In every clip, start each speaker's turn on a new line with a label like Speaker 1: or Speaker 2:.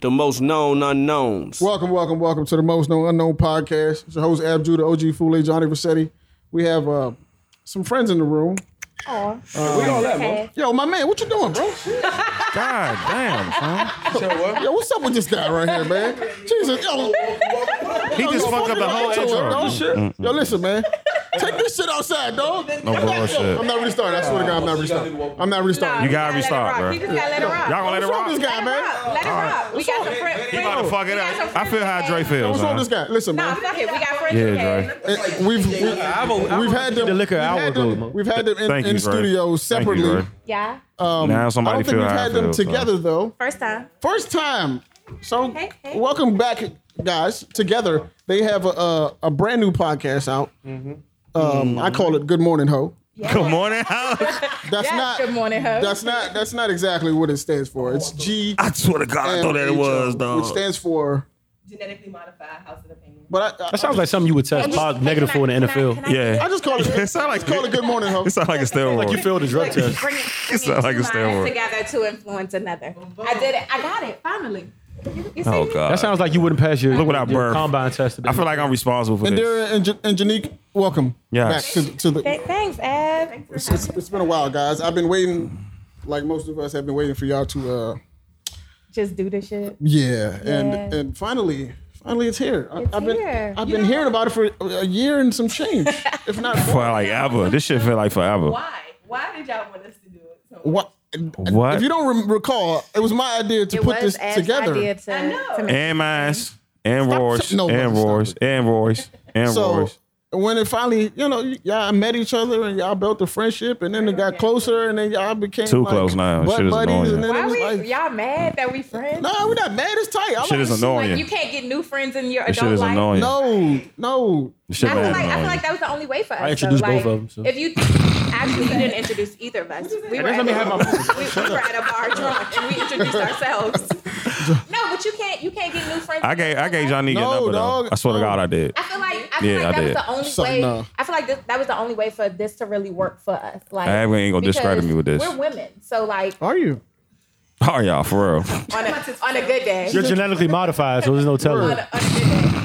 Speaker 1: the most known unknowns.
Speaker 2: Welcome, welcome, welcome to the Most Known Unknown podcast. It's your host, Ab Judah, OG Fule, Johnny Rossetti. We have uh, some friends in the room.
Speaker 3: Aw.
Speaker 1: we all that,
Speaker 3: Okay.
Speaker 2: Yo, my man, what you doing, bro?
Speaker 4: God damn, son.
Speaker 2: Yo, what's up with this guy right here, man? Jesus, yo,
Speaker 4: He just fucked up the whole
Speaker 2: yo,
Speaker 4: intro.
Speaker 2: shit. yo, listen, man. Take this shit outside, dog.
Speaker 4: No bullshit.
Speaker 2: I'm not restarting. I swear to God, I'm not restarting. I'm not restarting.
Speaker 4: You gotta restart, bro.
Speaker 3: You just gotta let it rock.
Speaker 4: Y'all gonna let it
Speaker 2: What's wrong with this
Speaker 4: rock?
Speaker 2: guy, man?
Speaker 3: Let it rock. We got some friends.
Speaker 4: He about to fuck it up. I feel how Dre feels.
Speaker 2: What's wrong
Speaker 4: Huh?
Speaker 2: with this guy? Listen,
Speaker 3: Nah,
Speaker 2: man.
Speaker 3: fuck it. We got friends.
Speaker 4: Yeah,
Speaker 3: who can.
Speaker 4: Dre.
Speaker 2: Eh, We've we- we've had them.
Speaker 5: the liquor
Speaker 2: we've
Speaker 5: hour
Speaker 2: had
Speaker 5: ago,
Speaker 2: them-
Speaker 5: man.
Speaker 2: We've had them in,
Speaker 4: Thank
Speaker 2: in
Speaker 4: you, Dre.
Speaker 2: studio
Speaker 4: Thank you,
Speaker 2: separately.
Speaker 4: Dre.
Speaker 3: Yeah.
Speaker 2: Um,
Speaker 4: Now
Speaker 2: I
Speaker 4: somebody
Speaker 2: don't think
Speaker 4: feel
Speaker 2: we've
Speaker 4: how I
Speaker 2: had them
Speaker 4: feel, so.
Speaker 2: together though.
Speaker 3: First time.
Speaker 2: First time. So
Speaker 3: Hey, hey.
Speaker 2: welcome back, guys. Together they have a a, a brand new podcast out. Um, I call it Good Morning Ho.
Speaker 4: Mm-hmm. Good morning, Alex.
Speaker 2: That's
Speaker 3: Yes,
Speaker 2: not.
Speaker 3: good morning, ho.
Speaker 2: That's not. That's not exactly what it stands for. It's G.
Speaker 4: I swear to God, I thought that it was,
Speaker 2: Which
Speaker 4: dog.
Speaker 2: stands for.
Speaker 6: genetically modified house of opinion.
Speaker 2: But I, I,
Speaker 5: That sounds like something you would test positive, negative for in the NFL.
Speaker 2: I
Speaker 4: Yeah.
Speaker 2: just call it.
Speaker 4: It sound like
Speaker 2: just call it Good Morning Ho.
Speaker 4: It sound like a steroid.
Speaker 5: You failed the drug test.
Speaker 3: Bring it, bring
Speaker 4: sound
Speaker 3: it
Speaker 4: like
Speaker 3: two
Speaker 4: a steroid.
Speaker 3: minds together to influence another. I did it. I got it. Finally. You, you see
Speaker 4: Oh
Speaker 3: me?
Speaker 4: God.
Speaker 5: That sounds like you wouldn't pass your,
Speaker 4: Look what I
Speaker 5: your
Speaker 4: birthed.
Speaker 5: combine test.
Speaker 4: I feel like I'm responsible for
Speaker 2: And
Speaker 4: this.
Speaker 2: Dara and, Ja- and Janique, welcome back
Speaker 4: Yes.
Speaker 2: to, to the.
Speaker 3: Th- Thanks, Ab.
Speaker 2: It's, it's been a while, guys. I've been waiting, like most of us have been waiting for y'all to. uh
Speaker 3: Just do this shit.
Speaker 2: Yeah, and
Speaker 3: Yeah.
Speaker 2: and finally, finally, it's here. I,
Speaker 3: It's
Speaker 2: I've been
Speaker 3: here.
Speaker 2: I've been hearing about it for a year and some change, if not.
Speaker 4: For like ever. This shit feel like forever.
Speaker 6: Why? Why did y'all want us to do it? So
Speaker 2: What?
Speaker 4: What?
Speaker 2: If you don't rem- recall, it was my idea to
Speaker 3: It
Speaker 2: put
Speaker 3: was
Speaker 2: this
Speaker 3: Ab's
Speaker 2: together.
Speaker 3: idea to-
Speaker 6: I know.
Speaker 3: to make-
Speaker 4: And mine. And
Speaker 2: Stop
Speaker 4: Roy's.
Speaker 2: saying- no,
Speaker 4: And
Speaker 2: brother,
Speaker 4: Roy's.
Speaker 2: stop
Speaker 4: And Roy's. And
Speaker 2: So
Speaker 4: Roy's.
Speaker 2: when it finally, you know, y- y'all met each other and y'all built a friendship, and then it got closer, and then y'all became
Speaker 4: Too
Speaker 2: like,
Speaker 4: close now.
Speaker 2: butt
Speaker 4: Shit is
Speaker 2: buddies,
Speaker 4: annoying.
Speaker 2: and then
Speaker 3: Why
Speaker 2: it was
Speaker 3: we
Speaker 2: like,
Speaker 3: y'all mad that we friends?
Speaker 2: no, we're not mad. It's tight. I
Speaker 4: Shit
Speaker 2: like
Speaker 4: is
Speaker 2: to see,
Speaker 4: annoying.
Speaker 3: Like you can't get new friends in your
Speaker 4: This shit
Speaker 3: adult
Speaker 4: is
Speaker 3: life.
Speaker 4: annoying.
Speaker 2: No, no.
Speaker 4: This shit
Speaker 3: I feel,
Speaker 4: mad
Speaker 3: like, I feel
Speaker 4: annoying.
Speaker 3: like that was the only way for us.
Speaker 5: I introduced
Speaker 3: though.
Speaker 5: both
Speaker 3: Like,
Speaker 5: of them, so.
Speaker 3: If you actually, you didn't introduce either of us. We were, at a,
Speaker 5: doesn't mean I have
Speaker 3: we, we were at a bar drunk and we introduced ourselves. No, but you can't. You can't get new friends.
Speaker 4: I gave I gave John Negan
Speaker 2: No,
Speaker 4: number
Speaker 2: dog.
Speaker 4: though. I swear to God I did.
Speaker 3: I feel like I feel
Speaker 4: Yeah,
Speaker 3: like
Speaker 4: I
Speaker 3: that
Speaker 4: did.
Speaker 3: was the only
Speaker 2: So,
Speaker 3: way.
Speaker 2: no.
Speaker 3: I feel like this, that was the only way for this to really work for us. Like
Speaker 4: I ain't gonna
Speaker 3: because
Speaker 4: discredit me with this.
Speaker 3: We're women, so like
Speaker 2: Are you?
Speaker 4: Oh y'all for real.
Speaker 3: on a, on a good day.
Speaker 5: You're genetically modified, so there's no telling.
Speaker 3: on a, on a good day.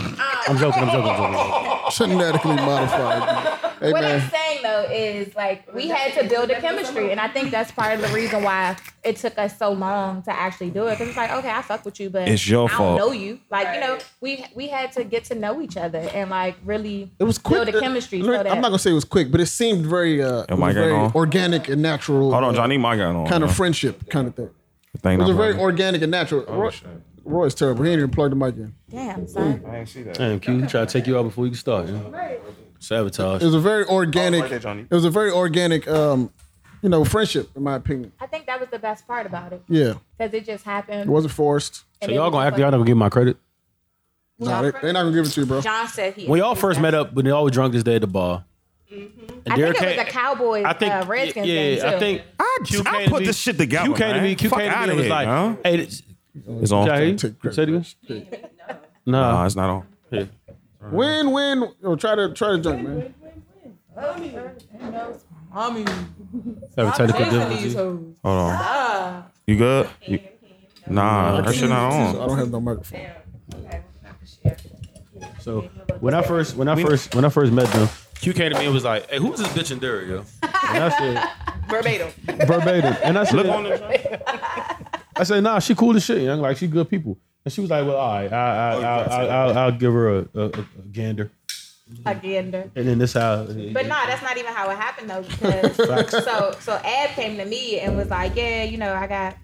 Speaker 5: I'm joking. I'm joking. I'm joking.
Speaker 2: Genetically modified. Hey
Speaker 3: What
Speaker 2: man.
Speaker 3: I'm saying though is like we had to build a chemistry, and I think that's part of the reason why it took us so long to actually do it. Because it's like, okay, I fuck with you, but
Speaker 4: It's your
Speaker 3: I don't
Speaker 4: fault.
Speaker 3: know you. Like you know,
Speaker 6: Right.
Speaker 3: we we had to get to know each other and like really
Speaker 2: It was quick.
Speaker 3: build a chemistry.
Speaker 2: Uh,
Speaker 3: so
Speaker 2: I'm
Speaker 3: that
Speaker 2: not gonna say it was quick, but it seemed very, uh, it
Speaker 4: Am I
Speaker 2: was very
Speaker 4: getting Oh, on?
Speaker 2: organic and natural.
Speaker 4: Hold on,
Speaker 2: uh,
Speaker 4: Johnny, my gun on.
Speaker 2: Kind of
Speaker 4: man.
Speaker 2: friendship, kind of thing.
Speaker 4: Thing
Speaker 2: It was
Speaker 4: I'm
Speaker 2: a very
Speaker 4: running.
Speaker 2: organic and natural.
Speaker 5: Oh,
Speaker 2: Roy, Roy's terrible. He ain't even plugged the mic in.
Speaker 3: damn son.
Speaker 5: Damn, Q, try to take you out before you start. You know? Sabotage.
Speaker 2: It was a very
Speaker 5: Oh,
Speaker 2: organic.
Speaker 4: right there, Johnny.
Speaker 2: it was a very organic, um, you know, friendship in my opinion.
Speaker 3: I think that was the best part about it
Speaker 2: Yeah,
Speaker 3: because it just happened.
Speaker 2: it wasn't forced.
Speaker 5: So y'all gonna act? Y'all not gonna give me my credit?
Speaker 2: Nah, they, they're not gonna give it to you, bro.
Speaker 3: John said he.
Speaker 5: When y'all first met up, when y'all were drunk this day at the bar. and
Speaker 3: Mm-hmm. I think
Speaker 5: Derek
Speaker 3: it was
Speaker 5: came-
Speaker 3: a Cowboys
Speaker 5: I think
Speaker 3: uh, Redskins
Speaker 5: yeah,
Speaker 3: game too.
Speaker 5: I think
Speaker 4: I,
Speaker 5: Q
Speaker 4: I
Speaker 5: came to
Speaker 4: put
Speaker 5: me-
Speaker 4: this shit together.
Speaker 5: Q came
Speaker 4: man.
Speaker 5: to me. Q
Speaker 4: Fuck
Speaker 5: came to me
Speaker 4: outta
Speaker 5: and was
Speaker 4: here,
Speaker 5: like,
Speaker 4: huh?
Speaker 5: "Hey, it's,
Speaker 4: it's on.
Speaker 5: Jay,
Speaker 2: Take credit.
Speaker 5: say it again.
Speaker 4: Nah,
Speaker 5: Nah,
Speaker 4: it's not on.
Speaker 2: Win, win. Or try to try to jump, man.
Speaker 5: have a technical difficulty.
Speaker 4: Hold on. You good? You- nah, Uh, that shit not
Speaker 2: So
Speaker 4: on.
Speaker 2: I don't have no microphone.
Speaker 5: So when I first when I first when I first met them, Q came to me and was like, "Hey, who's this bitch in Derry, yo?" And I
Speaker 3: verbatim.
Speaker 5: said verbatim, and I said,
Speaker 4: Look on the.
Speaker 5: "I said nah, she cool as shit, young. Like she good people." And she was like, "Well, all right,
Speaker 2: Oh,
Speaker 5: I, I, I, I, I'll, I'll give her a, a, a gander."
Speaker 3: Again, Derek.
Speaker 5: And then this how.
Speaker 3: But no, that's not even how it happened though. Because so so Ab came to me and was like, yeah, you know, I got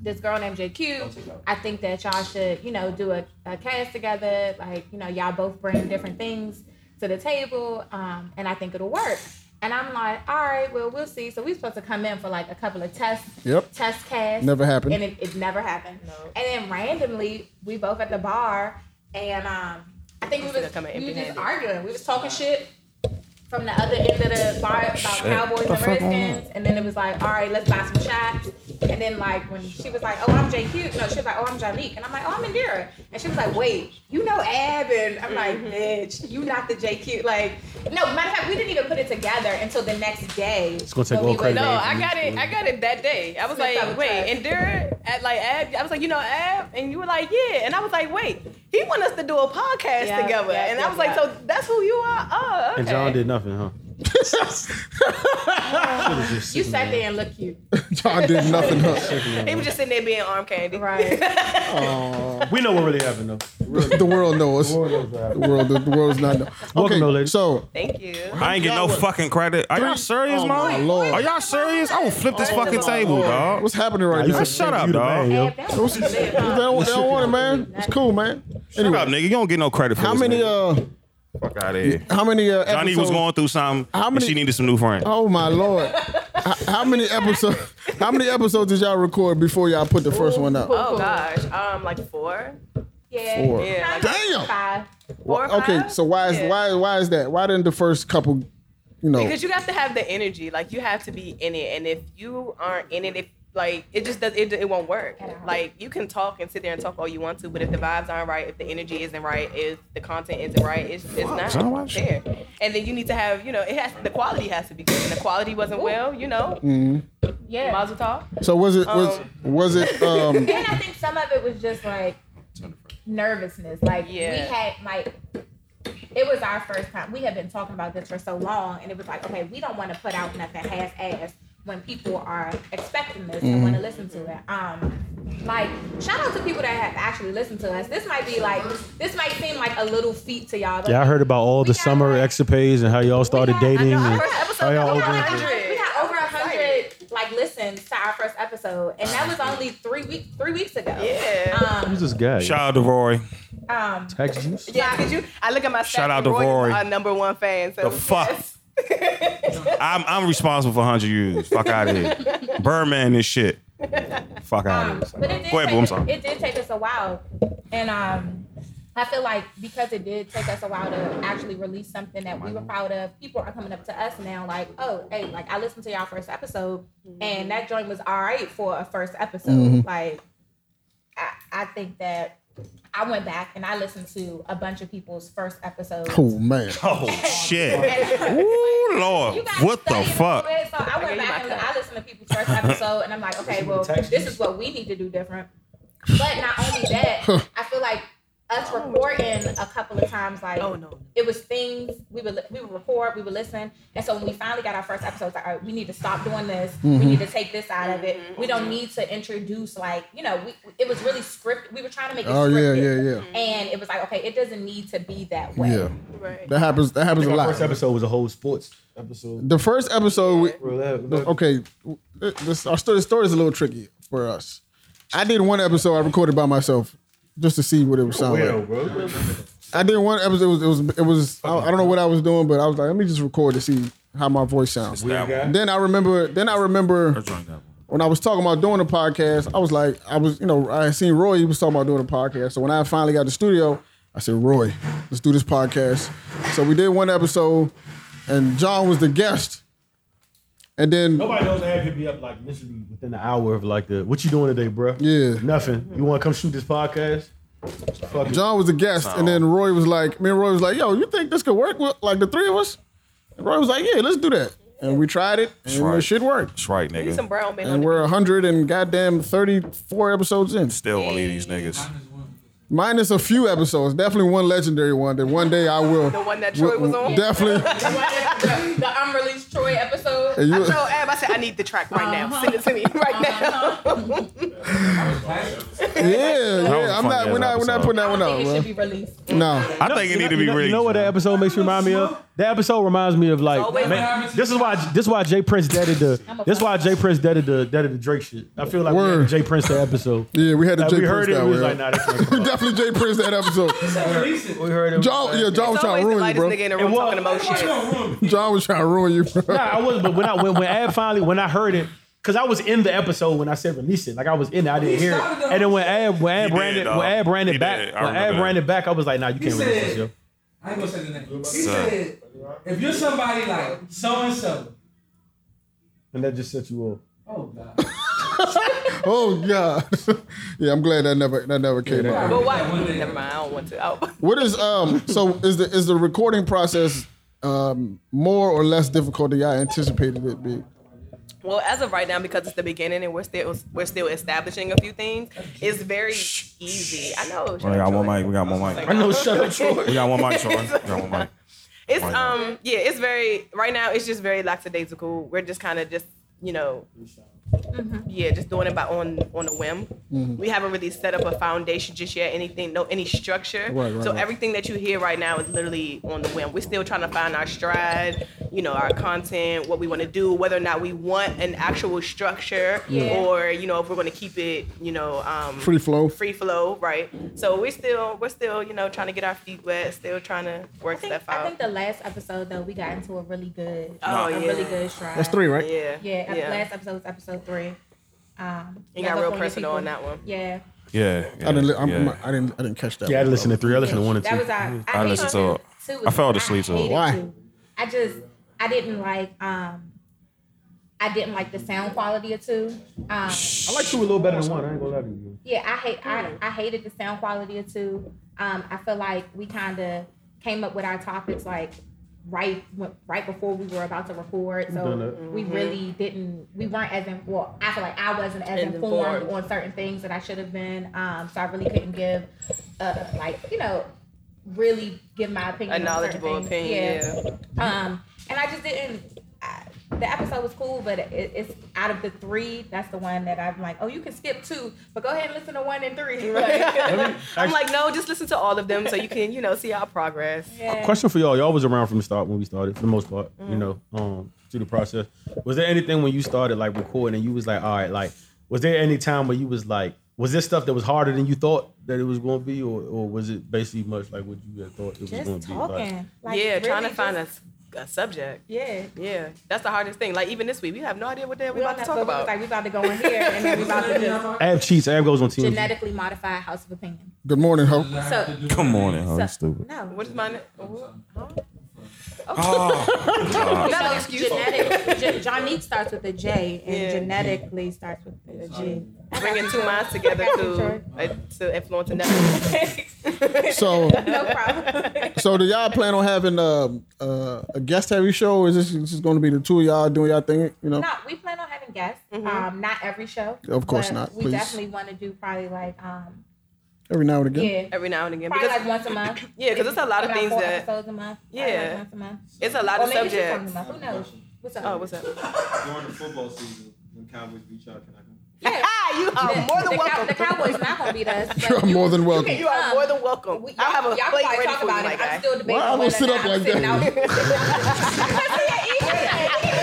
Speaker 3: this girl named JQ. I think that y'all should, you know, do a, a cast together. Like, you know, y'all both bring different things to the table, um, and I think it'll work. And I'm like, all right, well, we'll see. So we supposed to come in for like a couple of tests,
Speaker 2: Yep.
Speaker 3: test casts.
Speaker 2: Never happened.
Speaker 3: And it, it never happened. And then randomly, we both at the bar, and um, I think we was,
Speaker 6: come in
Speaker 3: we was just
Speaker 6: empty-handed.
Speaker 3: arguing. We was talking shit from the other end of the bar about Cowboys and Redskins, and then it was like, all right, let's buy some shots. And then like when she was like, "Oh, I'm JQ," no, she was like, "Oh, I'm Jonique," and I'm like, "Oh, I'm Indira," and she was like, "Wait, you know Ab?" And I'm like,
Speaker 7: Mm-hmm.
Speaker 3: "Bitch, you not the JQ." Like, no, matter of fact, we didn't even put it together until the next day. It's
Speaker 5: gonna take all credit
Speaker 7: No,
Speaker 5: away
Speaker 7: I got it. I got it that day. I was
Speaker 3: Slipped out
Speaker 7: like,
Speaker 3: of
Speaker 7: wait,
Speaker 3: trust.
Speaker 7: endure at like Ab. I was like, you know Ab, and you were like, yeah, and I was like, wait, he want us to do a podcast
Speaker 3: Yeah,
Speaker 7: together,
Speaker 3: yeah,
Speaker 7: and
Speaker 3: yeah,
Speaker 7: I was like,
Speaker 3: yeah.
Speaker 7: so that's who you are. Oh, okay.
Speaker 5: And John did nothing, huh?
Speaker 3: You sat there and looked cute,
Speaker 2: John did nothing. Huh?
Speaker 7: He was just sitting there being arm candy.
Speaker 3: right?
Speaker 5: We know what really happened though.
Speaker 2: the world knows. The world, the world's not. Know.
Speaker 5: Welcome,
Speaker 2: Okay,
Speaker 5: though, lady.
Speaker 2: so
Speaker 7: Thank you.
Speaker 4: I ain't get no fucking credit. Are y'all serious,
Speaker 2: Oh, my
Speaker 4: man?
Speaker 2: Lord.
Speaker 4: Are y'all serious? I will flip this fucking table, dog.
Speaker 2: what's happening right now?
Speaker 4: Nah,
Speaker 2: Shut
Speaker 4: shut up, dog.
Speaker 5: yo.
Speaker 3: Ab, that was lit,
Speaker 2: They
Speaker 3: huh?
Speaker 2: don't, they don't want it, man. It's cool, man.
Speaker 4: Shut up, nigga. You don't get no credit for
Speaker 2: How
Speaker 4: this,
Speaker 2: many?
Speaker 4: nigga.
Speaker 2: Uh,
Speaker 4: Fuck out of here.
Speaker 2: how many? Uh,
Speaker 4: Johnny
Speaker 2: episodes-
Speaker 4: was going through something.
Speaker 2: How
Speaker 4: and
Speaker 2: many-
Speaker 4: she needed some new friends.
Speaker 2: Oh my lord! how, how many episodes? How many episodes did y'all record before y'all put the first one out?
Speaker 7: Oh gosh, um, like four,
Speaker 3: Yeah.
Speaker 2: Four.
Speaker 7: yeah, like
Speaker 2: Damn.
Speaker 3: Five.
Speaker 7: four. Or five.
Speaker 2: Okay, so why is
Speaker 7: Yeah.
Speaker 2: why why is that? Why didn't the first couple, you know?
Speaker 7: Because you have to have the energy. Like you have to be in it, and if you aren't in it, if like it just does, it, it won't work. Like you can talk and sit there and talk all you want to, but if the vibes aren't right, if the energy isn't right, if the content isn't right, it's it's
Speaker 4: son, why
Speaker 7: not there. And then you need to have, you know, it has the quality has to be good. And the quality wasn't well, you know,
Speaker 3: Yeah.
Speaker 7: Mazel Tov.
Speaker 2: Mm-hmm. So was it was
Speaker 7: Um.
Speaker 2: was it um
Speaker 3: And I think some of it was just like nervousness. Like we
Speaker 7: Yeah.
Speaker 3: had like it was our first time. We had been talking about this for so long, and it was like, okay, we don't want to put out nothing half-assed when people are expecting this and
Speaker 5: Mm-hmm.
Speaker 3: want to listen to it. Um, like shout out to people that have actually listened to us. This might be like this might seem like a little feat to y'all. But
Speaker 5: Yeah, I heard about all the
Speaker 3: We got-
Speaker 5: summer exit pays and how y'all started
Speaker 3: got- I
Speaker 5: dating.
Speaker 7: know, I
Speaker 5: and
Speaker 7: heard that episode
Speaker 5: how y'all
Speaker 7: got
Speaker 5: opened-
Speaker 7: all
Speaker 3: We
Speaker 7: that.
Speaker 3: had- we had over a hundred like listens to our first episode, and that was only three weeks three weeks ago.
Speaker 7: Yeah.
Speaker 5: Who's
Speaker 3: Um,
Speaker 5: this guy?
Speaker 4: Shout out to Roy.
Speaker 3: um,
Speaker 5: Tax juice.
Speaker 7: yeah, did you? I look at my
Speaker 4: Shout
Speaker 7: stats,
Speaker 4: out to
Speaker 7: Roy is
Speaker 4: Roy.
Speaker 7: Our number one fan.
Speaker 4: The
Speaker 7: So
Speaker 4: fuck?
Speaker 7: yes.
Speaker 4: I'm I'm responsible for 100 years. Fuck out of here. Birdman this shit. Fuck out
Speaker 3: Um,
Speaker 4: of here.
Speaker 3: but it did,
Speaker 4: Go ahead,
Speaker 3: take,
Speaker 4: boo. I'm
Speaker 3: us-
Speaker 4: sorry.
Speaker 3: it did take us a while, and um, I feel like because it did take us a while to actually release something that we were
Speaker 4: Mm-hmm.
Speaker 3: proud of, people are coming up to us now like, oh, hey, like I listened to y'all first episode, and that joint was all right for a first episode.
Speaker 4: Mm-hmm.
Speaker 3: Like, I, I think that I went back and I listened to a bunch of people's first episodes.
Speaker 2: oh man
Speaker 4: Oh shit.
Speaker 3: And-
Speaker 4: Ooh Lord.
Speaker 3: You guys
Speaker 4: What the
Speaker 3: study a
Speaker 4: fuck?
Speaker 3: little bit, So I went
Speaker 7: Okay, you
Speaker 3: back and
Speaker 7: back
Speaker 3: I listened to people's first episode, and I'm like, okay, well, this is what we need to do different. But not only that, I feel like us recording a couple of times, like
Speaker 7: Oh no.
Speaker 3: it was things we would li- we would record, we would listen, and so when we finally got our first episode, it's like, all right, we need to stop doing this. We
Speaker 2: Mm-hmm.
Speaker 3: need to take this out of it.
Speaker 7: Mm-hmm.
Speaker 3: We don't need to introduce like you know, we it was really scripted. We were trying to make it
Speaker 2: oh yeah
Speaker 3: scripted,
Speaker 2: yeah yeah
Speaker 3: and it was like, okay, it doesn't need to be that way.
Speaker 2: yeah
Speaker 7: Right.
Speaker 2: that happens that happens a
Speaker 5: Our
Speaker 2: lot.
Speaker 5: first episode was a whole sports episode.
Speaker 2: The first episode we,
Speaker 5: Okay.
Speaker 2: okay, this, our story, the story is a little tricky for us. I did one episode I recorded by myself just to see what it would sound like.
Speaker 5: bro.
Speaker 2: I did one episode. It was it was, it was I, I don't know what I was doing, but I was like, let me just record to see how my voice sounds.
Speaker 4: That
Speaker 2: Then I remember. Then I remember
Speaker 4: one.
Speaker 2: when I was talking about doing a podcast. I was like, I was you know I had seen Roy. He was talking about doing a podcast. So when I finally got to the studio, I said, Roy, let's do this podcast. So we did one episode, and John was the guest. And then
Speaker 5: Nobody knows Ab hit me up like literally within an hour of like the what you doing today, bro?
Speaker 2: Yeah.
Speaker 5: Nothing. You wanna come shoot this podcast? Fuck it.
Speaker 2: John was a guest, and then Roy was like, me and Roy was like, yo, you think this could work with like the three of us? And Roy was like, yeah, let's do that. And we tried it, and
Speaker 4: right.
Speaker 2: it should work.
Speaker 4: That's right,
Speaker 7: Need some
Speaker 4: nigga.
Speaker 7: brown men. on
Speaker 2: And we're 100 and goddamn 34 episodes in.
Speaker 4: Still one of these niggas.
Speaker 2: Minus a few episodes. Definitely one legendary one that one day I will.
Speaker 7: The one that Troy was on?
Speaker 2: Definitely.
Speaker 3: the, the unreleased Troy episode.
Speaker 2: And
Speaker 7: I
Speaker 2: you-
Speaker 7: told Ab, I said, I need the track right now. Send it to me right now.
Speaker 3: Uh-huh.
Speaker 2: yeah, yeah.
Speaker 4: was
Speaker 2: I'm
Speaker 4: a
Speaker 2: not,
Speaker 4: funny
Speaker 2: we're
Speaker 4: ass
Speaker 2: not, we're not
Speaker 4: episode.
Speaker 2: putting
Speaker 3: I
Speaker 2: that one
Speaker 3: think
Speaker 2: out,
Speaker 3: it
Speaker 2: bro.
Speaker 3: should be released.
Speaker 2: No.
Speaker 4: I think it need to be
Speaker 5: You know,
Speaker 4: rigged.
Speaker 5: you know what that episode makes me remind me of? That episode reminds me of like
Speaker 7: always
Speaker 5: man, this is why this is why Jay Prince deaded the this is why Jay Prince deaded the deaded the Drake shit. I feel like we had
Speaker 2: Word.
Speaker 5: the Jay Prince that episode.
Speaker 2: Yeah, we had to
Speaker 5: Like,
Speaker 2: Jay
Speaker 5: we heard
Speaker 2: Prince
Speaker 5: it,
Speaker 2: that
Speaker 5: we was
Speaker 2: way.
Speaker 5: like,
Speaker 2: right?
Speaker 5: nah, that's not
Speaker 2: We
Speaker 5: gonna work.
Speaker 2: definitely Jay Prince that episode.
Speaker 5: we heard it.
Speaker 2: John, yeah, John was trying
Speaker 7: It's always
Speaker 2: to
Speaker 7: the
Speaker 2: ruin you,
Speaker 7: lightest
Speaker 2: bro.
Speaker 7: nigga in the room
Speaker 5: And what-
Speaker 7: talking about shit.
Speaker 2: John was trying to ruin you, bro.
Speaker 5: Nah, I wasn't. But when I when, when Ab finally when I heard it, because I was in the episode when I said release it, like I was in it, I didn't hear it. And then when Ab when Ab
Speaker 4: He
Speaker 5: ran
Speaker 4: did,
Speaker 5: it, when
Speaker 4: dog.
Speaker 5: Ab ran
Speaker 4: He
Speaker 5: it back,
Speaker 4: did. I
Speaker 5: when
Speaker 4: remember
Speaker 5: Ab
Speaker 4: that.
Speaker 5: ran it back, I was like, nah, you can't release this,
Speaker 8: said-
Speaker 5: yo.
Speaker 8: I ain't gonna say the name. He
Speaker 4: Sir.
Speaker 8: said, if you're somebody like so and so,
Speaker 5: And that just set you off.
Speaker 8: oh God.
Speaker 2: oh God. yeah, I'm glad that never that never came out.
Speaker 7: But why? Never mind. I don't want to. Oh.
Speaker 2: What is um? So is the is the recording process um more or less difficult than I anticipated it be?
Speaker 7: Well, as of right now, because it's the beginning and we're still we're still establishing a few things, it's very easy. I know.
Speaker 4: We got one mic. We got one mic.
Speaker 5: I know. Shut up, Troy.
Speaker 4: We got one mic. Troy. We got one mic.
Speaker 7: It's
Speaker 4: Why not?
Speaker 7: um yeah, it's very right now. It's just very lackadaisical. We're just kind of just you know,
Speaker 3: Mm-hmm.
Speaker 7: yeah, just doing it by on on a whim. We haven't really set up a foundation just yet. Anything, no, any structure.
Speaker 2: Right, right,
Speaker 7: so
Speaker 2: right.
Speaker 7: everything that you hear right now is literally on the whim. We're still trying to find our stride. You know, our content, what we want to do, whether or not we want an actual structure,
Speaker 3: Yeah.
Speaker 7: or you know, if we're going to keep it, you know, um,
Speaker 2: Free flow.
Speaker 7: free flow, right? So we're still we're still you know trying to get our feet wet, still trying to work
Speaker 3: I think,
Speaker 7: stuff out.
Speaker 3: I think the last episode though we got into a really good,
Speaker 7: Oh,
Speaker 3: a
Speaker 7: yeah.
Speaker 3: really good stride.
Speaker 2: That's three, right?
Speaker 7: Yeah.
Speaker 3: Yeah,
Speaker 7: yeah.
Speaker 3: last episode was episode three. Um,
Speaker 7: It
Speaker 3: y'all
Speaker 7: got
Speaker 3: go
Speaker 7: real
Speaker 3: for your
Speaker 7: personal
Speaker 3: people.
Speaker 7: on that one.
Speaker 3: Yeah,
Speaker 4: Yeah. yeah,
Speaker 2: I didn't. li- I'm,
Speaker 4: yeah.
Speaker 2: I didn't. I didn't catch that.
Speaker 5: Yeah, I
Speaker 2: one.
Speaker 5: listened to three. I listened to one and two.
Speaker 3: that was our.
Speaker 4: I
Speaker 3: I, hated
Speaker 4: listened to it.
Speaker 3: two
Speaker 4: I fell asleep to it.
Speaker 3: hated
Speaker 2: Why?
Speaker 3: two. I just I didn't like um, I didn't like the sound quality of two. Um,
Speaker 5: I like two a little better than one. I ain't gonna lie to you.
Speaker 3: Yeah, I hate I,
Speaker 7: Hmm.
Speaker 3: I hated the sound quality of two. Um, I feel like we kind of came up with our topics like right when- right before we were about to record,
Speaker 5: Done
Speaker 3: so
Speaker 5: that.
Speaker 3: we
Speaker 7: Mm-hmm.
Speaker 3: really didn't we weren't as in, well. I feel like I wasn't as
Speaker 7: And
Speaker 3: informed
Speaker 7: informed.
Speaker 3: on certain things that I should have been. Um, so I really couldn't give uh, like you know really give my
Speaker 7: A
Speaker 3: opinion. on certain
Speaker 7: knowledgeable
Speaker 3: things.
Speaker 7: opinion. Yeah.
Speaker 3: Um, and I just didn't. I, the episode was cool, but it, it's out of the three, that's the one that I'm like, oh, you can skip two, but go ahead and listen to one and three. Like,
Speaker 7: I'm like, no, just listen to all of them so you can, you know, see our progress.
Speaker 3: yeah.
Speaker 5: Question for y'all. Y'all was around from the start when we started, for the most part.
Speaker 3: Mm.
Speaker 5: You know, um, through the process. Was there anything when you started like recording and you was like, all right, like, was there any time where you was like, was this stuff that was harder than you thought that it was going to be, or, or was it basically much like what you had thought it was going
Speaker 3: Just
Speaker 5: to be? Like,
Speaker 3: talking. Like,
Speaker 7: yeah,
Speaker 3: really
Speaker 7: trying to
Speaker 3: just-
Speaker 7: find a, s- a subject.
Speaker 3: Yeah.
Speaker 7: Yeah, that's the hardest thing. Like even this week, we have no idea what the hell
Speaker 3: We
Speaker 7: we're about to talk about.
Speaker 3: Like, we about to go in here and then we about to just
Speaker 5: Ab cheats. Ab goes on TMZ.
Speaker 3: genetically modify House of Opinion.
Speaker 2: Good morning, Hope.
Speaker 3: So,
Speaker 4: Come on, in, ho,
Speaker 3: so
Speaker 4: you stupid.
Speaker 3: no.
Speaker 7: what is my ne- oh, huh?
Speaker 2: Ah.
Speaker 3: no,
Speaker 7: Another excuse.
Speaker 3: genetic. Gen- Jonique starts with a J and
Speaker 7: Yeah.
Speaker 3: genetically starts with a G.
Speaker 7: oh, Bringing two minds together to uh, to influence another.
Speaker 2: So,
Speaker 3: No problem.
Speaker 2: so do y'all plan on having um uh, a guest heavy show? Or is this just going to be the two of y'all doing y'all thing? You know, Mm-hmm.
Speaker 3: No, we plan on having guests. Um, not every show.
Speaker 2: Of course
Speaker 3: but
Speaker 2: not,
Speaker 3: We
Speaker 2: please.
Speaker 3: definitely want to do probably like um
Speaker 2: every now and again.
Speaker 3: yeah.
Speaker 7: Every now and again,
Speaker 3: Probably
Speaker 7: because
Speaker 3: like once a month.
Speaker 7: Yeah, 'cause it's a lot of
Speaker 3: About
Speaker 7: things
Speaker 3: four
Speaker 7: that-
Speaker 3: episodes a month. probably like
Speaker 7: Yeah.
Speaker 3: once a month.
Speaker 7: it's a lot
Speaker 3: Or
Speaker 7: of
Speaker 3: maybe two times a
Speaker 7: subjects.
Speaker 3: month. Who knows? What's up?
Speaker 7: Oh, what's up?
Speaker 9: During the football season, when Cowboys beat y'all, can I come?
Speaker 3: Yeah.
Speaker 7: Ah, you are more
Speaker 3: the,
Speaker 7: than
Speaker 3: Cow-
Speaker 7: welcome.
Speaker 3: the Cowboys not gonna beat us. but
Speaker 2: You're more than
Speaker 3: you
Speaker 2: welcome.
Speaker 3: can
Speaker 7: You are
Speaker 3: come.
Speaker 7: more than welcome.
Speaker 3: We-
Speaker 7: I'll have a
Speaker 3: y'all can
Speaker 7: plate
Speaker 3: probably
Speaker 7: ready
Speaker 3: talk
Speaker 7: for you,
Speaker 3: about
Speaker 7: my
Speaker 3: it. I'm
Speaker 7: guy.
Speaker 3: still debating
Speaker 2: Why I don't
Speaker 3: whether or
Speaker 2: sit
Speaker 3: not
Speaker 2: up
Speaker 3: I'm
Speaker 2: like
Speaker 3: sitting
Speaker 2: that?
Speaker 3: out- 'Cause he an idiot.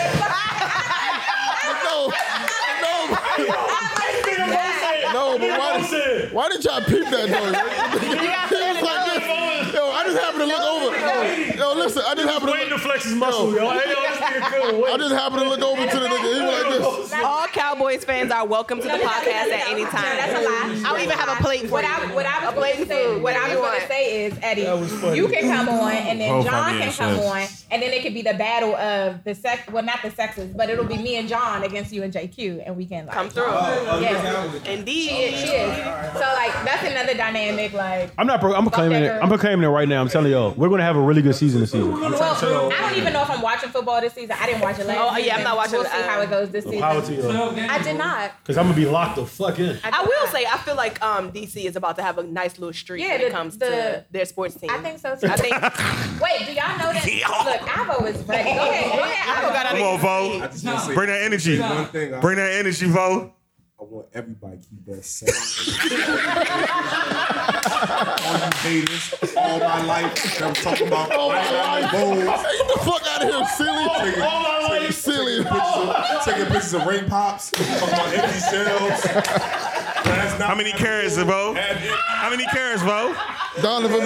Speaker 2: No, no, no. But why, why did y'all peep that though? He was like this. Yo, I just happened to look over. Yo, yo, listen, I just happened to.
Speaker 5: to flex his
Speaker 2: muscle, yo.
Speaker 5: Hey, yo, this nigga cool.
Speaker 2: I just happened to look over to the nigga. He was like this.
Speaker 7: All Cowboys fans are welcome to the podcast at any
Speaker 3: No,
Speaker 7: time.
Speaker 3: That's a lie.
Speaker 7: I'll even have a plate for
Speaker 3: What
Speaker 7: you.
Speaker 3: I, what I
Speaker 7: A
Speaker 3: was
Speaker 7: plate and
Speaker 3: going to say,
Speaker 7: food,
Speaker 3: what I
Speaker 7: whatever
Speaker 3: was
Speaker 7: you
Speaker 3: going
Speaker 7: want.
Speaker 3: to say is, Eddie,
Speaker 5: That was funny.
Speaker 3: you can come on, and then
Speaker 4: Both
Speaker 3: John
Speaker 4: of
Speaker 3: can
Speaker 4: you
Speaker 3: come
Speaker 4: said-
Speaker 3: on, and then it could be the battle of the sex. Well, not the sexes, but it'll be me and John against you and JQ, and we can like
Speaker 7: Come through.
Speaker 5: Oh,
Speaker 3: Yeah,
Speaker 7: Indeed.
Speaker 3: she is. So like that's another dynamic. Like,
Speaker 5: I'm not. Pro- I'm proclaiming it. I'm proclaiming it right now. I'm telling y'all, we're gonna have a really good season this season.
Speaker 3: well, I don't even know if I'm watching football this season. I didn't watch it last.
Speaker 7: Oh, yeah, I'm
Speaker 3: season.
Speaker 7: not watching uh,
Speaker 3: We'll see
Speaker 7: it.
Speaker 3: how it goes this
Speaker 5: Power
Speaker 3: season.
Speaker 5: to you,
Speaker 3: I did not.
Speaker 5: because I'm gonna be locked the fuck in.
Speaker 7: I will say, I feel like um, DC is about to have a nice little streak
Speaker 3: Yeah,
Speaker 7: when it
Speaker 3: the-
Speaker 7: comes
Speaker 3: the-
Speaker 7: to their sports team.
Speaker 3: I think so too.
Speaker 7: I think. Come
Speaker 3: Wait, do y'all know that? Look, Avo is ready. Go ahead, go ahead. Avo.
Speaker 4: Come on, Vo.
Speaker 9: just want to say
Speaker 4: Bring that energy.
Speaker 9: one thing. I,
Speaker 4: Bring that energy, Vo.
Speaker 9: I want everybody to keep that same. all you haters, all my life, that I'm talking about. All my life. Bowls,
Speaker 2: Get the fuck out of here, silly. Silly.
Speaker 9: pictures of, taking pictures of ring pops, talking about empty shells. Last night,
Speaker 4: How many carrots, Vo?
Speaker 9: had it.
Speaker 4: How many carrots, Vo?
Speaker 2: Donovan,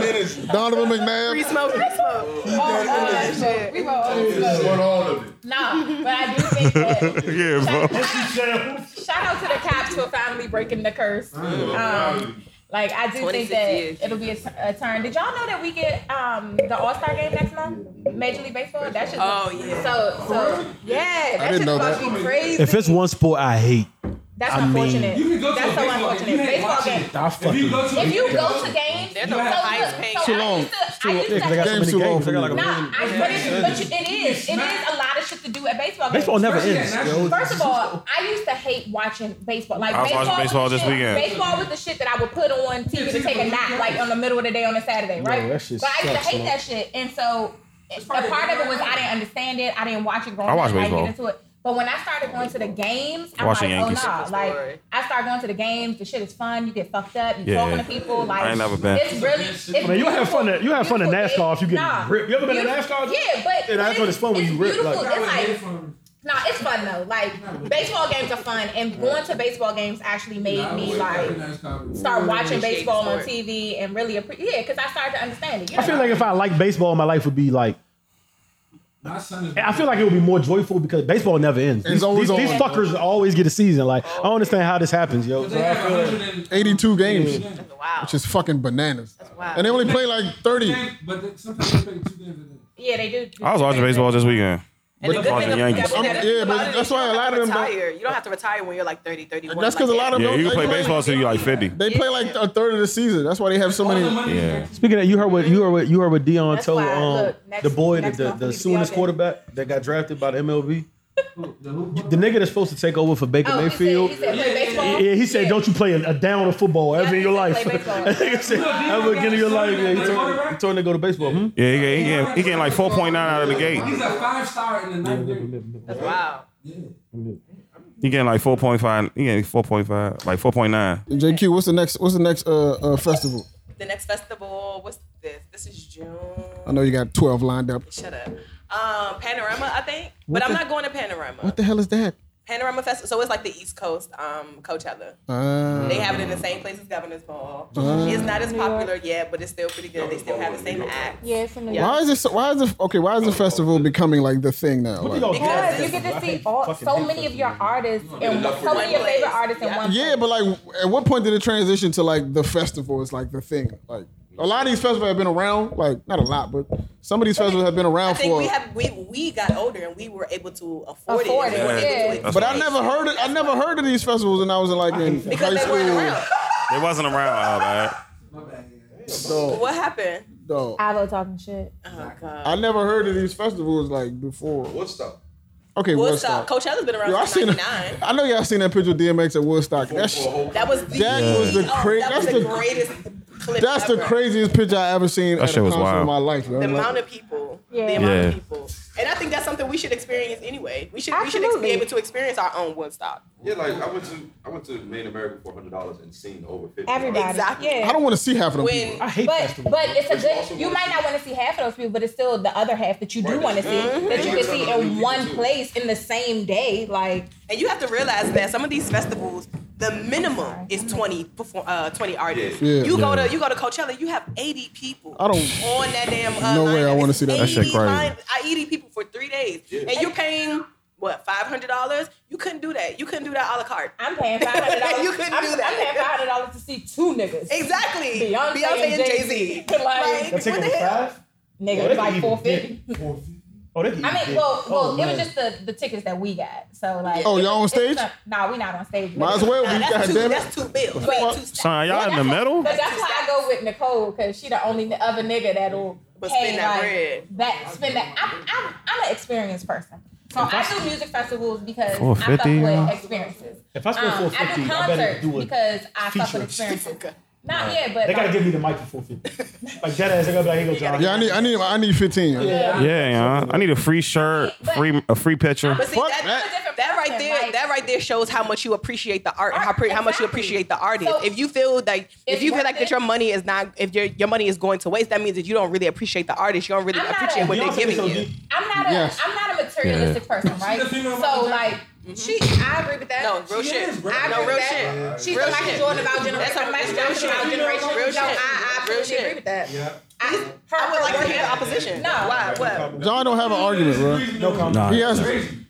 Speaker 2: Donovan McNabb.
Speaker 7: smoke, free smoke.
Speaker 9: That energy.
Speaker 3: Oh, We will always
Speaker 9: Just want all of it.
Speaker 3: No, but I do think that.
Speaker 4: Yeah, Vo.
Speaker 3: Shout out to the cops for finally breaking the curse. Um, like I do think
Speaker 7: 26
Speaker 3: that
Speaker 7: years.
Speaker 3: it'll be a, t- a turn. Did y'all know that we get um, the All Star game next month? Major League Baseball. That should.
Speaker 7: Oh, yeah.
Speaker 3: So so yeah, that
Speaker 2: didn't
Speaker 3: shit's
Speaker 2: know
Speaker 3: about to
Speaker 2: that.
Speaker 3: be crazy.
Speaker 5: If it's one sport I hate,
Speaker 3: That's
Speaker 5: I mean-
Speaker 3: unfortunate.
Speaker 8: You can go to
Speaker 3: That's
Speaker 8: a
Speaker 3: so
Speaker 8: baseball
Speaker 3: unfortunate.
Speaker 8: game. You ain't
Speaker 3: Baseball
Speaker 8: watching
Speaker 3: game.
Speaker 8: it.
Speaker 5: I
Speaker 8: If
Speaker 5: fucking.
Speaker 8: you go to
Speaker 3: If you go to games,
Speaker 7: They're
Speaker 3: so,
Speaker 7: the
Speaker 3: look,
Speaker 7: highest
Speaker 3: so
Speaker 7: paying.
Speaker 3: I
Speaker 7: Too
Speaker 5: long.
Speaker 3: used to-
Speaker 5: Too
Speaker 3: I
Speaker 5: long.
Speaker 3: used
Speaker 5: Yeah, 'cause I
Speaker 3: to-
Speaker 5: got so
Speaker 2: Game's
Speaker 5: many
Speaker 2: too long
Speaker 5: games.
Speaker 2: for
Speaker 5: I got like a
Speaker 2: me.
Speaker 5: million.
Speaker 3: Nah, I, but, it, but you- it is. It is a lot of shit to do at baseball games.
Speaker 5: Baseball never
Speaker 3: First-
Speaker 5: ends. yo.
Speaker 3: First of all, I used to hate watching baseball. Like
Speaker 4: I was watching
Speaker 3: was
Speaker 4: baseball
Speaker 3: the
Speaker 4: this
Speaker 3: shit-
Speaker 4: weekend.
Speaker 3: Baseball was the shit that I would put on TV to take a nap, like on the middle of the day on a Saturday, right?
Speaker 5: that shit
Speaker 3: but I used to
Speaker 5: sucks,
Speaker 3: hate
Speaker 5: man.
Speaker 3: that shit, and so a part of it was I didn't understand it. I didn't watch it growing
Speaker 4: I watch
Speaker 3: up. I
Speaker 4: baseball.
Speaker 3: didn't get into it. But when I started going to the games, I'm
Speaker 4: Watch the
Speaker 3: like, oh
Speaker 4: Yankees.
Speaker 3: nah.
Speaker 7: Story.
Speaker 3: Like I started going to the games. The shit is fun. You get fucked up. You
Speaker 4: Yeah.
Speaker 3: talking to people. Like
Speaker 4: ain't never been.
Speaker 3: It's really. It's
Speaker 5: I mean, you have fun at- you have fun at
Speaker 3: beautiful.
Speaker 5: NASCAR if you get
Speaker 3: Nah.
Speaker 5: ripped. You ever been to
Speaker 3: Beautiful-
Speaker 5: NASCAR?
Speaker 3: Yeah, but
Speaker 5: Yeah, that's
Speaker 3: but
Speaker 5: when it's fun when you ripped, like-
Speaker 3: beautiful.
Speaker 8: I
Speaker 3: it's
Speaker 8: was
Speaker 3: like
Speaker 8: here from-
Speaker 3: no, it's fun though. Like baseball games are fun, and going to baseball games actually made
Speaker 8: I
Speaker 3: me
Speaker 8: was
Speaker 3: like
Speaker 8: in that conference.
Speaker 3: start watching
Speaker 7: Appreciate the
Speaker 3: baseball on
Speaker 7: sport.
Speaker 3: TV and really appreciate. Yeah, because I started to understand it. You
Speaker 5: I feel
Speaker 3: know?
Speaker 5: like if I like baseball, my life would be like.
Speaker 8: My son is.
Speaker 5: I feel like it would be more joyful because baseball never ends.
Speaker 2: It's
Speaker 5: These,
Speaker 2: always
Speaker 5: these, these
Speaker 2: on.
Speaker 5: fuckers always get a season. Like I don't understand how this happens, yo.
Speaker 8: They
Speaker 5: So I
Speaker 8: have
Speaker 5: feel like-
Speaker 8: 100
Speaker 2: 82 games,
Speaker 7: Wow.
Speaker 2: which is fucking bananas.
Speaker 7: wow.
Speaker 2: And they only play like 30.
Speaker 8: But they- sometimes they play two games a day.
Speaker 3: yeah, they do. do
Speaker 4: I was watching baseball this weekend.
Speaker 7: And the
Speaker 4: But-
Speaker 7: good
Speaker 4: Watching
Speaker 7: thing
Speaker 4: Yankees.
Speaker 7: about
Speaker 2: I'm-
Speaker 7: that,
Speaker 2: yeah, but
Speaker 7: about it is
Speaker 2: that's
Speaker 7: you
Speaker 2: why
Speaker 7: don't
Speaker 2: a
Speaker 7: have
Speaker 2: lot
Speaker 7: to
Speaker 2: of them don't-
Speaker 7: retire. You don't have to retire when you're like 30, 31.
Speaker 2: That's 'cause a
Speaker 7: like
Speaker 2: lot of
Speaker 4: Yeah,
Speaker 2: Don't-
Speaker 4: you can
Speaker 2: they
Speaker 4: play
Speaker 2: play-
Speaker 4: baseball till you're like 50.
Speaker 2: They play like a third of the season. That's why they have so
Speaker 8: All the
Speaker 2: many.
Speaker 8: money
Speaker 4: Yeah.
Speaker 5: Speaking of you heard what you heard what you heard what Dion
Speaker 3: That's
Speaker 5: told
Speaker 3: why,
Speaker 5: um,
Speaker 3: look, next-
Speaker 5: the boy that
Speaker 3: next
Speaker 5: the,
Speaker 3: month
Speaker 5: the
Speaker 3: we'll be
Speaker 5: soonest
Speaker 3: out there.
Speaker 5: quarterback that got drafted by the MLB,
Speaker 8: The who-
Speaker 5: the nigga that's supposed to take over for Baker
Speaker 3: Oh, he said,
Speaker 5: Mayfield.
Speaker 3: he said
Speaker 8: Yeah,
Speaker 3: play
Speaker 8: yeah,
Speaker 3: baseball.
Speaker 5: yeah, he said, "Don't you play a, a down of football ever in your
Speaker 3: Yeah, he
Speaker 5: life."
Speaker 3: said, "Play baseball."
Speaker 5: That nigga said, "Ever again in your life." Yeah, he told, he told him to go to baseball. Hmm?
Speaker 4: Yeah, he getting he getting, he getting like 4.9 out of the
Speaker 8: He's
Speaker 4: gate.
Speaker 8: a five star in the ninth grade.
Speaker 7: a wow.
Speaker 4: He getting like 4.5. He getting 4.5, like 4.9.
Speaker 2: JQ, what's the next? What's the next uh, uh, festival?
Speaker 7: The next festival, what's this? This is June.
Speaker 2: I know you got 12 lined up.
Speaker 7: Shut up. Um, Panorama, I think. but I'm
Speaker 2: the-
Speaker 7: not going to Panorama.
Speaker 2: What the hell is that?
Speaker 7: Panorama Festival. So it's like the East Coast um, Coachella.
Speaker 2: Uh,
Speaker 7: They have it in the same place as Governor's Ball.
Speaker 2: Mm.
Speaker 7: it's not as popular yet, but it's still pretty good. They still have the same act.
Speaker 3: Yeah, it's in New
Speaker 2: why is this? Why is the okay? Why is the festival becoming like the thing now?
Speaker 5: What do
Speaker 2: Like-
Speaker 5: y'all
Speaker 3: Because
Speaker 5: do?
Speaker 3: you get to see all, so many of your artists and so many of your favorite artists in one.
Speaker 2: yeah, but like, at what point did it transition to like the festival is like the thing? Like a lot of these festivals have been around. Like not a lot, but some of these festivals have been
Speaker 7: I
Speaker 2: around
Speaker 7: think
Speaker 2: for.
Speaker 7: we have we we got older and we were able to afford,
Speaker 3: Afford
Speaker 7: it.
Speaker 3: it,
Speaker 7: We were
Speaker 3: yeah.
Speaker 7: able to
Speaker 2: but I
Speaker 7: experience
Speaker 2: never
Speaker 7: it.
Speaker 2: heard. Of, I never heard of these festivals, and I was in like in
Speaker 7: because
Speaker 2: high
Speaker 7: they weren't
Speaker 2: school.
Speaker 7: around.
Speaker 4: It wasn't around, uh, man.
Speaker 8: My bad.
Speaker 2: Dog,
Speaker 7: What happened?
Speaker 2: dog.
Speaker 3: Avo talking shit.
Speaker 7: Oh god.
Speaker 2: I never heard of these festivals like before.
Speaker 9: Woodstock.
Speaker 2: Okay,
Speaker 7: Woodstock.
Speaker 2: Woodstock.
Speaker 7: Coachella's been around
Speaker 2: Yo, I
Speaker 7: since
Speaker 2: seen. A,
Speaker 7: '99.
Speaker 2: I know y'all seen that picture of DMX at Woodstock. That's
Speaker 7: That was the,
Speaker 2: That was the
Speaker 7: oh,
Speaker 2: cra-
Speaker 7: that was
Speaker 2: that's
Speaker 7: the,
Speaker 2: the-
Speaker 7: greatest clip
Speaker 2: that's the
Speaker 7: ever.
Speaker 2: craziest picture I ever seen at a
Speaker 4: shit was
Speaker 2: concert in
Speaker 4: wild.
Speaker 2: my life. yo.
Speaker 7: The
Speaker 2: Like,
Speaker 7: amount of people. The
Speaker 3: Yeah.
Speaker 7: amount
Speaker 4: Yeah.
Speaker 7: of people. And I think that's something we should experience anyway. We should we should ex-
Speaker 3: Absolutely.
Speaker 7: be able to experience our own Woodstock.
Speaker 10: Yeah, like I went to I went to Main America for hundred dollars and seen over fifty.
Speaker 3: Everybody.
Speaker 7: Exactly.
Speaker 3: Yeah.
Speaker 2: I don't want to see half of them. people.
Speaker 7: When
Speaker 5: I hate
Speaker 3: But
Speaker 5: festivals.
Speaker 3: but it's a
Speaker 10: also
Speaker 3: good. You
Speaker 10: wanna
Speaker 3: might not want to see half of those people, but it's still the other half that you do
Speaker 10: Right,
Speaker 3: want to see
Speaker 10: that's good.
Speaker 7: Mm-hmm.
Speaker 3: that you can
Speaker 10: Mhm.
Speaker 3: see
Speaker 10: Mhm.
Speaker 3: in one place in the same day. Like
Speaker 7: and you have to realize that some of these festivals, the minimum is 20 perform, uh, 20 artists.
Speaker 2: Yeah.
Speaker 7: You go to you go to Coachella, you have 80 people.
Speaker 2: I don't-
Speaker 7: on that damn uh,
Speaker 2: No way I
Speaker 7: lineup.
Speaker 2: wanna
Speaker 7: It's
Speaker 2: see that. That
Speaker 7: 80
Speaker 4: shit crazy.
Speaker 7: Line, I 80 people for 3 days. And you're paying what, $500? You couldn't do that. You couldn't do that a la carte.
Speaker 3: I'm paying five hundred dollars.
Speaker 7: You couldn't
Speaker 3: I'm,
Speaker 7: do that.
Speaker 3: I'm paying five hundred dollars to see two niggas.
Speaker 7: Exactly.
Speaker 3: Beyonce, and Jay Z. Like,
Speaker 7: Like,
Speaker 5: That ticket
Speaker 7: what the
Speaker 5: was
Speaker 7: hell?
Speaker 5: five.
Speaker 3: nigga,
Speaker 5: Oh, they
Speaker 3: like
Speaker 5: can
Speaker 3: four
Speaker 5: even
Speaker 3: fifty.
Speaker 5: get- Oh, they can
Speaker 3: I
Speaker 5: even
Speaker 3: mean,
Speaker 5: get-
Speaker 3: well, well,
Speaker 5: oh,
Speaker 3: it was
Speaker 5: man.
Speaker 3: just the, the tickets that we got. So like,
Speaker 2: Oh, y'all on
Speaker 3: it's- it's
Speaker 2: stage?
Speaker 3: not- Nah, we not on stage.
Speaker 2: Might as well.
Speaker 7: Nah,
Speaker 2: be,
Speaker 7: that's,
Speaker 2: God
Speaker 7: two,
Speaker 2: damn it.
Speaker 7: that's two bills. Wait, two stacks.
Speaker 4: Son, y'all in the middle?
Speaker 3: But that's why I go with Nicole because she the only other nigga that'll
Speaker 7: But
Speaker 3: pay,
Speaker 7: spend that
Speaker 3: like,
Speaker 7: bread.
Speaker 3: That spend that. I'm, I'm, I'm an experienced person. So I do music festivals because I fuck
Speaker 4: 450,
Speaker 3: with
Speaker 4: y'all?
Speaker 3: experiences.
Speaker 5: If I spend
Speaker 3: Um, I
Speaker 5: 450, I
Speaker 3: do
Speaker 5: better
Speaker 3: concerts
Speaker 5: do it.
Speaker 3: because I fuck
Speaker 5: feature.
Speaker 3: with experiences. Not yeah, but
Speaker 5: They gotta
Speaker 3: like,
Speaker 5: give me the mic for 450. Like dead ass, they gotta be like, here you go, John.
Speaker 2: Yeah, I need, I need, I need 15. yo.
Speaker 4: Yeah, yeah. I need a free shirt, free a free picture.
Speaker 7: But see,
Speaker 2: Fuck
Speaker 7: that,
Speaker 2: that.
Speaker 7: that, right there,
Speaker 3: Like-
Speaker 7: that right there shows how much you appreciate the art, how, pre- how much you
Speaker 3: Exactly.
Speaker 7: appreciate the artist.
Speaker 3: So,
Speaker 7: if you feel like, if
Speaker 3: it's
Speaker 7: you feel
Speaker 3: worth
Speaker 7: like
Speaker 3: it.
Speaker 7: that your money is not, if your your money is going to waste, that means that you don't really appreciate the artist. You don't really
Speaker 3: I'm not
Speaker 7: appreciate
Speaker 3: a-
Speaker 7: what
Speaker 5: Beyonce
Speaker 7: they're
Speaker 5: is
Speaker 7: giving
Speaker 5: so
Speaker 7: you.
Speaker 5: deep.
Speaker 3: I'm not a
Speaker 2: Yes.
Speaker 3: am not a materialistic person, right?
Speaker 8: the female
Speaker 3: So
Speaker 8: Michael
Speaker 3: like she, I agree with that.
Speaker 7: Mm-hmm. No, real
Speaker 8: She
Speaker 7: shit.
Speaker 8: is, bro.
Speaker 3: I
Speaker 7: No,
Speaker 3: agree
Speaker 7: real
Speaker 3: with that.
Speaker 7: shit.
Speaker 3: She's
Speaker 7: Real
Speaker 3: the Michael
Speaker 7: shit.
Speaker 3: Jordan about generation.
Speaker 7: That's a-
Speaker 3: That's Michael
Speaker 7: real
Speaker 3: Jordan about
Speaker 7: shit.
Speaker 3: generation.
Speaker 7: Real
Speaker 3: Yo,
Speaker 7: shit.
Speaker 3: I, I
Speaker 7: Real
Speaker 3: absolutely
Speaker 7: shit.
Speaker 3: agree with that.
Speaker 8: Yeah.
Speaker 7: I, I would like to hear the opposition.
Speaker 3: No.
Speaker 7: Why? What?
Speaker 2: John don't have an argument, bro.
Speaker 5: No comment.
Speaker 2: He has.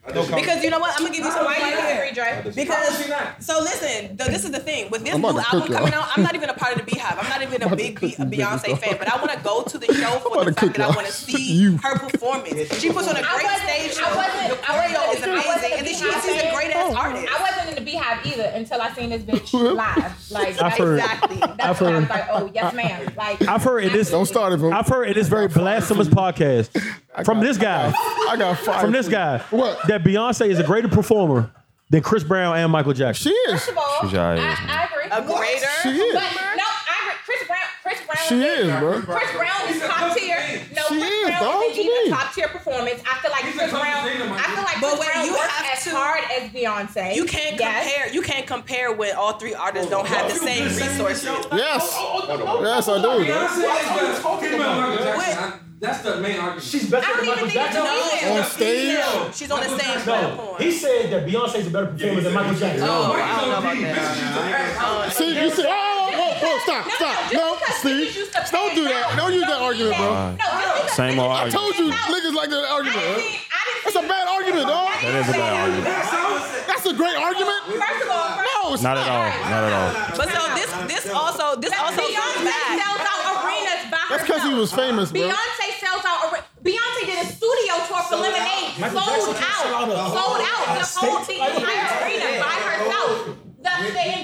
Speaker 7: Because you know what? I'm gonna give you some.
Speaker 3: Why you get a free drive?
Speaker 7: Because so listen, th- this is the thing with this
Speaker 2: I'm
Speaker 7: new
Speaker 2: about to
Speaker 7: album
Speaker 2: cook, y'all.
Speaker 7: coming out. I'm not even a part of the Beehive. I'm not even a big Be-
Speaker 2: cook
Speaker 7: a
Speaker 2: these niggas,
Speaker 7: Beyonce
Speaker 2: dog.
Speaker 7: fan, but I want to go to the show for
Speaker 2: about
Speaker 7: the
Speaker 2: to
Speaker 7: fact
Speaker 2: cook,
Speaker 7: that I
Speaker 2: y'all.
Speaker 7: want to see
Speaker 2: You.
Speaker 7: her performance. She puts on a
Speaker 3: I
Speaker 7: great
Speaker 3: wasn't-
Speaker 7: stage show.
Speaker 3: I wasn't-
Speaker 7: The
Speaker 3: I wasn't-
Speaker 7: video is
Speaker 3: I wasn't
Speaker 7: amazing, and then she,
Speaker 3: a Beehive
Speaker 7: she's a
Speaker 3: fan.
Speaker 7: great ass artist.
Speaker 3: I wasn't in the Beehive either until I seen this bitch
Speaker 2: Well,
Speaker 3: live. Like
Speaker 11: I've heard-
Speaker 3: exactly. That's
Speaker 11: I've
Speaker 3: when I was
Speaker 11: heard-
Speaker 3: like, oh yes, ma'am. Like
Speaker 5: Hmm?
Speaker 11: I've heard in this.
Speaker 2: Don't start it, bro.
Speaker 11: I've heard in this very blasphemous podcast from this guy,
Speaker 2: I got fired.
Speaker 11: from this
Speaker 2: for you.
Speaker 11: guy,
Speaker 2: What?
Speaker 11: that Beyonce is a greater performer than Chris Brown and Michael
Speaker 2: She
Speaker 11: Jackson.
Speaker 2: is.
Speaker 3: First of all,
Speaker 4: She's
Speaker 3: I,
Speaker 4: alright.
Speaker 3: I agree.
Speaker 7: A greater.
Speaker 2: She is.
Speaker 3: But no, I agree. Chris Brown. Chris Brown.
Speaker 2: She is,
Speaker 3: there.
Speaker 2: bro.
Speaker 3: Chris Brown is top tier. No,
Speaker 2: She
Speaker 3: Chris
Speaker 2: is, dog.
Speaker 3: Brown
Speaker 2: What
Speaker 3: is
Speaker 2: you mean?
Speaker 3: even top tier performance. I feel like
Speaker 5: He's a
Speaker 3: Chris
Speaker 5: top
Speaker 3: Brown. I
Speaker 5: singer, my
Speaker 3: feel
Speaker 5: dude.
Speaker 7: But
Speaker 3: like Chris
Speaker 7: when
Speaker 3: Brown
Speaker 7: you
Speaker 3: works
Speaker 7: have
Speaker 3: as
Speaker 7: to-
Speaker 3: hard as Beyonce.
Speaker 7: You can't
Speaker 3: Yes.
Speaker 7: compare. You can't compare when all three artists don't have the same resources.
Speaker 2: Yes. Yes, I do. bro.
Speaker 5: That's the main argument.
Speaker 11: She's
Speaker 3: I
Speaker 11: better
Speaker 3: don't
Speaker 11: than
Speaker 3: even
Speaker 11: Michael
Speaker 3: think it's
Speaker 11: Jackson.
Speaker 3: reason.
Speaker 2: On stage?
Speaker 7: She's on the same
Speaker 11: No,
Speaker 7: platform.
Speaker 11: he said that Beyonce is a better performer than Michael Jackson.
Speaker 7: Oh, I don't know about that.
Speaker 2: See, you see, oh, whoa, whoa, stop,
Speaker 3: No,
Speaker 2: stop.
Speaker 3: no,
Speaker 2: No,
Speaker 3: just because
Speaker 2: see,
Speaker 3: niggas used to
Speaker 2: don't do
Speaker 3: pay
Speaker 2: that.
Speaker 3: out,
Speaker 2: Don't use that
Speaker 3: mean
Speaker 2: argument, bro.
Speaker 3: No, just because
Speaker 4: Uh, Same old
Speaker 3: niggas-
Speaker 2: I
Speaker 4: argument.
Speaker 2: told you,
Speaker 3: I didn't
Speaker 2: niggas like that argument.
Speaker 3: I
Speaker 2: bro.
Speaker 3: didn't see- I didn't
Speaker 2: That's
Speaker 3: see-
Speaker 2: a bad argument, dog.
Speaker 3: I
Speaker 4: That
Speaker 3: didn't
Speaker 4: is a
Speaker 3: see
Speaker 4: bad
Speaker 3: that.
Speaker 4: argument.
Speaker 2: That's a great argument.
Speaker 3: First of all, first
Speaker 2: No, Oh, it's
Speaker 4: Not at all. Not at all.
Speaker 7: But so this, this also, this also goes
Speaker 3: Beyonce
Speaker 7: back.
Speaker 3: sells out arenas by herself.
Speaker 2: That's because he was famous, bro.
Speaker 3: Beyonce sells out. are- Beyonce did a studio tour for Lemonade,
Speaker 11: Michael
Speaker 3: sold
Speaker 11: Jackson
Speaker 3: out,
Speaker 11: sold out a
Speaker 3: sold out the
Speaker 11: state.
Speaker 3: whole team, entire arena by herself. The, the entire.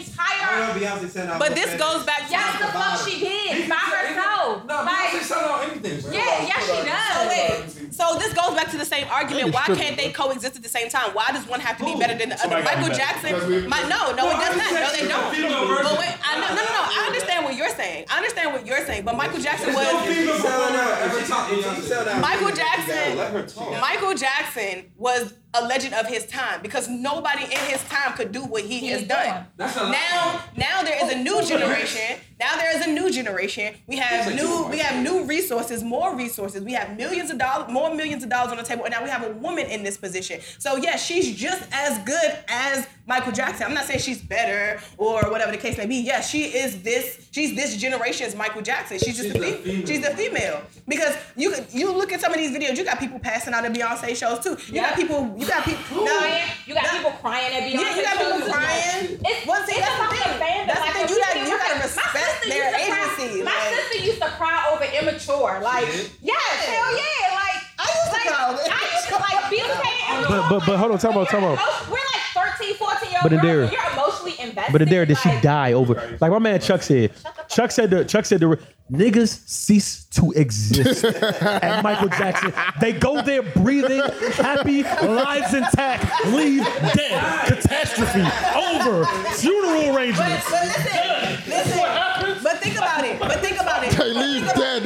Speaker 7: But this goes back.
Speaker 3: Yes, the fuck she did by herself.
Speaker 5: No, Beyonce
Speaker 3: Like,
Speaker 5: sell out anything. Bro.
Speaker 3: yeah, yeah, she does.
Speaker 7: So this goes back to the same argument. Why can't they coexist at the same time? Why does one have to be better than the other?
Speaker 11: Somebody gotta
Speaker 7: Michael
Speaker 11: be better.
Speaker 7: Jackson, my, no, no, it does not. No, they don't.
Speaker 5: Female version.
Speaker 7: But wait, I know, no, no, no. I understand what you're saying. I understand what you're saying. But Michael Jackson
Speaker 5: No
Speaker 7: was
Speaker 5: female performer ever top Beyonce.
Speaker 7: Michael Jackson. Michael Jackson was a legend of his time because nobody in his time could do what he,
Speaker 3: He
Speaker 7: has
Speaker 3: was
Speaker 7: done.
Speaker 3: doing.
Speaker 5: That's a lot. Oh,
Speaker 7: Now, now there is a new generation. Now there is a new generation. We have new, we have new resources, more resources. We have millions of dollars, more millions of dollars on the table, and now we have a woman in this position. So yeah, she's just as good as Michael Jackson. I'm not saying she's better or whatever the case may be. Yeah, she is this. She's this generation's Michael Jackson. She's just
Speaker 5: She's
Speaker 7: a,
Speaker 5: a
Speaker 7: fe-
Speaker 5: female.
Speaker 7: She's a female because you could- you look at some of these videos. You got people passing out at Beyonce shows too. You
Speaker 3: Yeah.
Speaker 7: got people. You got people.
Speaker 3: Crying. You got people crying at Beyonce.
Speaker 7: Yeah, you got people
Speaker 3: shows.
Speaker 7: crying.
Speaker 3: It's,
Speaker 7: Well, see,
Speaker 3: it's
Speaker 7: that's
Speaker 3: a
Speaker 7: the
Speaker 3: fucking
Speaker 7: thing.
Speaker 3: fandom.
Speaker 7: That's the
Speaker 3: Like,
Speaker 7: thing.
Speaker 3: if
Speaker 7: You gotta-
Speaker 3: think
Speaker 7: you gotta
Speaker 3: about it, my
Speaker 7: respect
Speaker 3: sister
Speaker 7: their
Speaker 3: used to cry-
Speaker 7: agency,
Speaker 3: My
Speaker 7: like-
Speaker 3: sister used to cry over immature. Like, yes, hell yeah. Like, I used to like,
Speaker 7: cry over
Speaker 3: I used to like Beyonce and immature.
Speaker 11: But- but- but hold on, talk about-
Speaker 3: like,
Speaker 11: talk
Speaker 3: we're
Speaker 11: about-
Speaker 3: emo- We're like 13, 14 year old.
Speaker 11: But in
Speaker 3: girls,
Speaker 11: there-
Speaker 3: and you're emotionally invested.
Speaker 11: But there, did she
Speaker 3: like,
Speaker 11: die over? Like my man Chuck said. Chuck said the Chuck said the niggas cease to exist at Michael Jackson. They go there breathing, happy, lives intact, leave dead, catastrophe over, funeral
Speaker 7: But,
Speaker 11: arrangements.
Speaker 7: but listen, listen. But think about it. But think about it.
Speaker 2: They leave dead.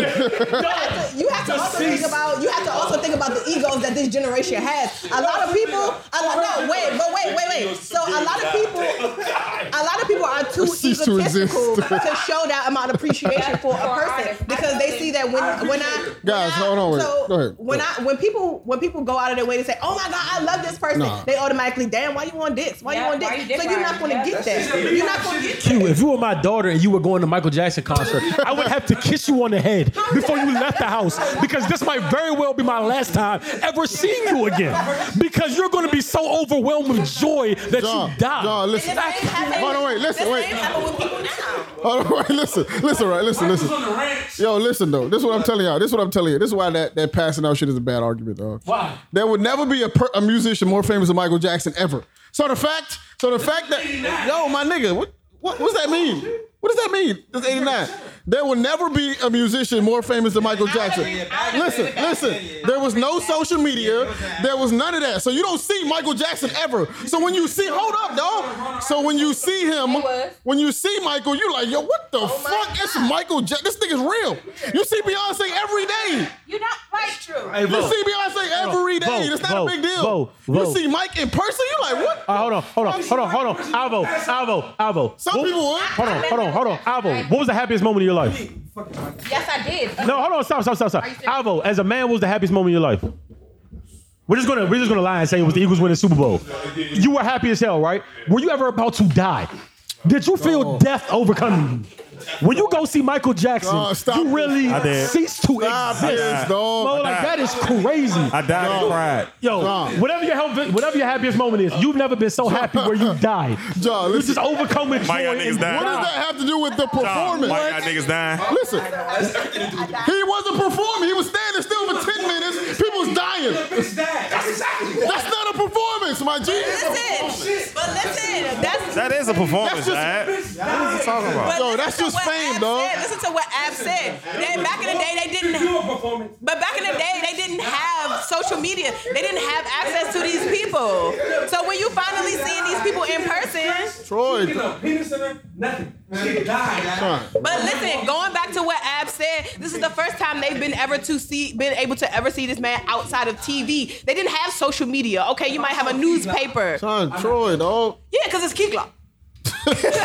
Speaker 7: You have to also think about you have to also think about the egos that this generation has. A lot of people, a lot, no, wait, but wait, wait, wait. So a lot of people, a lot of people are too
Speaker 2: Cease to exist.
Speaker 7: egotistical to show that amount of appreciation for a person because they see that when when I when
Speaker 2: Guys,
Speaker 7: I-
Speaker 2: hold on, wait.
Speaker 7: So
Speaker 2: Go ahead.
Speaker 7: when I when people when people go out of their way to say, oh my god, I love this person,
Speaker 2: Nah.
Speaker 7: they automatically, damn, why you on dicks? Why
Speaker 3: Yeah,
Speaker 7: you on
Speaker 3: why you dick
Speaker 7: dicks? So you're not
Speaker 3: riding?
Speaker 7: going to
Speaker 3: Yeah.
Speaker 7: get that. You're not going to get that.
Speaker 11: You, if you were my daughter and you were going to Michael Jackson concert, I would have to kiss you on the head before you left the house because this might very well be my last time ever seeing you again because you're going to be so overwhelmed with joy that
Speaker 2: John,
Speaker 11: you die.
Speaker 2: John, Uh, listen.
Speaker 7: This ain't happening-
Speaker 2: Hold on, wait, listen,
Speaker 7: this
Speaker 2: wait.
Speaker 7: ain't happening with people now.
Speaker 2: Hold on, wait, listen, listen, right, listen, listen.
Speaker 5: on the ranch.
Speaker 2: Yo, listen though. This is what I'm telling y'all. This is what I'm telling you. This is why that, that passing out shit is a bad argument, dog.
Speaker 11: Why?
Speaker 2: There would never be a, per, a musician more famous than Michael Jackson ever. So the fact, so the fact that yo, my nigga, what what what's that mean? What does that mean? This 89. There will never be a musician more famous than Michael Jackson. Listen, listen. There was no social media. There was none of that. So you don't see Michael Jackson ever. So when you see, hold up, dog. So when you see him, when you see Michael, you like, yo, what the fuck? It's Michael Jackson. This nigga's real. You see Beyonce every day.
Speaker 3: You don't like true.
Speaker 11: Hey,
Speaker 2: You
Speaker 11: Vo.
Speaker 2: see Beyonce every
Speaker 11: Vote,
Speaker 2: day. It's not a
Speaker 11: vote,
Speaker 2: big deal.
Speaker 11: vote,
Speaker 2: You
Speaker 11: vote.
Speaker 2: see Mike in person, you like, what?
Speaker 11: All right, hold on, hold on, hold on, hold on. Alvo, Alvo, Alvo.
Speaker 2: Some
Speaker 11: What-
Speaker 2: people would.
Speaker 11: Hold on, hold on, hold on. Alvo, what was the happiest moment of your life?
Speaker 3: Yes, I did.
Speaker 11: No, hold on, stop, stop, stop, stop. Alvo, as a man, what was the happiest moment of your life? We're just gonna we're just gonna lie and say it was the Eagles winning Super Bowl. You were happy as hell, right? Were you ever about to die? Did you feel death overcoming you? When you go see Michael Jackson,
Speaker 2: Nah, stop
Speaker 11: you
Speaker 2: this.
Speaker 11: really
Speaker 4: I did.
Speaker 11: cease to
Speaker 2: Stop
Speaker 11: exist.
Speaker 2: this, dog.
Speaker 11: Mo, like that is crazy.
Speaker 4: I died and cried.
Speaker 11: Yo,
Speaker 2: John.
Speaker 11: whatever your help, whatever your happiest moment is, you've never been so happy where you died.
Speaker 2: John,
Speaker 11: you
Speaker 2: listen.
Speaker 11: just overcome with joy.
Speaker 4: My God, niggas
Speaker 11: and
Speaker 4: died.
Speaker 2: What does
Speaker 11: pride.
Speaker 2: that have to do with the
Speaker 4: John,
Speaker 2: performance?
Speaker 4: why y'all niggas dying?
Speaker 2: Listen, he wasn't performing. He was standing still for 10 minutes. People was dying.
Speaker 5: Bitch, that. That's exactly.
Speaker 2: That's not a performance, my my G.
Speaker 7: Listen, but listen, that's
Speaker 4: That is a performance, man. What is he talking about?
Speaker 2: Yo, that's just fame, dog.
Speaker 7: Said, listen to what Ab said. Then back in the day, they didn't. But back in the day, they didn't have social media. They didn't have access to these people. So when you finally seeing these people in person,
Speaker 2: Troy.
Speaker 8: penis in her, nothing. She died.
Speaker 2: Son.
Speaker 7: but listen, going back to what Ab said, this is the first time they've been ever to see, been able to ever see this man outside of TV. They didn't have social media. Okay, you might have a newspaper.
Speaker 2: Son, Troy, dog.
Speaker 7: Yeah, because it's Kikla.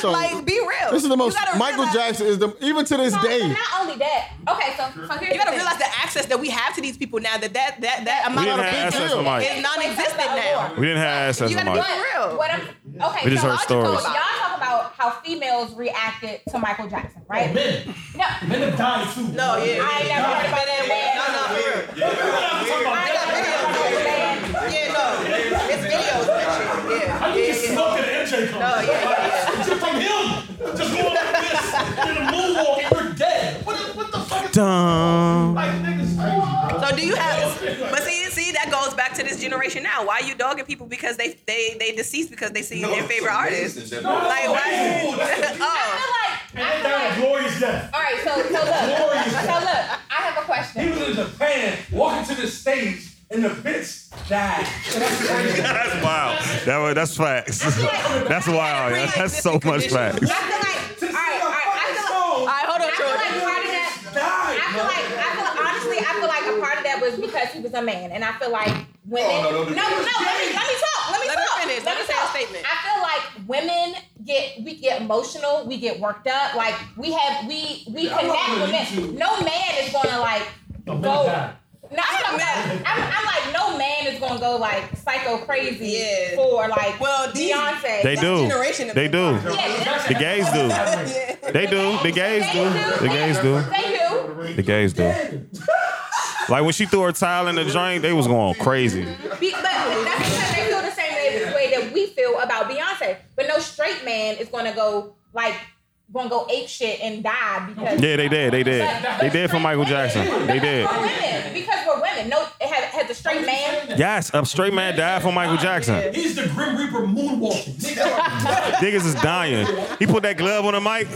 Speaker 2: So,
Speaker 7: Like, be real.
Speaker 2: this is the most.
Speaker 7: You gotta
Speaker 2: Michael
Speaker 7: realize-
Speaker 2: Jackson is the even to this
Speaker 3: No, but
Speaker 2: day.
Speaker 3: Not only that. Okay, so, so here's
Speaker 7: You gotta realize the access that we have to these people now. That that that that
Speaker 4: We
Speaker 7: amount
Speaker 4: didn't
Speaker 7: of
Speaker 4: have
Speaker 7: people
Speaker 4: access to
Speaker 7: is
Speaker 4: Mike.
Speaker 7: non-existent now.
Speaker 4: We didn't have access
Speaker 7: You
Speaker 4: to
Speaker 7: gotta
Speaker 4: Mike.
Speaker 7: be real.
Speaker 3: What I'm, okay,
Speaker 4: We just
Speaker 3: so
Speaker 4: heard
Speaker 3: logical
Speaker 4: stories.
Speaker 3: about- Y'all talk about how females reacted to Michael Jackson, right?
Speaker 5: Men,
Speaker 3: No,
Speaker 5: men have died too.
Speaker 7: No, yeah.
Speaker 3: I ain't never heard about that way.
Speaker 7: No, no, for real.
Speaker 3: I ain't never heard about that way.
Speaker 7: Yeah, no. It's videos and shit. Yeah. Yeah, yeah.
Speaker 5: at MJ comes.
Speaker 7: No, yeah, yeah, yeah.
Speaker 5: Just like him, just going like this in a moonwalk and you're dead. What, the- what the fuck is
Speaker 4: Dumb.
Speaker 5: like, niggas? crazy, bro.
Speaker 7: So do you have? But see, see, that goes back to this generation now. Why you dogging people because they they they deceased because they see their favorite artists? Like why? oh,
Speaker 3: I feel like,
Speaker 5: And they died a
Speaker 3: I feel like,
Speaker 5: glorious death.
Speaker 3: all right, so, so look, so look, I have a
Speaker 8: He
Speaker 3: question.
Speaker 8: was in Japan, walking to the stage, and the bitch died.
Speaker 4: That's wild. That was, that's facts. That's wild. Yeah. That's so much
Speaker 3: I
Speaker 4: facts.
Speaker 3: feel like, all right, all right, I feel like,
Speaker 7: all right, hold on,
Speaker 3: I feel like
Speaker 7: Troy.
Speaker 3: part of that,
Speaker 8: Died.
Speaker 3: I feel like I feel honestly I feel like a part of that was because he was a man, and I feel like women.
Speaker 10: Oh, no, don't do
Speaker 3: no,
Speaker 10: that.
Speaker 3: no, let me let me talk. Let me
Speaker 7: Let her
Speaker 3: talk.
Speaker 7: finish. Let her say her statement.
Speaker 3: I feel like women get we get emotional, we get worked up. Like we have we we
Speaker 8: Yeah, I'm not
Speaker 3: connect with
Speaker 8: gonna YouTube.
Speaker 3: men. No man is gonna like
Speaker 5: No, men
Speaker 3: go.
Speaker 5: died.
Speaker 3: No, I'm, I'm, I'm like no man is gonna go like psycho crazy
Speaker 7: Yeah.
Speaker 3: for like
Speaker 7: Well, these-
Speaker 3: Beyonce.
Speaker 4: They do. They do.
Speaker 3: Yeah,
Speaker 4: The gays do. They do. The gays do. The gays do.
Speaker 3: they do.
Speaker 4: The gays do. Like when she threw her towel in the joint, they was going crazy.
Speaker 3: Be, but that's because they feel the same way, way that we feel about Beyonce. But no straight man is gonna go like gonna go ape shit and die because
Speaker 4: Yeah, they did. They did. They did for Michael Jackson. They did.
Speaker 3: We're women because we're women. No, has, has the straight man.
Speaker 4: Yes, a straight man died for Michael Jackson.
Speaker 5: He's the Grim Reaper moonwalking. Nigga,
Speaker 4: Niggas is dying. He put that glove on the mic.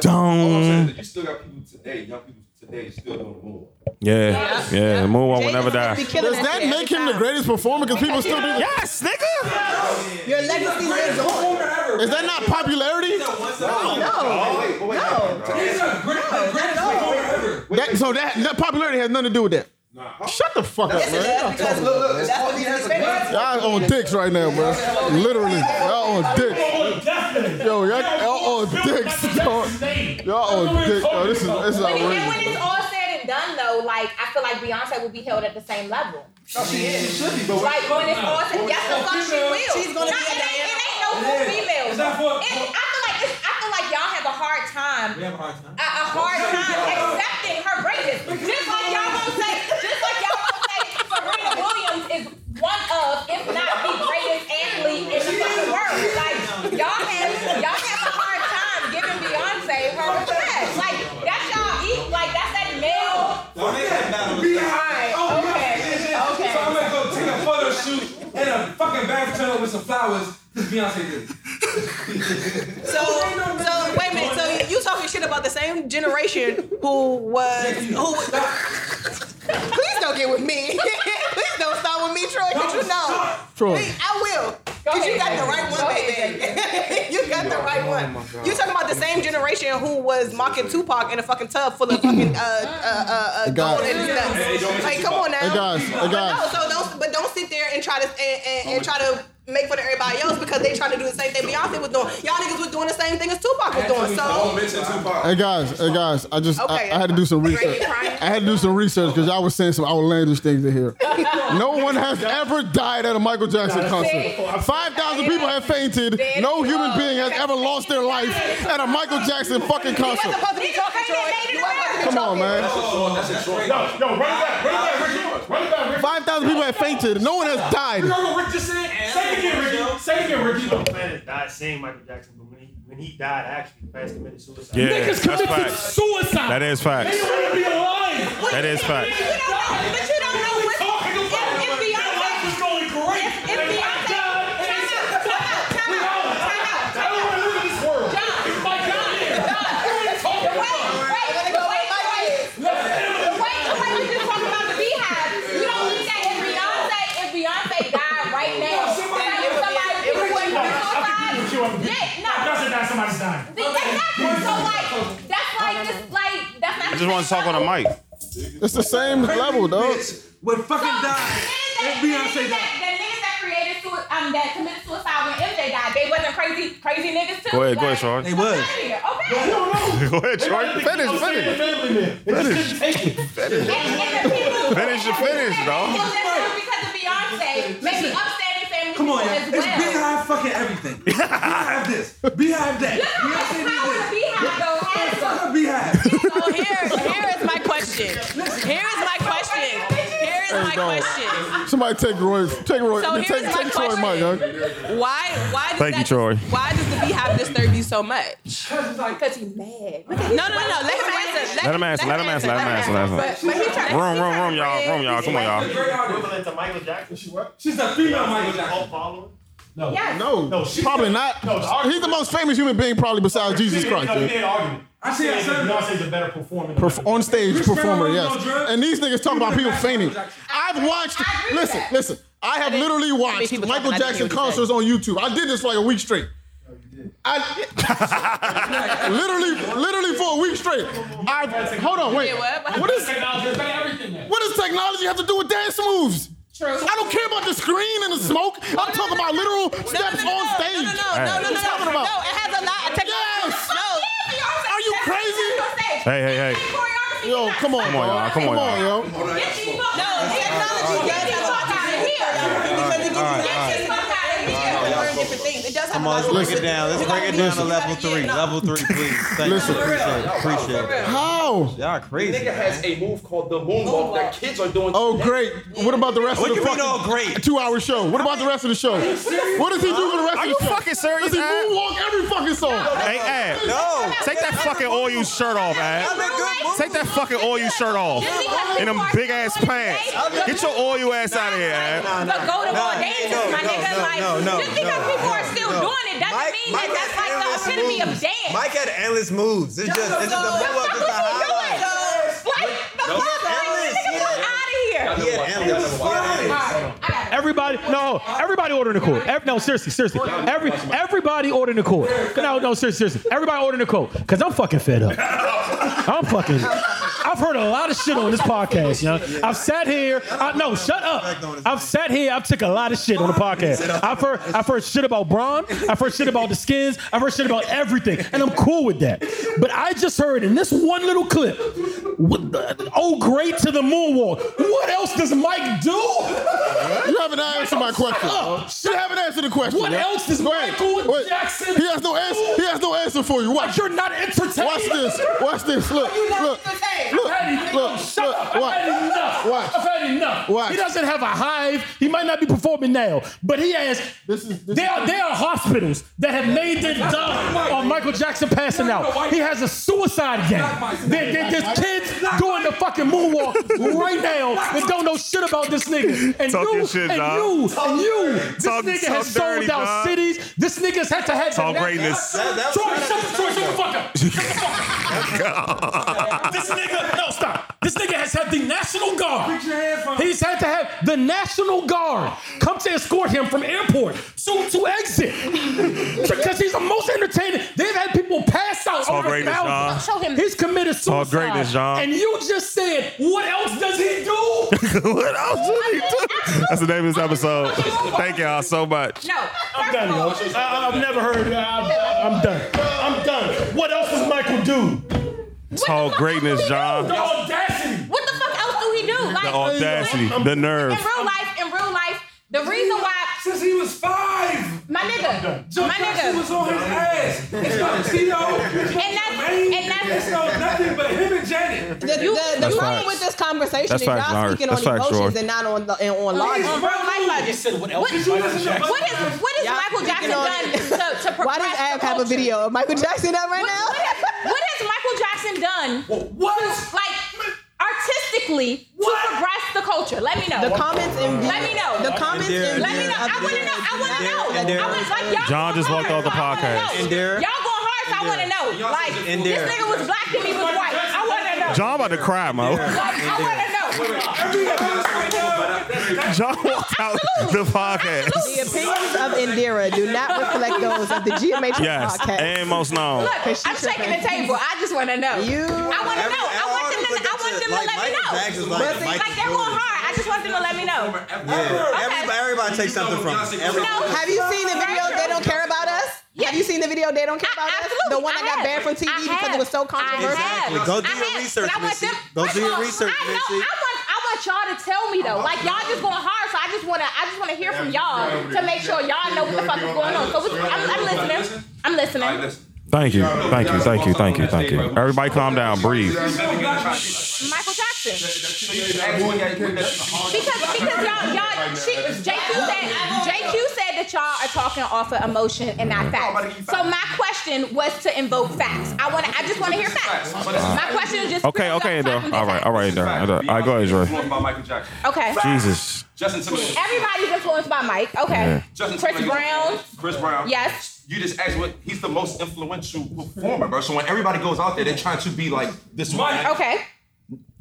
Speaker 10: Don't. You still got people today, young people today, still doing the move.
Speaker 4: Yeah, yeah. The moonwalk will never
Speaker 7: Be
Speaker 4: die.
Speaker 7: killing
Speaker 2: Does that
Speaker 7: shit
Speaker 2: make
Speaker 7: every
Speaker 2: him the
Speaker 7: time.
Speaker 2: greatest performer? Because people still be.
Speaker 4: Yes, nigga.
Speaker 7: Your legacy lives on.
Speaker 8: Performer ever.
Speaker 2: Is that not popularity?
Speaker 10: Oh, wait, but wait,
Speaker 8: He's
Speaker 10: no.
Speaker 8: the greatest, the greatest performer ever.
Speaker 2: That, so that, that popularity has nothing to do with that. Shut the fuck up, man.
Speaker 7: That's because
Speaker 10: Look, look, it's
Speaker 7: that's
Speaker 10: all
Speaker 7: what
Speaker 10: he
Speaker 7: he's
Speaker 10: has a
Speaker 7: expecting.
Speaker 2: Y'all on dicks right now, bro. Literally, y'all on dicks.
Speaker 5: on death.
Speaker 2: Yo, y'all, y'all on dicks. dog. Y'all on dicks. Yo, this is this is
Speaker 3: When it- and when
Speaker 2: outrageous.
Speaker 3: it's all said and done, though, like I feel like Beyonce will be held at the same level.
Speaker 10: No, she is. She should be, but
Speaker 3: Like when it's all said, yes, the fuck she will.
Speaker 7: She's gonna
Speaker 3: Not-
Speaker 7: be a
Speaker 3: it ain't, it
Speaker 7: Diana.
Speaker 3: ain't no more females.
Speaker 8: It's not for-
Speaker 3: It, I feel like it's, I feel like y'all have a hard time
Speaker 8: We have a hard time.
Speaker 3: a, a hard time accepting her greatness. Just like y'all won't say, just like y'all won't say Serena Williams is one of, if not the greatest athlete in the fucking world. Like y'all have y'all have a hard time giving Beyonce her respect. Like that's y'all eat like that's that male.
Speaker 8: Don't make that battle. Be high. Oh, okay. Okay. So I'm gonna go take a photo shoot in a fucking bathtub with some flowers. Because Beyonce did. it.
Speaker 7: So, so wait a minute. So you- you talking shit about the same generation who was who? Please don't get with me. Please don't start with me, Troy. Cause you know,
Speaker 2: Troy,
Speaker 7: Please, I will. Cause you got the right one, baby. you got the right one. You talking about the same generation who was mocking Tupac in a fucking tub full of fucking uh uh uh, uh
Speaker 2: got
Speaker 7: gold
Speaker 2: it.
Speaker 7: and stuff. Like, come on now.
Speaker 2: hey guys, hey
Speaker 7: No,
Speaker 2: guys.
Speaker 7: so don't, but don't sit there and try to and, and, and try to make fun of everybody else because they trying to do the same thing Beyonce was doing. Y'all niggas was doing the same thing as Tupac was doing.
Speaker 10: don't
Speaker 7: So
Speaker 10: mention Tupac.
Speaker 2: Hey guys, hey guys, I just I, I had to do some research. I had to do some research because y'all was saying some outlandish things in here. No one has ever died at a Michael Jackson concert. Five thousand people have fainted. No human being has ever lost their life at a Michael Jackson fucking
Speaker 7: you
Speaker 2: concert.
Speaker 7: wasn't supposed to be talking, Troy. You wasn't supposed to be
Speaker 2: Come on,
Speaker 7: talking.
Speaker 2: man.
Speaker 10: That's his choice.
Speaker 5: Yo, yo, run it back, run it back, Ricky. Run it back, Ricky.
Speaker 2: Five thousand people have fainted. No one has died.
Speaker 5: You know what Rick just said? Say it again, Ricky. Say it again, Ricky.
Speaker 12: Michael Jackson died saying Michael Jackson, but when he when he died, I actually fast committed suicide.
Speaker 4: Yeah, that's
Speaker 5: Niggas committed
Speaker 4: facts.
Speaker 5: suicide.
Speaker 4: That is facts.
Speaker 5: They want to be alive.
Speaker 4: That is facts.
Speaker 7: You don't know, but you don't know what.
Speaker 5: Talking
Speaker 7: If,
Speaker 5: about
Speaker 7: if Beyonce
Speaker 13: Somebody's dying.
Speaker 4: I just want to talk on the mic.
Speaker 2: It's the same level, dog.
Speaker 5: Would fucking die.
Speaker 3: if Beyonce died. The niggas that created sui- um that committed suicide when MJ died, they wasn't crazy crazy niggas too.
Speaker 4: Go ahead, go ahead,
Speaker 3: Like,
Speaker 4: Sean. They
Speaker 3: come
Speaker 4: was.
Speaker 3: out here, Okay.
Speaker 4: Go ahead, Troy. Finish, finish. Finish. Finish the finish, dog.
Speaker 3: Because of Beyonce, maybe upstanding family
Speaker 5: Come on,
Speaker 3: people
Speaker 5: y'all.
Speaker 3: as
Speaker 5: It's
Speaker 3: well.
Speaker 5: beehive fucking everything. beehive this. Beehive that. Beyonce did this. Fuck a beehive.
Speaker 7: So here, here is my question. Here is my question. Here is my
Speaker 2: dog.
Speaker 7: question.
Speaker 2: Somebody take Roy, take Roy,
Speaker 7: So
Speaker 2: take,
Speaker 7: here's my
Speaker 2: take Troy, Mike. Huh?
Speaker 7: Why? Why? Does
Speaker 4: Thank you,
Speaker 7: that,
Speaker 4: Troy.
Speaker 7: Why does the beehive disturb you so much?
Speaker 3: Because he's mad.
Speaker 7: No, no, no. Let him answer.
Speaker 4: Let him answer. Let him answer. Let him answer. Let him answer.
Speaker 7: But, but he tried.
Speaker 4: Room, room, room, y'all. Room, y'all. Come on, y'all.
Speaker 13: Equivalent to Michael Jackson. She what?
Speaker 5: She's the female Michael
Speaker 13: Jackson. Follower.
Speaker 2: No,
Speaker 13: Yes.
Speaker 2: no,
Speaker 13: No, she-
Speaker 2: probably not.
Speaker 13: No, she-
Speaker 2: He's the most famous human being, probably besides Jesus
Speaker 13: Yeah,
Speaker 2: Christ.
Speaker 13: No, you
Speaker 2: dude.
Speaker 13: made an argument.
Speaker 5: I
Speaker 13: see.
Speaker 5: see, I see.
Speaker 13: Beyonce's a better performer. than
Speaker 2: Perf- on stage
Speaker 13: Chris Brown
Speaker 2: performer,
Speaker 13: was
Speaker 2: yes.
Speaker 13: on drugs.
Speaker 2: And these niggas talking about people fainting. I've watched. Listen, listen. I have literally watched
Speaker 7: people
Speaker 2: Michael
Speaker 7: talking, I didn't hear
Speaker 2: Jackson
Speaker 7: what you
Speaker 2: concerts on YouTube. I did this for like a week straight. I literally, literally for a week straight. I hold on, wait.
Speaker 7: Wait, what? What
Speaker 2: What is?
Speaker 13: Technology is better everything now.
Speaker 2: What does technology have to do with dance moves?
Speaker 7: True. Oh,
Speaker 2: I don't care about the screen and the smoke. I'm talking about literal steps on stage.
Speaker 7: No, no,
Speaker 2: What
Speaker 7: no, no, no,
Speaker 2: you
Speaker 7: no,
Speaker 2: talking
Speaker 7: no.
Speaker 2: about?
Speaker 7: No, it has a lot of technology.
Speaker 2: Yes.
Speaker 7: No.
Speaker 2: Are you crazy?
Speaker 4: Hey, hey, hey.
Speaker 2: Yo, come on,
Speaker 4: Come on, y'all. Come on, y'all.
Speaker 2: yo.
Speaker 7: No, technology does have a lot of technology. Because it gets you out of here. different things. It does have
Speaker 14: Come
Speaker 7: a lot
Speaker 14: on,
Speaker 7: of
Speaker 14: let's break it down. Let's break it down to
Speaker 7: Listen.
Speaker 14: level three. Level three, please. Thank
Speaker 2: Listen.
Speaker 14: you. Appreciate it. Appreciate it.
Speaker 2: How?
Speaker 14: Y'all crazy.
Speaker 10: Nigga has a move called the moonwalk that kids are doing.
Speaker 2: Oh, great. What about the rest
Speaker 14: What
Speaker 2: of
Speaker 14: you
Speaker 2: the
Speaker 14: mean,
Speaker 2: fucking
Speaker 14: oh, great?
Speaker 2: two-hour show? What about the rest of the show? What does he do for the rest of
Speaker 4: Are
Speaker 2: the
Speaker 4: you
Speaker 2: show?
Speaker 4: fucking serious,
Speaker 2: Does he
Speaker 4: Ab?
Speaker 2: moonwalk every fucking song?
Speaker 4: Hey, Ab.
Speaker 14: No.
Speaker 4: Take that fucking all you shirt off,
Speaker 14: I'm
Speaker 4: Ab.
Speaker 14: in good mood.
Speaker 4: Take that fucking all you shirt off. In them big ass pants. Get your all you ass out of here, Ab.
Speaker 3: But go to more dances, my
Speaker 14: no,
Speaker 3: nigga.
Speaker 14: no,
Speaker 3: like,
Speaker 14: no, no,
Speaker 3: just because
Speaker 14: no,
Speaker 3: people are
Speaker 14: no,
Speaker 3: still
Speaker 14: no.
Speaker 3: doing it doesn't
Speaker 14: Mike-
Speaker 3: mean
Speaker 14: Mike
Speaker 3: that that's like
Speaker 14: had
Speaker 3: the
Speaker 14: endless
Speaker 3: epitome of
Speaker 14: moves.
Speaker 3: dance.
Speaker 14: Mike had endless moves. It's just, it's just the move up is the highlight. He had endless. He had endless.
Speaker 11: Everybody, no, everybody ordering a court. Every, no, seriously, seriously. Every, everybody ordering a court. No, no, seriously, seriously. Everybody ordering a court. Because I'm fucking fed up. I'm fucking. I've heard a lot of shit on this podcast, you know. I've sat here. I, no, shut up. I've sat here. I've took a lot of shit on the podcast. I've heard. I've heard shit about Braun. I've heard shit about the skins. I've heard shit about everything, and I'm cool with that. But I just heard in this one little clip, what the- oh great to the moonwalk. What else does Mike do?
Speaker 2: You haven't answered my question. You haven't answered the question.
Speaker 11: Oh, What
Speaker 2: yo.
Speaker 11: else does
Speaker 2: Go ahead.
Speaker 11: Michael
Speaker 2: Wait.
Speaker 11: Jackson
Speaker 2: He has no answer.
Speaker 11: do?
Speaker 2: He has no answer for you. Watch.
Speaker 11: You're not entertained.
Speaker 2: Watch this. Watch this. Look. Look. Look.
Speaker 11: I've had
Speaker 2: Look.
Speaker 11: enough. Shut up.
Speaker 2: Look.
Speaker 11: I've had
Speaker 2: Watch.
Speaker 11: enough.
Speaker 2: Watch.
Speaker 11: I've had enough.
Speaker 2: Watch.
Speaker 11: He doesn't have a hive. He might not be performing now, but he has.
Speaker 2: This is- this
Speaker 11: there, are, there are hospitals that have made their dime on Michael Jackson passing out. He has a suicide gang. There, there- there's kids doing the fucking moonwalk right now that don't know shit about this nigga. And
Speaker 4: Talk
Speaker 11: you,
Speaker 4: your shit,
Speaker 11: and
Speaker 4: dog.
Speaker 11: you, and you. This
Speaker 4: Talk-
Speaker 11: nigga
Speaker 4: talk
Speaker 11: has sold
Speaker 4: dirty,
Speaker 11: out
Speaker 4: dog.
Speaker 11: cities. This nigga's had to have
Speaker 4: Talk
Speaker 11: the-
Speaker 4: greatness.
Speaker 11: Troy, shut
Speaker 14: That- that-
Speaker 11: the Troy, shut the fuck up. Shut the fuck up. This nigga, no, stop. This nigga has had the National Guard. He's had to have the National Guard come to escort him from airport to, to exit because he's the most entertaining. They've had people pass out.
Speaker 4: Talk
Speaker 11: over a
Speaker 4: greatness,
Speaker 11: thousand.
Speaker 3: Show him.
Speaker 11: He's committed
Speaker 4: Talk
Speaker 11: suicide.
Speaker 4: greatness, John.
Speaker 11: And you just said, what else does he do?
Speaker 4: What else did he do? That's the name of this episode. Thank y'all so much.
Speaker 3: No,
Speaker 11: I'm
Speaker 3: first
Speaker 11: done,
Speaker 3: of all,
Speaker 11: yo. I, have never heard. I, I'm done. I'm done. What else does Michael do?
Speaker 4: Talk greatness, John.
Speaker 11: The audacity.
Speaker 3: what the fuck else do he do? Like,
Speaker 4: The audacity, the
Speaker 3: In
Speaker 4: nerve.
Speaker 3: real life, in real life, the reason why
Speaker 5: Since he was five,
Speaker 3: my nigga,
Speaker 5: Joe
Speaker 3: my
Speaker 5: Jackson was
Speaker 3: nigga,
Speaker 5: on his ass. His
Speaker 11: E
Speaker 5: tuxedo, his
Speaker 3: and that's
Speaker 5: mane,
Speaker 3: and that's
Speaker 5: it's no nothing but him and Janet.
Speaker 7: The, the, the
Speaker 4: That's
Speaker 7: problem
Speaker 4: facts.
Speaker 7: with this conversation
Speaker 4: That's
Speaker 7: is y'all
Speaker 4: facts, Nar.
Speaker 7: speaking
Speaker 4: That's
Speaker 7: on
Speaker 4: facts,
Speaker 7: emotions
Speaker 4: Roy.
Speaker 7: and not on and
Speaker 3: Oh,
Speaker 7: on logic.
Speaker 5: He's
Speaker 7: logic.
Speaker 5: what else? Did you listen to
Speaker 3: What is what is
Speaker 7: Y'all
Speaker 3: Michael
Speaker 7: speaking
Speaker 3: Jackson
Speaker 7: on-
Speaker 3: done to, to progress
Speaker 7: Why does Ab
Speaker 3: the
Speaker 7: have a
Speaker 3: culture?
Speaker 7: video
Speaker 15: Oh,
Speaker 7: of Michael Jackson up right
Speaker 3: What,
Speaker 7: now?
Speaker 3: what has, what has Michael Jackson done?
Speaker 5: What?
Speaker 3: Like artistically
Speaker 5: What?
Speaker 3: to progress the culture? Let me know.
Speaker 15: The comments in
Speaker 3: Let me know.
Speaker 15: The comments
Speaker 3: Let
Speaker 15: in
Speaker 3: me know. I want to know. I want to know.
Speaker 11: and there-
Speaker 3: I was like, y'all.
Speaker 4: John just walked off the podcast.
Speaker 11: And there-
Speaker 3: Y'all going hard, so I want to know. Like,
Speaker 11: And
Speaker 3: this
Speaker 11: there-
Speaker 3: nigga was black and he was white. I want to know.
Speaker 4: John about to cry, mo.
Speaker 3: Like, I want to know.
Speaker 4: John walked out the
Speaker 7: The
Speaker 4: podcast.
Speaker 7: opinions of Indira do not reflect those of the Geometric
Speaker 4: Yes,
Speaker 7: podcast.
Speaker 4: and most known.
Speaker 3: Look, I'm shaking the table. I just want to know.
Speaker 7: You-
Speaker 3: I want to know. I want them to. I want them to let me know.
Speaker 14: Jackson's like
Speaker 3: But see,
Speaker 14: Michael
Speaker 3: like they're going hard. I just want them to let me know.
Speaker 14: Yeah, everybody, everybody takes something from us. Everybody.
Speaker 7: Have you seen the video? They don't care about us. Have you seen the video? They don't care about us. The one that got banned from TV because it was so controversial.
Speaker 14: Exactly. Go do your research, Missy. Go do your research, Missy.
Speaker 3: I want. I want y'all to tell me though. Like y'all just going hard, so I just want to. I just want to hear from y'all to make sure y'all know what the fuck is going on. So we- I'm, I'm listening. I'm listening.
Speaker 4: Thank you, thank you, thank you, thank you, thank you. Everybody, calm down, breathe.
Speaker 3: Michael Jackson. Because because y'all y'all she, JQ said JQ said that y'all are talking off of emotion and not facts. So my question was to invoke facts. I want I just want to hear facts. My question is just
Speaker 4: Okay, okay, though. All right, all right, though. All right, go ahead, Dre.
Speaker 10: by Michael Jackson.
Speaker 3: okay.
Speaker 4: Jesus.
Speaker 10: Justin Timberlake.
Speaker 3: Everybody's influenced by Mike. Okay.
Speaker 10: Justin
Speaker 3: Chris
Speaker 10: Timberlake.
Speaker 3: Brown.
Speaker 10: Chris Brown.
Speaker 3: Yes.
Speaker 10: You just asked what he's the most influential performer, bro. So when everybody goes out there, they're trying to be like this one.
Speaker 3: Okay.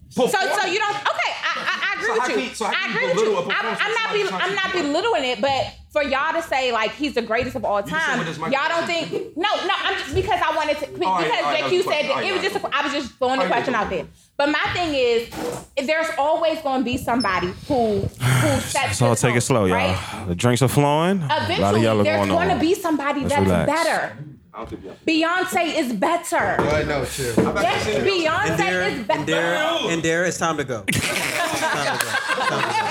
Speaker 3: So, so you don't. Okay, I, I, I agree
Speaker 10: So how
Speaker 3: with you.
Speaker 10: can- so how
Speaker 3: I
Speaker 10: can you
Speaker 3: agree with you.
Speaker 10: belittle a
Speaker 3: I'm,
Speaker 10: performance
Speaker 3: I'm
Speaker 10: of
Speaker 3: not
Speaker 10: somebody
Speaker 3: be,
Speaker 10: trying
Speaker 3: I'm
Speaker 10: to-
Speaker 3: not belittling it, but for y'all to say like he's the greatest of all time,
Speaker 10: what is
Speaker 3: y'all
Speaker 10: Michael
Speaker 3: don't think? No, no. I'm just because I wanted to
Speaker 10: All right,
Speaker 3: because
Speaker 10: all right, that was a
Speaker 3: JQ said
Speaker 10: question.
Speaker 3: that
Speaker 10: All
Speaker 3: it
Speaker 10: right,
Speaker 3: was just. A, I was just throwing
Speaker 10: All
Speaker 3: the
Speaker 10: right,
Speaker 3: question
Speaker 10: yeah.
Speaker 3: out there. But my thing is, there's always going to be somebody who who sets.
Speaker 4: So take it slow, y'all. The drinks are flowing. A lot of
Speaker 3: Eventually,
Speaker 4: yellow
Speaker 3: there's
Speaker 4: going
Speaker 3: going to
Speaker 4: on.
Speaker 3: be somebody
Speaker 4: Let's
Speaker 3: that's
Speaker 4: relax.
Speaker 3: better. Beyonce is better.
Speaker 14: I know, chill.
Speaker 3: Yes, Beyonce is
Speaker 14: And
Speaker 3: better.
Speaker 14: there, and there, it's time to go.
Speaker 3: In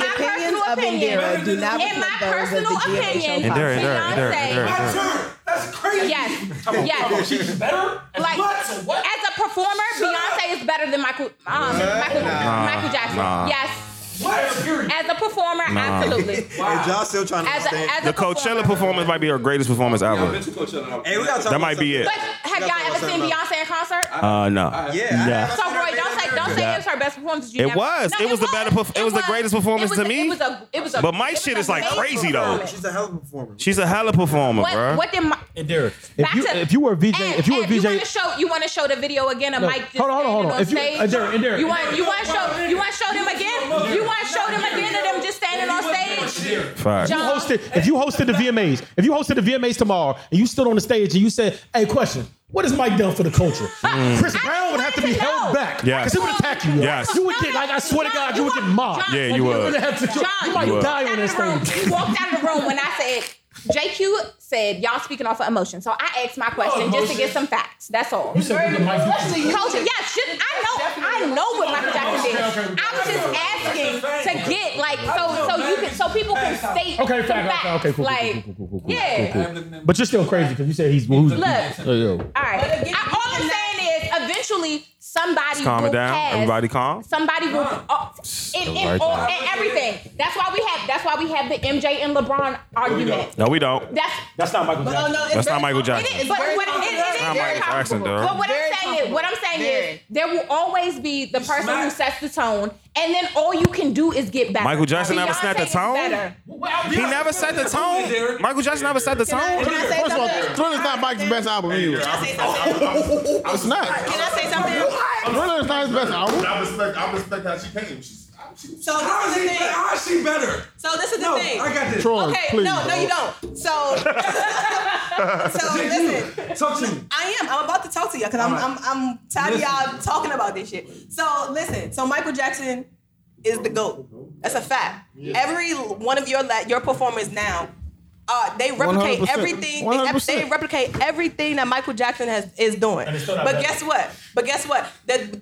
Speaker 3: my personal
Speaker 7: of
Speaker 3: opinion,
Speaker 7: Indira do not
Speaker 3: in my
Speaker 7: reflect those of
Speaker 3: personal
Speaker 7: the Geometric
Speaker 3: opinion,
Speaker 4: And there, and there, and there, and there, and there.
Speaker 3: Beyonce. That's crazy. Yes,
Speaker 5: Oh,
Speaker 3: yes. She's better. Like as a performer, Beyonce is better than Michael. Um, Michael,
Speaker 14: Nah,
Speaker 3: Michael Jackson.
Speaker 14: nah.
Speaker 3: Yes. As a performer,
Speaker 4: Nah.
Speaker 3: absolutely.
Speaker 14: And y'all still trying to
Speaker 3: As a-
Speaker 14: understand.
Speaker 3: as a
Speaker 4: The Coachella performance might be her greatest performance ever.
Speaker 14: Hey, we gotta talk
Speaker 4: That
Speaker 14: about
Speaker 4: might be
Speaker 14: something.
Speaker 4: it.
Speaker 3: But have y'all ever seen Beyonce in concert?
Speaker 4: Uh, no.
Speaker 3: So Roy, don't say don't say
Speaker 4: Yeah.
Speaker 3: it was her best performance. You
Speaker 4: It
Speaker 3: never-
Speaker 4: was.
Speaker 3: No,
Speaker 4: It was the better. perf- It was the greatest performance
Speaker 3: was
Speaker 4: to
Speaker 3: a-
Speaker 4: me.
Speaker 3: It was a. It was a.
Speaker 4: But
Speaker 3: it
Speaker 4: Mike's
Speaker 3: was
Speaker 4: shit
Speaker 3: a
Speaker 4: is like
Speaker 3: great
Speaker 4: crazy though.
Speaker 3: performance.
Speaker 14: She's a hell of a performer.
Speaker 4: She's a hella performer,
Speaker 3: What,
Speaker 4: bruh.
Speaker 3: what did Mi-
Speaker 11: And Derek, if you if you were a VJ, if you were a
Speaker 3: you want
Speaker 11: VJ,
Speaker 3: to show you want to show the video again of
Speaker 11: No,
Speaker 3: Mike just
Speaker 11: hold on, hold on, hold on.
Speaker 3: standing on
Speaker 11: If you-
Speaker 3: stage?
Speaker 11: uh, Derek, and Derek.
Speaker 3: You want you want to show you want to show them again? You want to show them again of them just standing on stage?
Speaker 11: If you
Speaker 3: John.
Speaker 11: hosted, if you hosted the VMAs, if you hosted the VMAs tomorrow, and you stood on the stage and you said, "Hey, question, what has Mike done for the culture?" Chris Brown would have to be held back because
Speaker 4: Mm. Yes.
Speaker 11: he would attack you. yo.
Speaker 4: Yes.
Speaker 11: you would get like I swear to God, you would get mobbed.
Speaker 4: John, Yeah, you would.
Speaker 11: would have to,
Speaker 3: John,
Speaker 11: you might
Speaker 4: you would.
Speaker 11: die on this
Speaker 3: room.
Speaker 11: thing.
Speaker 3: He walked out of the room when I said JQ said y'all speaking off of emotion. So I asked my question just to get some facts. That's all.
Speaker 11: You said we the Mike-
Speaker 3: Culture, yeah, shit, I know, I know what Michael Jackson did. I'm just asking to get like so, so you can, so people can state
Speaker 11: Okay,
Speaker 3: the
Speaker 11: fact,
Speaker 3: facts.
Speaker 11: okay, cool, cool, cool,
Speaker 3: like,
Speaker 11: cool, cool, cool, cool,
Speaker 3: yeah.
Speaker 11: cool, cool. But you're still crazy because you said he's moving.
Speaker 3: Look.
Speaker 11: Hey, yo.
Speaker 3: All right. I, all I'm saying is, eventually somebody
Speaker 4: Calm
Speaker 3: will
Speaker 4: it down.
Speaker 3: pass.
Speaker 4: Everybody calm.
Speaker 3: Somebody will uh, in, in,
Speaker 4: Right.
Speaker 3: all, in everything. That's why we have. That's why we have the MJ and LeBron argument.
Speaker 4: No, we don't.
Speaker 3: That's
Speaker 11: That's not Michael Jackson.
Speaker 4: That's not Michael Jackson.
Speaker 3: but what, it, it is
Speaker 4: It's not
Speaker 3: very
Speaker 4: Michael Jackson,
Speaker 3: comfortable.
Speaker 4: dog.
Speaker 3: But what
Speaker 15: Very
Speaker 3: I'm saying is, what I'm saying is,
Speaker 15: Very.
Speaker 3: there will always be the person who sets the tone, and then all you can do is get better.
Speaker 4: Michael Jackson never
Speaker 3: Beyonce
Speaker 4: set the
Speaker 3: is
Speaker 4: tone?
Speaker 3: better.
Speaker 4: He never set the tone. Michael Jackson never set the tone.
Speaker 7: Can I say
Speaker 2: First of all,
Speaker 7: something?
Speaker 2: Thriller's not Mike's best album anyway. It's not.
Speaker 7: Can I say something?
Speaker 2: Thriller's not his best album.
Speaker 9: I respect. I respect how she came. She's. she-
Speaker 7: So
Speaker 5: How is he
Speaker 7: this is the
Speaker 5: better?
Speaker 7: thing.
Speaker 5: How is she better?
Speaker 7: So this is the
Speaker 5: No,
Speaker 7: thing.
Speaker 5: I got this.
Speaker 2: Troy,
Speaker 7: Okay,
Speaker 2: please.
Speaker 7: no, no, you don't. So, so listen.
Speaker 5: Talk to me.
Speaker 7: I am. I'm about to talk to y'all because I'm, I'm I'm tired of y'all talking about this shit. So listen. So Michael Jackson is the goat. That's a fact. Every one of your la- your performers now, uh, they replicate
Speaker 2: 100%.
Speaker 7: everything. they ep- They,
Speaker 2: 100%.
Speaker 7: replicate everything that Michael Jackson has is doing.
Speaker 11: it's still not
Speaker 7: But
Speaker 11: bad.
Speaker 7: guess what? But guess what? The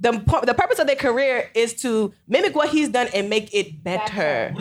Speaker 7: the, pu- the purpose of their career is to mimic what he's done and make it better.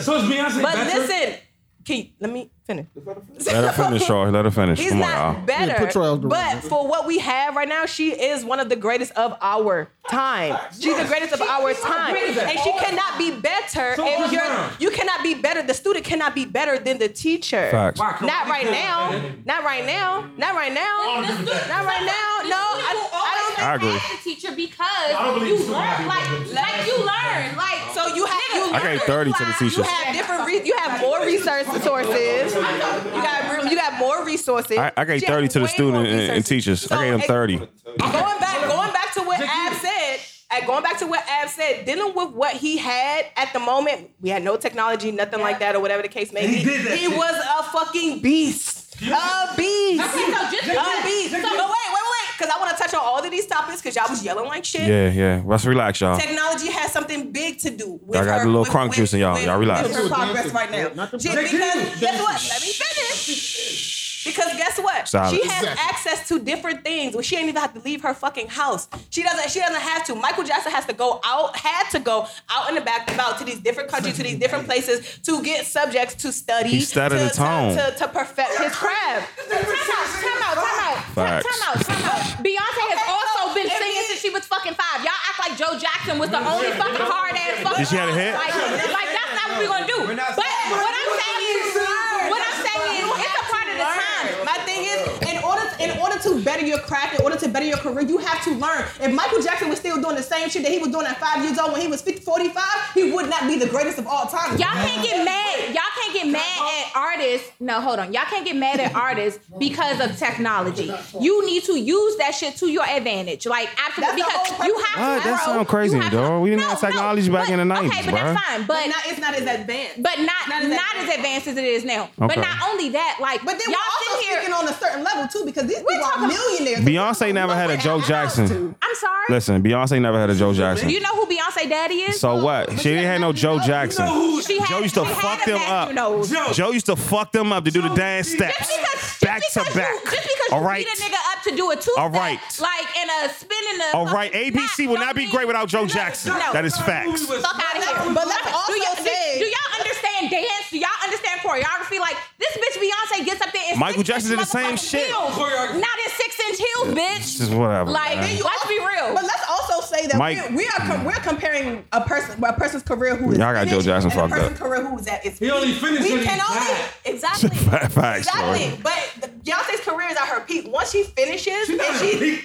Speaker 5: So is Beyonce
Speaker 7: But
Speaker 5: better?
Speaker 7: listen, Keith, let me finish.
Speaker 4: Let her finish, Troy. Let her finish.
Speaker 7: He's
Speaker 4: Come on,
Speaker 7: not
Speaker 4: y'all.
Speaker 7: better.
Speaker 2: Yeah, put Troy out the
Speaker 7: but
Speaker 2: room.
Speaker 7: for what we have right now, she is one of the greatest of our time. She's the greatest of our time.
Speaker 3: greatest of
Speaker 7: And she cannot be better
Speaker 5: So
Speaker 7: if
Speaker 5: who's
Speaker 7: you're
Speaker 5: now?
Speaker 7: you cannot be better. The student cannot be better than the teacher.
Speaker 4: Facts.
Speaker 5: Why, come
Speaker 7: Not
Speaker 5: on,
Speaker 7: right
Speaker 5: you
Speaker 7: now.
Speaker 5: can't.
Speaker 7: Not right now. Not right now.
Speaker 3: This- this-
Speaker 7: Not right now. No, I, I don't
Speaker 4: I agree.
Speaker 3: as a teacher because
Speaker 7: I don't believe
Speaker 3: you
Speaker 7: it's too
Speaker 3: learn,
Speaker 7: happy,
Speaker 3: like,
Speaker 7: but-
Speaker 3: like you learn, like
Speaker 7: So you have you
Speaker 4: I gave 30 to the
Speaker 7: You
Speaker 4: teachers.
Speaker 7: have different. Re- you have more research resources. You got you got more resources.
Speaker 4: I, I gave
Speaker 7: She had
Speaker 4: 30 to the
Speaker 7: way more
Speaker 4: student and, and
Speaker 7: resources.
Speaker 4: teachers. I gave them
Speaker 7: So,
Speaker 4: 30.
Speaker 7: Going back, going back to what Ab said. And going back to what Ab said, dealing with what he had at the moment, we had no technology, nothing like that, or whatever the case may be. He, was a fucking beast. A beast.
Speaker 3: Okay, so just-
Speaker 7: a beast. So, but wait, wait, wait. Because I want to touch on all of these topics because y'all was yelling like shit.
Speaker 4: Yeah, yeah. Let's relax, y'all.
Speaker 7: Technology has something big to do with
Speaker 4: Y'all got
Speaker 7: her,
Speaker 4: the little
Speaker 7: with,
Speaker 4: crunk juice in y'all. Y'all relax.
Speaker 7: with her progress right now. Just because, guess what? Let me finish. Because guess what?
Speaker 4: Silence.
Speaker 7: She has access to different things where she ain't even have to leave her fucking house. She doesn't. She doesn't have to. Michael Jackson has to go out. Had to go out and about, about to these different countries, to these different places to get subjects to study.
Speaker 4: He studied
Speaker 7: to,
Speaker 4: the tone.
Speaker 7: To, to, to perfect his craft.
Speaker 3: Time out, time out, time out.
Speaker 4: Facts.
Speaker 3: Time out, time out. Beyonce has also been singing since she was fucking five. Y'all act like Joe Jackson was the only fucking hard ass fucking.
Speaker 4: Did she have a hit?
Speaker 3: Like, like, that's not what we're gonna do. But what I'm saying is, what I'm saying is, it's a part of the time.
Speaker 7: My thing is, in order in order to better your craft, in order to better your career, you have to learn. If Michael Jackson was still doing the same shit that he was doing at five years old when he was 50, 45, he would not be the greatest of all time.
Speaker 3: Y'all can't get mad. Y'all can't get mad at artists. No, hold on. Y'all can't get mad at artists because of technology. You need to use that shit to your advantage. Like absolutely, because you have
Speaker 4: What?
Speaker 3: to.
Speaker 4: That
Speaker 3: grow.
Speaker 4: sounds crazy, dog. We didn't have technology back in the 90s,
Speaker 3: Okay, but
Speaker 4: bruh.
Speaker 3: that's fine. But,
Speaker 7: not, it's not as advanced.
Speaker 3: But not not as, advanced as it is now. But
Speaker 4: Okay.
Speaker 3: not only that, like
Speaker 7: But then we're
Speaker 3: y'all
Speaker 7: also
Speaker 3: sit here.
Speaker 7: speaking on a certain level too, because these people are
Speaker 3: talking-
Speaker 7: millionaires.
Speaker 4: Beyonce never had a Joe Jackson.
Speaker 3: I'm sorry.
Speaker 4: Listen, Beyonce never had a Joe Jackson.
Speaker 3: You know who Beyonce daddy is?
Speaker 4: So what? She didn't have no Joe Jackson.
Speaker 3: She had-
Speaker 4: Joe used to
Speaker 3: she had
Speaker 4: fuck
Speaker 3: a
Speaker 4: them
Speaker 3: vacuum
Speaker 4: up.
Speaker 3: nose. Joe.
Speaker 4: Joe used to fuck them up to do the dance steps. Back to back.
Speaker 3: Just because
Speaker 4: All
Speaker 3: you
Speaker 4: right.
Speaker 3: beat a nigga up to do a two
Speaker 4: All right.
Speaker 3: like in a spinning a
Speaker 4: All right, ABC would not be great without Joe Jackson.
Speaker 3: No.
Speaker 4: That is facts.
Speaker 3: Fuck out of here.
Speaker 7: But let's also
Speaker 3: do, y'all, do-
Speaker 7: say-
Speaker 3: do y'all understand dance? Do y'all understand choreography? Like, this bitch Beyonce gets up there and
Speaker 4: Michael Jackson did the same shit.
Speaker 7: Oh,
Speaker 3: heels. Not in six inch heels, bitch.
Speaker 4: Just whatever.
Speaker 3: Like,
Speaker 4: man.
Speaker 3: let's be real.
Speaker 7: But let's also say that
Speaker 4: Mike-
Speaker 7: we, we are com- we're comparing a person a person's career who is
Speaker 4: Y'all got Joe
Speaker 7: finished
Speaker 4: Jackson
Speaker 7: and a
Speaker 4: fucked
Speaker 7: person's
Speaker 4: up.
Speaker 7: career who is at its
Speaker 4: He only
Speaker 7: peak.
Speaker 4: finished
Speaker 7: We
Speaker 4: when he
Speaker 7: can only
Speaker 4: died.
Speaker 7: exactly
Speaker 4: Facts,
Speaker 7: exactly.
Speaker 4: dog.
Speaker 7: But the, Beyonce's career is at her peak. Once she finishes, she's and she,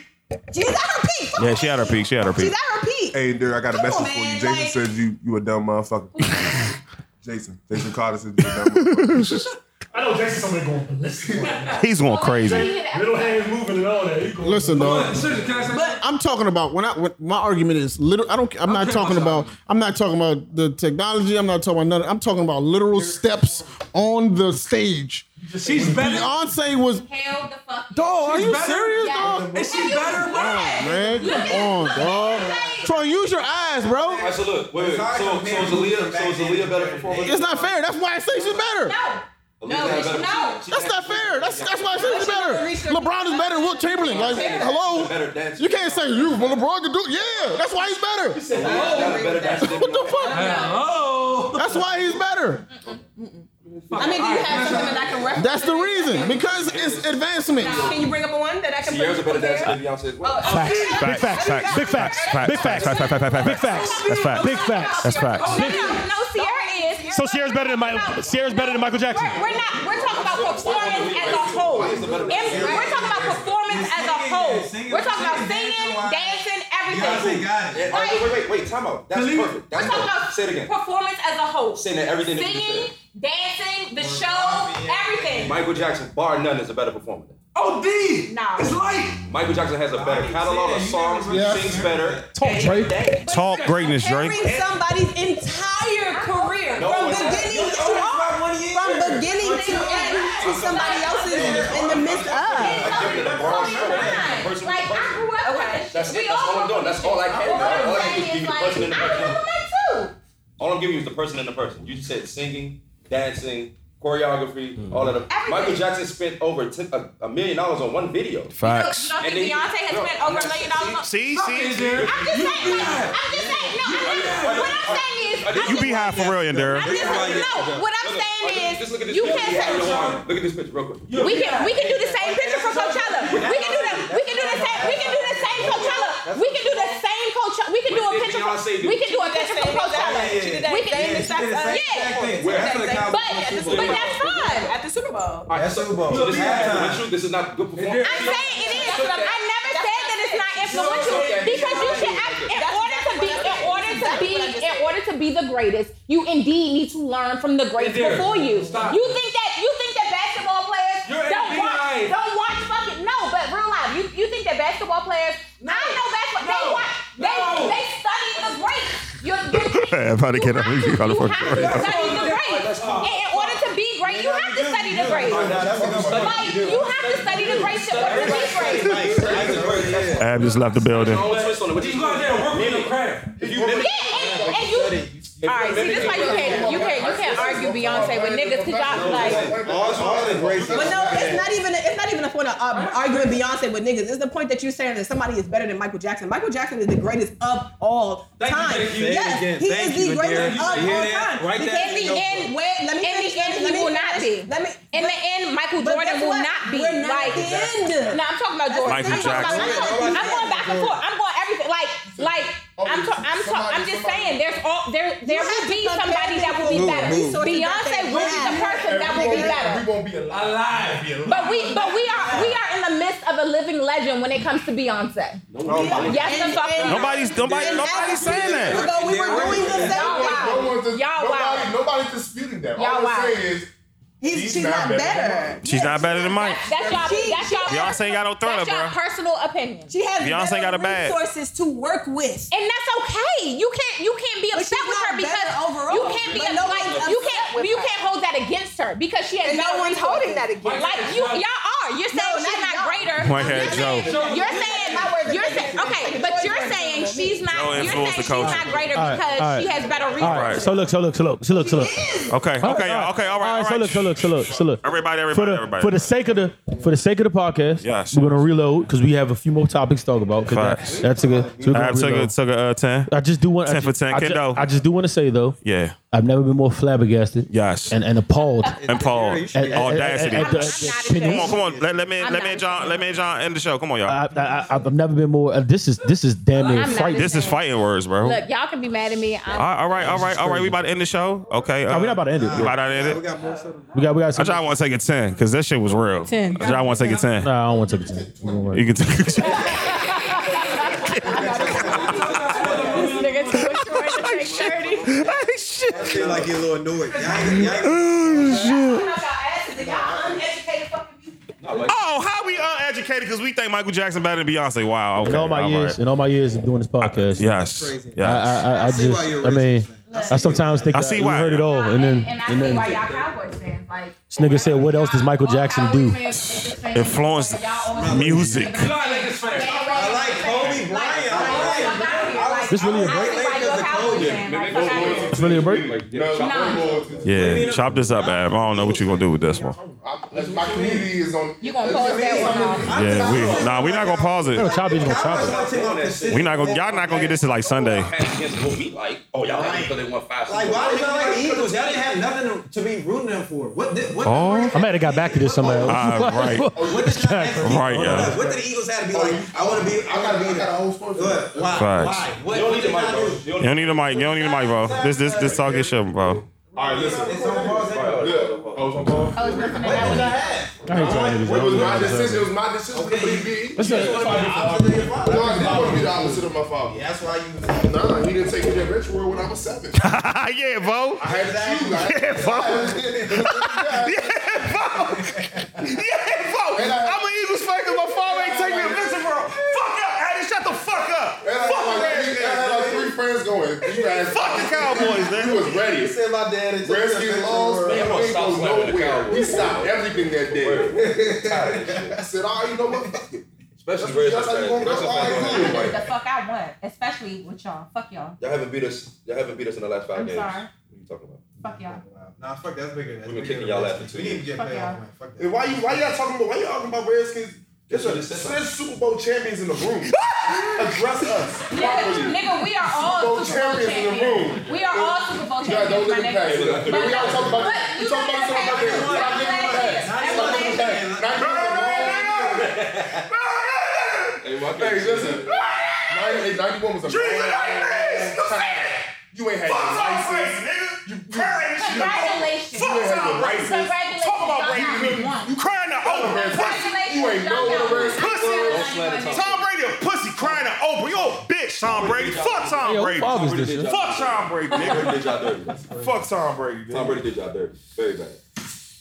Speaker 7: she's at her peak.
Speaker 4: Yeah, she had her peak. She had her
Speaker 7: She's
Speaker 4: peak.
Speaker 7: at her peak.
Speaker 9: Hey, Dirk, I got a
Speaker 7: Come
Speaker 9: message
Speaker 7: on,
Speaker 9: for you.
Speaker 7: man,
Speaker 9: Jason
Speaker 7: like-
Speaker 9: says you you a dumb motherfucker. Jason, Jason Carter says you a dumb motherfucker.
Speaker 16: I know Jason's somebody going ballistic right now.
Speaker 4: He's going crazy.
Speaker 16: Little hands moving and all that. He going
Speaker 2: Listen,
Speaker 16: Come
Speaker 2: dog.
Speaker 16: on, seriously, can I say something?
Speaker 2: I'm talking about when I when my argument is literal. I don't. I'm not talking about. I'm not talking about the technology. I'm not talking about nothing. I'm talking about literal steps on the stage.
Speaker 5: She's better.
Speaker 2: Beyonce was.
Speaker 3: Hell the fuck.
Speaker 16: Oh,
Speaker 2: Dog, are
Speaker 5: She's
Speaker 2: you
Speaker 5: better?
Speaker 2: serious,
Speaker 5: Yeah.
Speaker 2: dog?
Speaker 5: Is she better?
Speaker 2: Wow, man, come on, dog. Troy, use your eyes, bro.
Speaker 10: All right, so look, wait, wait. So, so is Aaliyah, so is Aaliyah better performer?
Speaker 2: It's not fair. That's why I say she's better.
Speaker 10: Aaliyah's not better performer. She
Speaker 2: That's
Speaker 10: can't-
Speaker 2: not fair. That's that's why I say she's
Speaker 7: reached
Speaker 2: better.
Speaker 7: her-
Speaker 2: LeBron is better than Will Chamberlain. Like, hello. You can't say you, but LeBron can do. Yeah, that's why he's better. What the fuck? That's why he's better.
Speaker 7: I mean, do you have something that I can reference?
Speaker 2: That's the reason because it's advancement.
Speaker 7: Can you bring up a one that I can?
Speaker 10: Sierra's a better dancer
Speaker 7: compare?
Speaker 10: than Beyonce.
Speaker 7: Oh,
Speaker 4: Facts, facts, facts,
Speaker 11: Big facts. Big facts.
Speaker 4: Facts, facts, facts, facts,
Speaker 11: Big
Speaker 4: facts,
Speaker 11: facts.
Speaker 4: That's facts.
Speaker 11: Big facts.
Speaker 4: That's facts.
Speaker 3: Oh, No, no, no, Sierra is.
Speaker 11: So Sierra's better than Michael. Sierra's better than Michael Jackson.
Speaker 3: We're not. We're talking about performance as a whole. If- we're talking about performance as a whole. We're talking about singing, dancing, everything.
Speaker 10: Yeah, all right, wait, wait, wait, time out. That's perfect.
Speaker 3: We're
Speaker 10: That's
Speaker 3: talking
Speaker 10: perfect.
Speaker 3: about
Speaker 10: Say it again.
Speaker 3: performance as a whole.
Speaker 10: Saying that everything that you just
Speaker 3: Singing, dancing, the show, everything.
Speaker 10: Michael Jackson, bar none, is a better performer.
Speaker 5: Oh, D.
Speaker 3: Nah.
Speaker 5: It's light.
Speaker 10: Michael Jackson has a better catalog of songs, sings better.
Speaker 4: Talk, Drake. Talk greatness, Drake.
Speaker 7: somebody's entire career
Speaker 10: No,
Speaker 7: from
Speaker 10: it's not.
Speaker 7: beginning
Speaker 10: It's
Speaker 7: to
Speaker 10: not one year.
Speaker 7: from beginning to end to somebody else's in the midst of.
Speaker 10: I give it a bar show. That's the person with
Speaker 3: Like
Speaker 10: the
Speaker 3: I
Speaker 10: person.
Speaker 3: grew up with this.
Speaker 10: That's it. That's all I'm doing. That's all I care about. All I can do is give you the person in the person. All I'm giving you is the person and the person. You said singing, dancing, choreography, all of that. Michael Jackson spent over ten, a, a million dollars on one video.
Speaker 4: Facts.
Speaker 3: You don't think Beyonce has spent over a million dollars? on-
Speaker 4: See, see,
Speaker 3: I'm just saying. like, I'm just saying. No, I'm not. What I'm saying is, I'm
Speaker 4: You
Speaker 3: just
Speaker 4: be high for real, Endera.
Speaker 3: No, what I'm saying is,
Speaker 10: Look at this
Speaker 3: you
Speaker 10: picture.
Speaker 3: can't
Speaker 10: Yeah,
Speaker 3: say-
Speaker 10: I don't want it. Look at this picture real quick.
Speaker 3: we can we can do the same picture for Coachella. We can do the we can do the same we can do the same Coachella. We can do the same Coachella. We can do a
Speaker 10: What did
Speaker 3: picture. For,
Speaker 10: Beyonce do?
Speaker 3: we can do a picture for Coachella.
Speaker 10: She did that
Speaker 3: We can
Speaker 10: same exact thing.
Speaker 3: yeah.
Speaker 10: Where? That's what the
Speaker 3: But
Speaker 10: Cowboys did at the Super
Speaker 3: but
Speaker 10: Bowl.
Speaker 3: that's fine.
Speaker 7: At the Super Bowl.
Speaker 10: All right, so, so this, is not, this is not good performance.
Speaker 3: I'm saying it is. influential. I never said that it's not influential because you should. act- In order to be, in order to be, in order to be the greatest, you indeed need to learn from the greats
Speaker 8: There.
Speaker 3: before you.
Speaker 8: Stop.
Speaker 3: You think that you think that basketball players
Speaker 8: You're
Speaker 3: don't watch,
Speaker 8: FBI.
Speaker 3: don't watch fucking no, but real life, you you think that basketball players? I know basketball. They watch. They they study the greats. You're, you're
Speaker 4: About to get up. You gotta fuck
Speaker 3: have to study
Speaker 10: Oh,
Speaker 3: the grades. And in order to be great, you have to study the grades. Like, you have to study the grades in order to be great.
Speaker 4: Ab just left the building.
Speaker 8: You go out there and work with your craft. If you mimic-
Speaker 3: And, and you, all right, see, this is why you can't, you can't, you can't argue Beyonce with niggas, cause y'all like,
Speaker 17: But no, it's not even. It's not even a point of uh, arguing Beyonce with niggas. It's the point that you're saying that somebody is better than Michael Jackson. Michael Jackson is the greatest of all
Speaker 14: Thank you,
Speaker 17: time.
Speaker 14: thank you.
Speaker 17: Yes,
Speaker 14: Say it again.
Speaker 17: he
Speaker 14: Thank
Speaker 17: is
Speaker 14: you,
Speaker 17: the greatest
Speaker 14: Adair.
Speaker 17: of all
Speaker 14: You hear that?
Speaker 17: time.
Speaker 14: Right
Speaker 17: Because
Speaker 14: there.
Speaker 17: he
Speaker 14: No
Speaker 17: can-
Speaker 14: point.
Speaker 17: wait, let me
Speaker 3: In the
Speaker 17: finish.
Speaker 3: end, he
Speaker 17: let me
Speaker 3: will not
Speaker 17: finish.
Speaker 3: be.
Speaker 17: Let me.
Speaker 3: in the end, Michael
Speaker 17: But
Speaker 3: Jordan
Speaker 17: guess
Speaker 3: will
Speaker 17: what?
Speaker 3: not be.
Speaker 17: We're not
Speaker 3: like,
Speaker 17: at the end.
Speaker 3: No, I'm talking about Jordan.
Speaker 4: Michael
Speaker 3: I'm talking about-
Speaker 4: Jackson.
Speaker 3: I'm, talking- I'm going back and forth. I'm going everything. Like, like, I'm, ta- I'm, ta- I'm just saying, there's all there. There
Speaker 17: have
Speaker 3: will
Speaker 17: to
Speaker 3: be
Speaker 17: compare
Speaker 3: somebody that will be
Speaker 17: people
Speaker 3: better.
Speaker 17: with resources that
Speaker 3: Beyonce
Speaker 17: they
Speaker 3: will be the
Speaker 17: have.
Speaker 3: person that will be better.
Speaker 9: won't be alive. alive.
Speaker 3: But we, but we are, we are in the midst of a living legend when it comes to Beyonce. Yes, the fuck. we are.
Speaker 4: Nobody's nobody nobody's saying that.
Speaker 17: But we were doing the same.
Speaker 3: Y'all
Speaker 17: thing.
Speaker 3: wild. Y'all
Speaker 9: Nobody,
Speaker 3: wild.
Speaker 9: nobody's disputing that.
Speaker 3: Y'all
Speaker 9: All I'm
Speaker 3: wild.
Speaker 9: saying is,
Speaker 17: He's,
Speaker 9: He's
Speaker 17: she's
Speaker 9: not
Speaker 17: not
Speaker 9: better.
Speaker 17: better.
Speaker 4: She's not better than Mike.
Speaker 3: That's y'all. That's y'all.
Speaker 4: Beyonce ain't got no thriller,
Speaker 3: that's y'all
Speaker 4: bro.
Speaker 3: personal opinion.
Speaker 17: She has
Speaker 4: Beyonce
Speaker 17: better
Speaker 4: got a bag.
Speaker 17: resources to work with.
Speaker 3: And that's okay. You can't you can't be
Speaker 17: But
Speaker 3: upset
Speaker 17: she's
Speaker 3: with
Speaker 17: not
Speaker 3: her because
Speaker 17: better overall.
Speaker 3: you can't be
Speaker 17: But
Speaker 3: a,
Speaker 17: no
Speaker 3: like
Speaker 17: one's
Speaker 3: you
Speaker 17: upset
Speaker 3: can't
Speaker 17: with
Speaker 3: you
Speaker 17: her.
Speaker 3: can't hold that against her because she
Speaker 17: And
Speaker 3: has
Speaker 17: no one's
Speaker 3: resources.
Speaker 17: holding that against
Speaker 3: Like
Speaker 17: her.
Speaker 3: you y'all are. You're saying
Speaker 17: No, not
Speaker 3: she's not
Speaker 17: y'all.
Speaker 3: greater.
Speaker 4: Whitehead
Speaker 3: You're
Speaker 4: Joe.
Speaker 3: saying you're saying
Speaker 17: My words are
Speaker 3: you're
Speaker 17: against
Speaker 3: saying
Speaker 17: her.
Speaker 3: okay, but you're saying she's not
Speaker 4: Joe
Speaker 3: you're saying
Speaker 4: influenced the
Speaker 3: she's
Speaker 4: culture.
Speaker 3: not greater
Speaker 11: All right,
Speaker 3: because
Speaker 11: all right.
Speaker 3: she has better
Speaker 11: All right.
Speaker 3: resources.
Speaker 11: So look, so look, so look, so look, so look.
Speaker 4: Okay, okay, y'all. okay, all right, all
Speaker 11: So
Speaker 4: right.
Speaker 11: look, so look, so look, so look.
Speaker 4: Everybody,
Speaker 11: For
Speaker 4: everybody,
Speaker 11: the
Speaker 4: everybody.
Speaker 11: for the sake of the for the sake of the podcast,
Speaker 4: Yes.
Speaker 11: we're gonna reload because we have a few more topics to talk about. 'cause that-
Speaker 4: Facts.
Speaker 11: That took a, so we're gonna
Speaker 4: Ab took a
Speaker 11: reload.
Speaker 4: took a uh, ten.
Speaker 11: I just do want I
Speaker 4: 10 for
Speaker 11: just-
Speaker 4: 10,
Speaker 11: I ju-
Speaker 4: kiddo.
Speaker 11: I just do want to say though,
Speaker 4: Yeah.
Speaker 11: I've never been more flabbergasted.
Speaker 4: Yes.
Speaker 11: and, and appalled.
Speaker 4: And Paul.
Speaker 11: at-
Speaker 4: Audacity.
Speaker 11: at- at- at-
Speaker 4: Come on, come on. Let, let me let me and John let me and John end the show. Come on, y'all.
Speaker 11: I, I, I- I've never been more. Uh, this is this is damn near
Speaker 3: I'm not
Speaker 11: frightening.
Speaker 4: This is fighting words, bro.
Speaker 3: Look, y'all can be mad at me.
Speaker 4: All
Speaker 3: I'm,
Speaker 4: right, all right, all right, all right. We about to end the show. Okay. Uh,
Speaker 11: we not about to end it.
Speaker 4: We about to end it.
Speaker 11: We got we got.
Speaker 4: I
Speaker 11: Some,
Speaker 4: just want to take a ten because that shit was real.
Speaker 3: 10.
Speaker 4: I just want to take a ten.
Speaker 11: Nah, I don't want to take it. To you.
Speaker 4: You can take a
Speaker 3: this nigga too short to make thirty.
Speaker 14: I feel like you're a little annoyed. Y'all ain't, y'all ain't
Speaker 4: Oh, how we uneducated because we think Michael Jackson better than Beyonce. Wow. Okay.
Speaker 11: in all my
Speaker 4: all
Speaker 11: years,
Speaker 4: right.
Speaker 11: in all my years of doing this podcast,
Speaker 4: Yes.
Speaker 14: Crazy.
Speaker 11: I
Speaker 4: Yes.
Speaker 11: I, I, I
Speaker 14: see why
Speaker 11: just
Speaker 14: you're
Speaker 11: I mean
Speaker 14: racist.
Speaker 11: I sometimes think
Speaker 4: I see
Speaker 11: we
Speaker 4: why.
Speaker 11: heard it all, and then
Speaker 3: and I
Speaker 11: and
Speaker 3: see
Speaker 11: then
Speaker 3: why y'all Cowboys fans like.
Speaker 11: this nigga said, "What else does Michael Jackson do?"
Speaker 4: Influence music.
Speaker 8: You gotta let this finish.
Speaker 14: I like Kobe Bryant. I like
Speaker 11: This really a break?
Speaker 3: break.
Speaker 11: It's really a break.
Speaker 4: Yeah. Chop this up, Ab. I don't know what you're gonna do with this one.
Speaker 9: My community is on.
Speaker 3: You gonna post that one off.
Speaker 4: Yeah. We nah. We're not gonna pause it.
Speaker 11: Nigga, Chop is gonna chop it.
Speaker 4: We not gonna. Y'all not gonna get this till like Sunday.
Speaker 10: Against what we like. Oh, y'all like it because they won five. Super
Speaker 14: Like, why
Speaker 10: Bowls.
Speaker 14: did y'all like the Eagles? Y'all didn't have nothing to, to be rooting them for. What did, what
Speaker 4: Oh.
Speaker 14: did,
Speaker 11: I'm mad it got back to this somehow.
Speaker 4: Ah, right.
Speaker 14: what did y'all have to be-
Speaker 4: Right,
Speaker 14: what-
Speaker 4: yeah.
Speaker 14: What did the Eagles have to be like? I want to be, I got to be
Speaker 9: got a
Speaker 14: there.
Speaker 9: whole story.
Speaker 14: Good. Why?
Speaker 4: Facts.
Speaker 14: Why? What,
Speaker 10: You don't need
Speaker 14: what
Speaker 10: the
Speaker 14: did
Speaker 10: mic,
Speaker 14: y'all
Speaker 10: bro.
Speaker 14: do?
Speaker 10: You don't
Speaker 4: You don't need a mic. You don't need a mic, bro. This this this talk your shit, bro.
Speaker 9: All right, listen.
Speaker 14: It's on pause anyway.
Speaker 9: Look, I was on pause.
Speaker 3: I was listening to
Speaker 14: What did y'all
Speaker 3: that.
Speaker 14: have?
Speaker 11: I ain't trying
Speaker 9: It was my
Speaker 11: to
Speaker 9: decision. It was my decision to be beat.
Speaker 11: That's a,
Speaker 9: No, I didn't want to be the opposite of my father.
Speaker 14: That's why you.
Speaker 9: Nah, he didn't take me to that rich world when I was seven.
Speaker 4: yeah, bro.
Speaker 9: I had to choose. I had
Speaker 4: Yeah, bro.
Speaker 9: to
Speaker 4: Yeah, bro. Yeah, bro. I'm an Eagles fan because my father ain't taking me to Vincent Bro. Fuck up, Addy. Shut the fuck up.
Speaker 9: And I
Speaker 4: Fuck
Speaker 9: had, like,
Speaker 4: that
Speaker 9: three, I had
Speaker 4: shit.
Speaker 9: like three friends going. You guys,
Speaker 4: Fuck the Cowboys,
Speaker 9: We
Speaker 4: man.
Speaker 9: was ready.
Speaker 14: You said my dad is
Speaker 9: Redskins lost, man.
Speaker 10: Man,
Speaker 9: We ain't
Speaker 10: stop
Speaker 9: go
Speaker 10: slapping the
Speaker 9: nowhere.
Speaker 10: Cowboys.
Speaker 9: We stopped everything that day. I said, oh, you know what? Fuck it.
Speaker 10: Especially Reds
Speaker 9: That's
Speaker 10: fans.
Speaker 9: how you gonna go.
Speaker 10: Reds
Speaker 9: All
Speaker 10: fans
Speaker 9: right,
Speaker 10: don't
Speaker 9: cool.
Speaker 10: like it.
Speaker 3: The fuck I want, especially with y'all. Fuck y'all.
Speaker 10: Y'all haven't beat us. Y'all haven't beat us in the last five
Speaker 3: I'm
Speaker 10: games.
Speaker 3: sorry.
Speaker 10: What are you talking about?
Speaker 3: Fuck y'all.
Speaker 14: Nah, fuck, that's bigger. That's
Speaker 10: We've been
Speaker 14: bigger
Speaker 10: kicking
Speaker 14: than
Speaker 10: y'all
Speaker 14: that.
Speaker 10: ass for two
Speaker 14: We need to get
Speaker 3: Fuck y'all.
Speaker 14: playoff win. Fuck that.
Speaker 9: And why you why y'all talking about why y'all arguing about Redskins? There's a there's Super Bowl champions in the room. Address us
Speaker 3: Nigga,
Speaker 9: properly.
Speaker 3: nigga, we are
Speaker 9: Super
Speaker 3: all
Speaker 9: Bowl
Speaker 3: Super Bowl
Speaker 9: champions in the room.
Speaker 3: champions. We are all Super Bowl
Speaker 9: You guys don't
Speaker 3: champions, my
Speaker 9: look at
Speaker 3: nigga.
Speaker 9: that. We always talk about
Speaker 3: But
Speaker 9: we
Speaker 3: you
Speaker 9: talk about
Speaker 3: know
Speaker 9: something about
Speaker 3: that's
Speaker 9: that.
Speaker 3: happening.
Speaker 9: Y'all give them a pass. Y'all give them a pass.
Speaker 10: Hey, my
Speaker 9: Hey, listen. 90, 91 was a You ain't had your license. You, you, you ain't had your
Speaker 3: Congratulations.
Speaker 9: license.
Speaker 4: Talk about Brady to me. You crying to Oprah. Pussy. You ain't know what a Brady Pussy. Tom Brady a pussy crying to Oprah. You a bitch, Tom Brady. Fuck Tom
Speaker 10: Yo,
Speaker 4: Brady.
Speaker 10: fuck is this shit?
Speaker 4: Fuck Tom Brady,
Speaker 10: Brady did
Speaker 4: nigga.
Speaker 10: y'all dirty.
Speaker 4: Fuck Tom Brady.
Speaker 10: Tom Brady did y'all dirty. Very bad.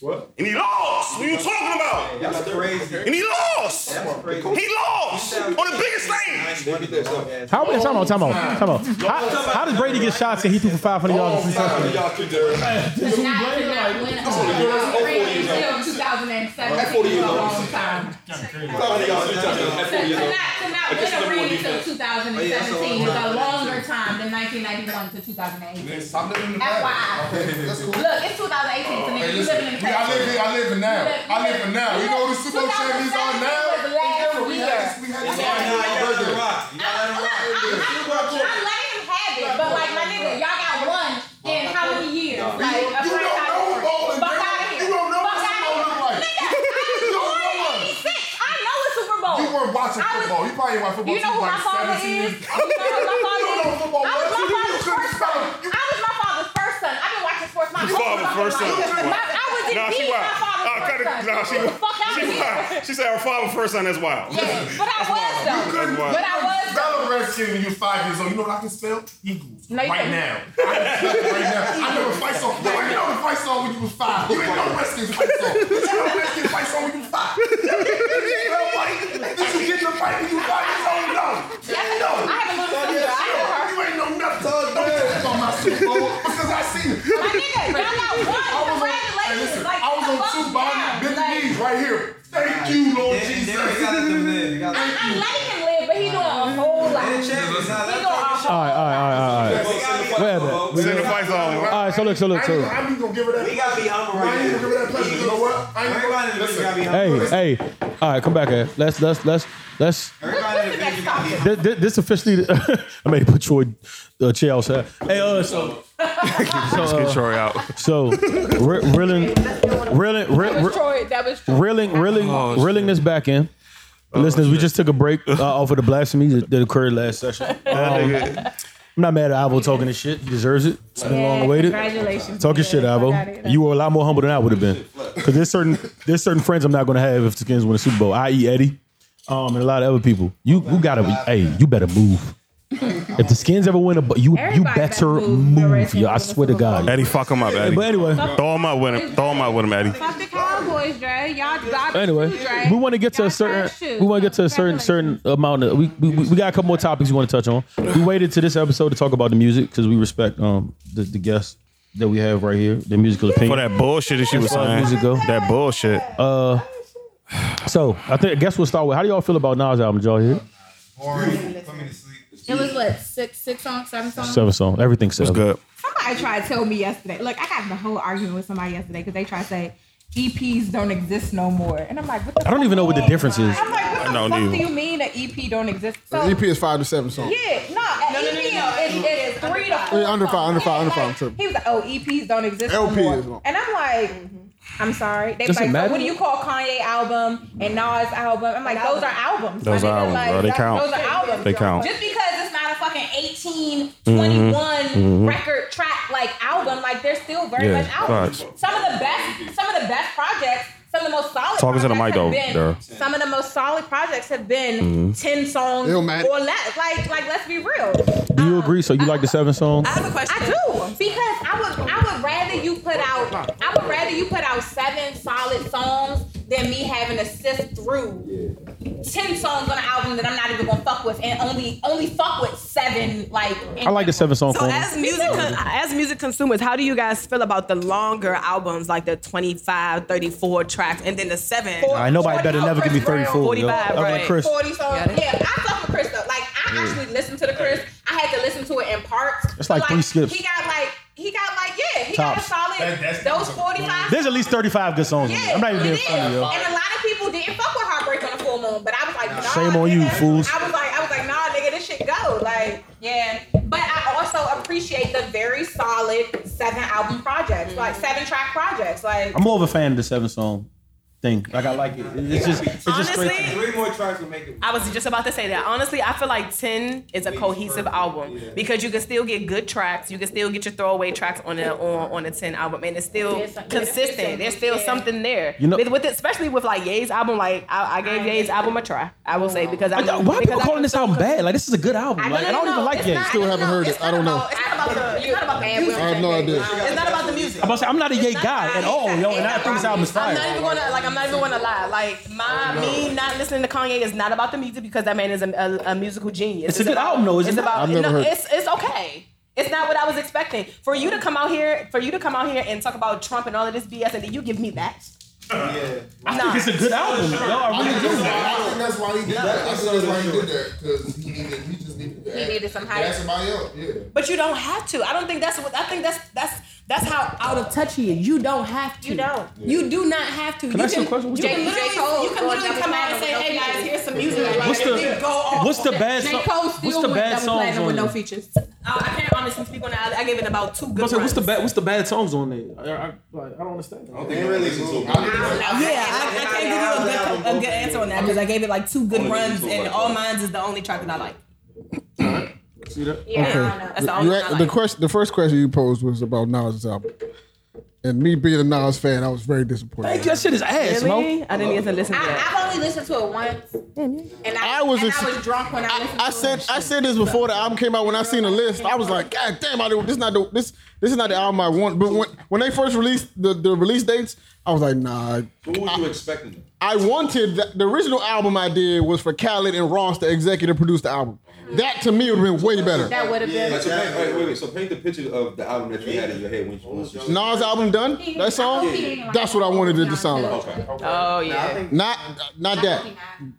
Speaker 10: What?
Speaker 4: And he lost. What you talking about?
Speaker 10: That's crazy.
Speaker 4: And he lost. He lost on the biggest stage.
Speaker 5: How many? Time out. Time out. Time out. How, how does Brady get shots and he threw for 500 yards and three touchdowns?
Speaker 10: Y'all too dirty.
Speaker 3: Could not, could not win a Super Bowl until 2007.
Speaker 10: At 40 years
Speaker 3: Took a
Speaker 10: old.
Speaker 3: long time.
Speaker 10: Tom Brady, y'all too dirty. At
Speaker 3: To, to
Speaker 10: 40 years old.
Speaker 3: not, to not win a ring until
Speaker 18: Oh,
Speaker 3: 2017 is a longer time than 1991 to 2018. FYI. Look, it's 2018 for me.
Speaker 18: Hey,
Speaker 3: You
Speaker 18: listen,
Speaker 3: living in the
Speaker 18: we- I
Speaker 3: past.
Speaker 18: live in- I live in now.
Speaker 3: You live-
Speaker 18: I live in now. You know who the Super Bowl champions are now?
Speaker 3: 2017 was last
Speaker 18: We
Speaker 3: year.
Speaker 18: had this- we had this-
Speaker 3: Yeah.
Speaker 18: we had this-
Speaker 3: Yeah. I'm letting him have it, but like my nigga, y'all got one in how many years?
Speaker 18: Nah.
Speaker 3: Like, a
Speaker 18: You don't know
Speaker 3: franchise-
Speaker 18: bowling,
Speaker 3: Fuck
Speaker 18: bro.
Speaker 3: out of here.
Speaker 18: You don't know
Speaker 3: Fuck
Speaker 18: what
Speaker 3: outta
Speaker 18: Super Bowl look
Speaker 3: here.
Speaker 18: like.
Speaker 3: Nigga,
Speaker 18: You don't
Speaker 3: I was
Speaker 18: know
Speaker 3: born in
Speaker 18: one.
Speaker 3: 86. I know a Super Bowl.
Speaker 18: You weren't watching
Speaker 3: I was-
Speaker 18: football. You probably watched football
Speaker 3: You know
Speaker 18: till
Speaker 3: who
Speaker 18: you
Speaker 3: my
Speaker 18: like
Speaker 3: father
Speaker 18: 17
Speaker 3: is?
Speaker 18: years.
Speaker 3: You know who
Speaker 18: You
Speaker 3: my father
Speaker 18: don't know
Speaker 3: is?
Speaker 18: football
Speaker 3: I was
Speaker 18: was.
Speaker 3: my
Speaker 18: You
Speaker 3: father's
Speaker 18: couldn't
Speaker 3: first
Speaker 18: spell
Speaker 3: son. I was my father's first son. I've been watching sports my
Speaker 4: Your
Speaker 3: whole
Speaker 4: father's
Speaker 3: fucking
Speaker 4: first son.
Speaker 3: life.
Speaker 4: She
Speaker 3: My- I was
Speaker 4: wild. Nah, she
Speaker 3: indeed my
Speaker 4: wild.
Speaker 3: father's
Speaker 4: Oh, cut
Speaker 3: first
Speaker 4: it.
Speaker 3: son.
Speaker 4: Nah, she
Speaker 3: Fuck out
Speaker 4: She
Speaker 3: of here.
Speaker 4: wild. She said her father first son. That's wild.
Speaker 3: Yeah, but I was though.
Speaker 18: You couldn't
Speaker 3: But I was
Speaker 18: spell a redskin when you were five years old. You know what I can spell? Eagles.
Speaker 3: No, you
Speaker 18: right
Speaker 3: couldn't.
Speaker 18: now. I can spell it right now. I know the fight song. No, you know the fight song when you was five. You ain't know Redskins fight song. You know the Redskins fight song when you was five. You ain't know fight. Did you get in the fight when you was five years old? No. No.
Speaker 3: I have a little sister. I know her.
Speaker 18: You ain't know nothing. Don't touch on my Super Bowl because I seen it.
Speaker 3: My nigga, y'all got one.
Speaker 18: I was on, hey,
Speaker 3: Congratulations.
Speaker 18: listen,
Speaker 3: Like,
Speaker 18: I was on
Speaker 3: what the
Speaker 18: two
Speaker 3: fuck
Speaker 18: bottom, big knees right here. Thank you, Lord Jesus.
Speaker 3: I- I'm letting him live, but he doing a whole lot. He doing
Speaker 11: All right,
Speaker 3: a
Speaker 11: all right, all right, all right. Where that?
Speaker 4: Send the fight song.
Speaker 11: All right, so look, so look, so look.
Speaker 18: I'm gonna give her that. We gotta be humble right now. I ain't gonna give her that pleasure. You know what? I ain't gonna listen.
Speaker 11: Hey, hey. All right, come back here. Let's let's let's let's. This, this, this officially. I may put Troy uh, chair outside. Hey, uh, so.
Speaker 4: Let's get Troy out.
Speaker 11: uh, So, re- reeling, reeling, re-
Speaker 3: That was
Speaker 11: re-
Speaker 3: Troy. That was Troy.
Speaker 11: reeling,
Speaker 4: Oh,
Speaker 11: reeling, reeling this back in. Listeners, we just took a break uh, off of the blasphemy that, that occurred last session. Um, I'm not mad at Ivo talking this shit. He deserves it. It's been
Speaker 3: Yeah,
Speaker 11: long awaited.
Speaker 3: congratulations,
Speaker 11: Talk your shit,
Speaker 3: man.
Speaker 11: Ivo.
Speaker 3: I got it.
Speaker 11: You were a lot more humble than I would have been. Because there's certain there's certain friends I'm not going to have if the Skins win the Super Bowl, i.e. Eddie, um, and a lot of other people. You you gotta be. Hey, you better move. If the Skins ever win a, bu- you you
Speaker 3: Everybody
Speaker 11: better move. Yo, I swear to God.
Speaker 4: Eddie, fuck him up, Eddie.
Speaker 11: But anyway,
Speaker 4: Throw him out with him. Throw him out with him, Eddie.
Speaker 3: Fuck the Cowboys, Dre. Y'all dropped
Speaker 11: anyway,
Speaker 3: two, Dre.
Speaker 11: we want to get to a certain we want to get to a certain certain amount of we, we we got a couple more topics we want to touch on. We waited to this episode to talk about the music because we respect um the, the guests that we have right here, their musical opinion.
Speaker 4: For that bullshit that she was
Speaker 11: Five
Speaker 4: saying.
Speaker 11: years ago.
Speaker 4: That bullshit.
Speaker 11: Uh, so I think I guess we'll start with how do y'all feel about Nas album? Did y'all hear it?
Speaker 3: It was what six, six songs, seven songs.
Speaker 11: seven song? Everything's seven.
Speaker 4: good.
Speaker 3: Somebody tried to tell me yesterday. Look, I got in a whole argument with somebody yesterday because they tried to say EPs don't exist no more, and I'm like, what the
Speaker 11: I don't even know what the difference is.
Speaker 3: fuck do you mean an EP don't exist? So
Speaker 2: EP E is five to seven songs.
Speaker 3: yeah, no, an
Speaker 17: No, no,
Speaker 3: EP
Speaker 17: no, no, no.
Speaker 3: is, is three to four.
Speaker 2: Yeah, under five, under five, under
Speaker 3: songs.
Speaker 2: five, I'm tripping.
Speaker 3: He was like, oh, EPs don't exist no
Speaker 2: LP
Speaker 3: more.
Speaker 2: is long.
Speaker 3: And I'm like,
Speaker 4: Mm-hmm.
Speaker 3: I'm sorry. They
Speaker 2: Does it
Speaker 3: like, so
Speaker 2: matter?
Speaker 3: what do you call Kanye album and Nas album? I'm like, those are albums.
Speaker 4: Those
Speaker 3: my
Speaker 4: are
Speaker 3: nigga,
Speaker 4: albums,
Speaker 3: like,
Speaker 4: bro. They
Speaker 3: that-
Speaker 4: count.
Speaker 3: Those are albums.
Speaker 4: They count.
Speaker 3: Just because it's not a fucking 18,
Speaker 4: Mhm.
Speaker 3: 21
Speaker 4: Mhm.
Speaker 3: record track like album, like they're still very
Speaker 4: Yeah,
Speaker 3: much albums.
Speaker 4: facts.
Speaker 3: Some of the best, some of the best projects, some of the most solid.
Speaker 4: Talk into the mic,
Speaker 3: projects have
Speaker 4: though, Mm-hmm.
Speaker 3: been-
Speaker 4: girl.
Speaker 3: Some of the most solid projects have been
Speaker 11: Mhm.
Speaker 3: ten songs or
Speaker 11: Illmatic.
Speaker 3: less. Like, like let's be real.
Speaker 11: Do you agree? So you like the seven song?
Speaker 3: I do because I would I would rather you put out I would rather you put out seven solid songs than me having to sift through ten songs on an album that I'm not even gonna fuck with and only only fuck with seven like.
Speaker 11: I like the seven song
Speaker 17: So
Speaker 11: form.
Speaker 17: as music con- as music consumers, how do you guys feel about the longer albums like the 25, 34 tracks and then the 7?
Speaker 11: All right, nobody better never give me 34, yo.
Speaker 17: 45,
Speaker 11: Other than
Speaker 17: right.
Speaker 11: Chris.
Speaker 3: 40 songs. Yeah, I fuck with Chris though. Like I actually listened to the Chris. I had to listen to it in parts.
Speaker 11: It's
Speaker 3: But,
Speaker 11: like three skips.
Speaker 3: He got like he got like yeah he
Speaker 11: Tops.
Speaker 3: got a solid those 45
Speaker 11: There's at least 35 good songs. in there. I'm not even
Speaker 3: it
Speaker 11: being
Speaker 3: is.
Speaker 11: funny, yo.
Speaker 3: And a lot of people didn't fuck with Heartbreak on the full moon, but I was like, nah,
Speaker 11: Shame on you,
Speaker 3: nigga.
Speaker 11: fools.
Speaker 3: I was like, I was like, nah, nigga, this shit go. Like, yeah. But I also appreciate the very
Speaker 11: Mm-hmm.
Speaker 3: solid seven album projects, like seven track projects. Like,
Speaker 11: I'm more of a fan of the seven song thing. Like I like it. It- It's just it's just straight.
Speaker 7: Honestly,
Speaker 10: Three more tracks will make it.
Speaker 7: I was just about to say that. Honestly, I feel like 10 is a cohesive album because you can still get good tracks. You can still get your throwaway tracks on a on, on a 10 album and it's still
Speaker 3: There's some- there's
Speaker 7: consistent.
Speaker 3: something,
Speaker 7: There's still
Speaker 3: yeah.
Speaker 7: something there.
Speaker 11: You know-
Speaker 7: with, with it, especially with like Ye's album, like I, I gave Ye's album a try. I will say because I
Speaker 11: Why
Speaker 7: know
Speaker 11: are people calling this album bad? Like this is a good album.
Speaker 7: I- no,
Speaker 11: like
Speaker 7: no,
Speaker 11: I don't
Speaker 7: no,
Speaker 11: even like
Speaker 7: it's
Speaker 11: it.
Speaker 7: not-
Speaker 2: Still haven't heard it. I don't know.
Speaker 7: it's not about the it's not about the music.
Speaker 2: I have no idea.
Speaker 7: It's not about the music.
Speaker 11: I'm about to say I'm not a Ye guy at all, yo, and I think this album is
Speaker 7: I'm
Speaker 11: fire. Oh,
Speaker 7: not even gonna like. I'm not even gonna lie. Like my me not listening to Kanye is not about the music because that man is a, a, a musical genius.
Speaker 11: It's a good
Speaker 7: about-
Speaker 11: album, though,
Speaker 7: It's
Speaker 11: isn't it?
Speaker 7: about.
Speaker 11: I've never
Speaker 7: no,
Speaker 11: heard it.
Speaker 7: It's it's okay. It's not what I was expecting. For you to come out here, for you to come out here and talk about Trump and all of this BS, and then you give me that.
Speaker 19: Yeah.
Speaker 11: I think it's a good album. Yo, I really do.
Speaker 9: I think that's why he did that. I think that's why he did that because he needed, he just needed to
Speaker 7: He
Speaker 9: add-
Speaker 7: needed some
Speaker 9: to
Speaker 7: hype.
Speaker 9: add somebody else. Yeah.
Speaker 7: But you don't have to. I don't think that's what I think that's that's that's how out of touch he is. You don't have to. You don't. You do not have to.
Speaker 11: Can I ask you a question? What's
Speaker 7: you
Speaker 11: the-
Speaker 7: can literally,
Speaker 3: J. Cole
Speaker 7: you can
Speaker 3: going
Speaker 7: literally
Speaker 3: double
Speaker 7: come out and
Speaker 3: platinum
Speaker 7: say,
Speaker 3: with no
Speaker 7: "Hey guys,
Speaker 3: features."
Speaker 7: here's some music." Like,
Speaker 11: What's
Speaker 7: and then go
Speaker 11: the
Speaker 7: off.
Speaker 11: What's the bad
Speaker 7: J.
Speaker 11: song?
Speaker 7: Cole still
Speaker 11: What's the
Speaker 7: went
Speaker 11: bad
Speaker 7: double
Speaker 11: songs
Speaker 7: platinum
Speaker 11: on
Speaker 7: with no
Speaker 11: there?
Speaker 7: features. Uh, I can't honestly speak on that. I gave it about two
Speaker 11: I'm
Speaker 7: good.
Speaker 11: about to say, what's the
Speaker 7: runs.
Speaker 11: bad what's the bad songs on there? I, I, like, I don't understand. I don't think really
Speaker 7: Yeah, I, I can't give you a good, a good answer on that because I gave it like two good
Speaker 11: Only
Speaker 7: runs,
Speaker 11: two,
Speaker 7: and
Speaker 11: like,
Speaker 7: all mine's is the only track that I like.
Speaker 11: See that?
Speaker 7: Yeah, I don't know. That's the only
Speaker 2: You
Speaker 7: one
Speaker 2: act-
Speaker 7: I
Speaker 2: the
Speaker 7: like.
Speaker 2: question, the first question you posed was about Nas' album, and me being a Nas fan, I was very disappointed.
Speaker 11: Thank you. That shit is ass,
Speaker 7: Really?
Speaker 11: Mo.
Speaker 7: I didn't even listen to that.
Speaker 3: I, I've only listened to it once, and I,
Speaker 2: I was
Speaker 3: and
Speaker 2: ex-
Speaker 3: I was drunk when I, listened.
Speaker 2: I
Speaker 3: to
Speaker 2: said I said this before the album came out. When I seen the list, I was like, God damn! I, don't- this not the, this this is not the album I want. But when when they first released the, the release dates, I was like, Nah.
Speaker 10: Who were you expecting? though?
Speaker 2: I wanted the, the original album I did was for Khaled and Ross to executive produce the album. That to me would have been way better.
Speaker 3: That would have been.
Speaker 10: Like, so paint, wait, wait, wait. So paint the picture of the album that you had in your head when you was just.
Speaker 2: Nas album done. That song. That's what I wanted it to sound like.
Speaker 10: Okay.
Speaker 7: Oh
Speaker 2: Not not that.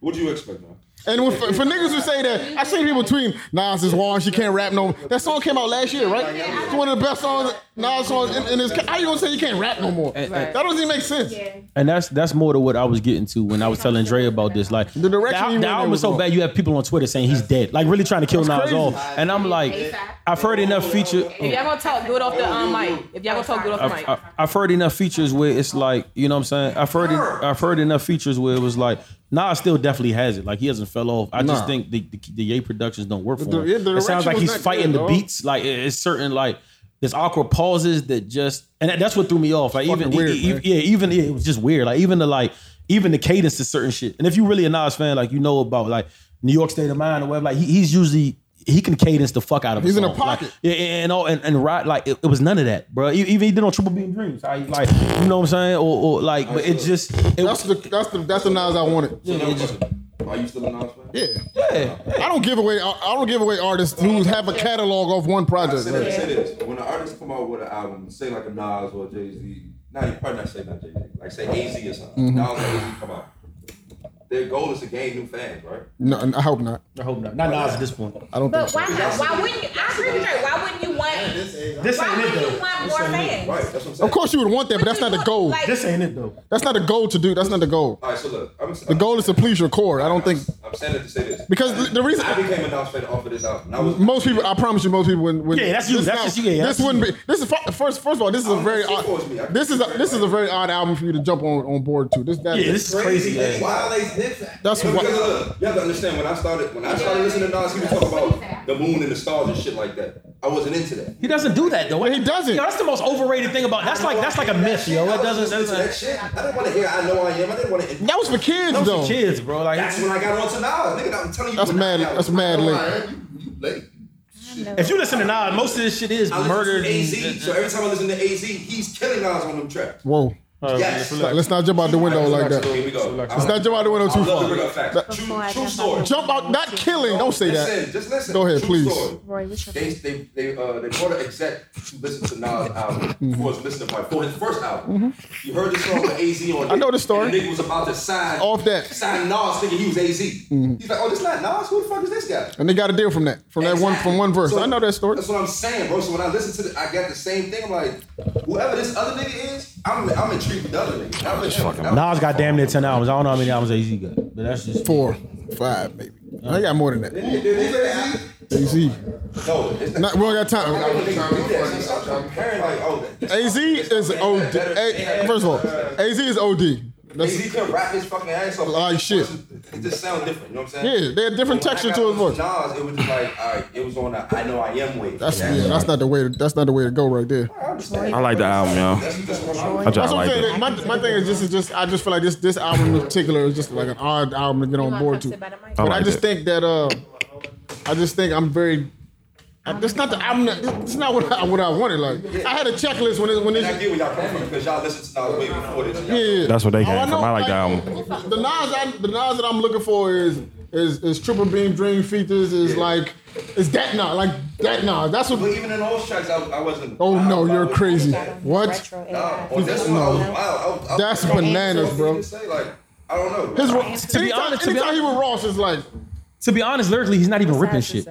Speaker 10: What do you expect now?
Speaker 2: And with, for, for niggas who say that, I see people tweeting, Nas is wrong, she can't rap no That song came out last year, right? It's one of the best songs, Nas songs in, in his, how you gonna say you can't rap no more? That doesn't even make sense.
Speaker 11: And that's that's more to what I was getting to when I was telling Dre about this. Like the
Speaker 2: direction he
Speaker 11: the,
Speaker 2: went in
Speaker 11: album was
Speaker 2: was
Speaker 11: so
Speaker 2: wrong.
Speaker 11: bad. You have people on Twitter saying he's dead, like really trying to kill
Speaker 2: That's
Speaker 11: Nas
Speaker 2: crazy.
Speaker 11: off. And I'm like, I've heard enough feature.
Speaker 7: If y'all gonna talk, do it off the um, mic. If y'all gonna talk, do it off
Speaker 11: I've,
Speaker 7: the mic.
Speaker 11: I- I've heard enough features where it's like, you know what I'm saying? I've heard I've heard enough features where it was like, Nas still definitely has it. Like he hasn't fell off. I just
Speaker 2: Nah.
Speaker 11: think the, the, the Ye productions don't work for
Speaker 2: The-
Speaker 11: him.
Speaker 2: yeah, the
Speaker 11: it sounds
Speaker 2: direction
Speaker 11: like
Speaker 2: was
Speaker 11: he's
Speaker 2: not
Speaker 11: fighting
Speaker 2: good,
Speaker 11: the
Speaker 2: dog.
Speaker 11: beats. Like it- it's certain like there's awkward pauses that just and that- that's what threw me off. Like even
Speaker 2: fucking weird,
Speaker 11: e- e-
Speaker 2: man.
Speaker 11: yeah, even yeah, it was just weird. Like even the like even the cadence to certain shit. And if you really a Nas fan, like you know about like New York State of Mind or whatever, like he, he's usually he can cadence the fuck out of
Speaker 2: He's in
Speaker 11: a
Speaker 2: a
Speaker 11: song. Like,
Speaker 2: pocket.
Speaker 11: yeah, and and all and, and right, like it, it was none of that, bro. E- Even he did on Triple Beam Dreams, how he, like you know what I'm saying, or, or like, but it just it
Speaker 2: That's the that's the that's the Nas I wanted.
Speaker 11: Yeah, it just-
Speaker 10: Are you still a Nas fan?
Speaker 2: Yeah.
Speaker 11: yeah.
Speaker 2: I don't give away I I don't give away artists who have a catalog off one project.
Speaker 10: Say this, say this. When an artist come out with an album, say like a Nas or Jay Z. Now you probably not say not Jay Z. Like say AZ or
Speaker 2: Mhm.
Speaker 10: something. Nas and AZ come out. Their goal is to gain new fans, right?
Speaker 2: No, I hope not.
Speaker 11: I hope not. Not Nas at this point.
Speaker 2: I don't think
Speaker 3: But
Speaker 2: so.
Speaker 3: why not? Why wouldn't you? I agree with you. Why wouldn't you want?
Speaker 11: This
Speaker 3: why
Speaker 11: ain't it,
Speaker 3: wouldn't
Speaker 11: though.
Speaker 3: you want
Speaker 11: This
Speaker 3: more
Speaker 11: ain't it.
Speaker 3: fans?
Speaker 2: Of course you would want that, but that's not the goal.
Speaker 3: like- This
Speaker 11: ain't it though.
Speaker 2: That's not the goal to do. That's not the goal.
Speaker 10: All right, so look, I'm,
Speaker 2: The goal is to please your core. I don't think
Speaker 10: I'm saying it to say this.
Speaker 2: Because the- the reason-
Speaker 10: I became a Nas fan off of this album. Now,
Speaker 2: Most people, I promise you, most people wouldn't. wouldn't
Speaker 11: Yeah, that's you.
Speaker 2: This,
Speaker 11: That's
Speaker 2: not-
Speaker 11: just you. Yeah,
Speaker 2: this
Speaker 11: that's
Speaker 2: wouldn't
Speaker 11: you.
Speaker 2: be. This is fir- first. First of all, this is a very
Speaker 10: shit force me. I
Speaker 2: odd. This is a, this is a very odd album for you to jump on, on board to. This that,
Speaker 11: Yeah, this is crazy, yeah.
Speaker 10: Why they did that?
Speaker 2: That's
Speaker 10: because,
Speaker 2: why-
Speaker 10: look, you have to understand when I started when I started listening to Nas, he was talking about the moon and the stars and shit like that. I wasn't into that.
Speaker 11: He doesn't do that though.
Speaker 2: He doesn't.
Speaker 11: Yo, that's the most overrated thing about. That's like that's like a myth, yo. It doesn't.
Speaker 10: Listen to that
Speaker 11: doesn't
Speaker 10: shit. I didn't want to hear I know I am. I didn't want to.
Speaker 2: That was for kids
Speaker 11: Those
Speaker 2: though.
Speaker 11: are kids, bro. Like
Speaker 10: That's when I got on to Nas. Nigga, I'm telling you.
Speaker 2: That's
Speaker 10: when I
Speaker 2: mad.
Speaker 10: got-
Speaker 2: That's mad
Speaker 10: I know I
Speaker 2: late.
Speaker 10: am. You late.
Speaker 11: If you listen to Nas, most of this shit is
Speaker 10: I
Speaker 11: murdered.
Speaker 10: murdered AZ. So every time I listen to AZ, he's killing Nas on them tracks.
Speaker 2: Whoa.
Speaker 10: Yes.
Speaker 2: Let's not- Let's not jump out the window like that.
Speaker 10: Here we go.
Speaker 2: Let's not jump out the window
Speaker 10: I
Speaker 2: too
Speaker 10: love to bring up
Speaker 2: far.
Speaker 10: facts. True, true story.
Speaker 2: Jump out, not killing. Don't say
Speaker 10: Listen, just
Speaker 2: that.
Speaker 10: listen.
Speaker 2: Go ahead,
Speaker 10: True
Speaker 2: please.
Speaker 10: story. They they they uh they brought an exec to listen to Nas' album
Speaker 2: Mm-hmm.
Speaker 10: for his listening party for his first album. You heard the song with AZ on.
Speaker 2: I know
Speaker 10: it,
Speaker 2: the story.
Speaker 10: and The nigga was about to sign
Speaker 2: Off that.
Speaker 10: sign Nas thinking he was AZ.
Speaker 2: Mm-hmm.
Speaker 10: He's like, oh, this not Nas. Who the fuck is this guy?
Speaker 2: And they got a deal from that, from that one, from one verse. I know that story.
Speaker 10: That's what I'm saying, bro. So when I listen to it, I got the same thing. I'm like, whoever this other nigga is, I'm I'm intrigued with the other nigga. I'm intrigued. I'm-
Speaker 11: Nas got damn near ten albums. I don't know how many albums AZ got, but that's just
Speaker 2: Four, five, maybe. I got more than that. AZ.
Speaker 10: No,
Speaker 2: not, we don't got time.
Speaker 10: I don't think they do that. See, Stop comparing like, oh,
Speaker 2: AZ is OD. A- First of all, AZ is OD. That's-
Speaker 10: he can rap his fucking ass off.
Speaker 2: Like shit.
Speaker 10: It just sound different. You know what I'm saying?
Speaker 2: Yeah, they had different
Speaker 10: When I
Speaker 2: texture
Speaker 10: got
Speaker 2: to his voice.
Speaker 10: with Nas, it was just like, all right, it was on the I know I am wave.
Speaker 2: That's yeah, that's not the way. To, that's not the way to go, right there.
Speaker 1: I like the album, y'all. I
Speaker 2: That's
Speaker 1: just
Speaker 2: what I'm
Speaker 1: like
Speaker 2: saying.
Speaker 1: it.
Speaker 2: My, my thing is just, is just I just feel like this this album in particular is just like an odd album to get on board to. But I,
Speaker 1: like
Speaker 2: just
Speaker 1: it.
Speaker 2: think that uh, I just think I'm very. I, that's not the album. that- That's not what I what I wanted. Like I had a checklist when it when
Speaker 10: And I
Speaker 2: it.
Speaker 10: get where y'all come from because y'all listen to Nas way before this.
Speaker 2: Yeah, yeah.
Speaker 1: That's what they
Speaker 2: Oh,
Speaker 1: came
Speaker 2: I
Speaker 1: from.
Speaker 2: know,
Speaker 1: I like the album.
Speaker 2: The Nas, I, the Nas that I'm looking for is is is triple beam dream features. Is like is that Nas like that Nas. That's what.
Speaker 10: But even in those tracks, I, I wasn't.
Speaker 2: Oh no, you're crazy. What?
Speaker 10: Nah, on this one, I was, I, I, I,
Speaker 2: That's
Speaker 10: I don't know
Speaker 2: bananas,
Speaker 10: what
Speaker 2: bro.
Speaker 10: to Say, like, I don't know.
Speaker 2: His
Speaker 11: To be honest, to be
Speaker 2: honest, he with Ross is like.
Speaker 11: To be honest, lyrically, he's not even ripping shit.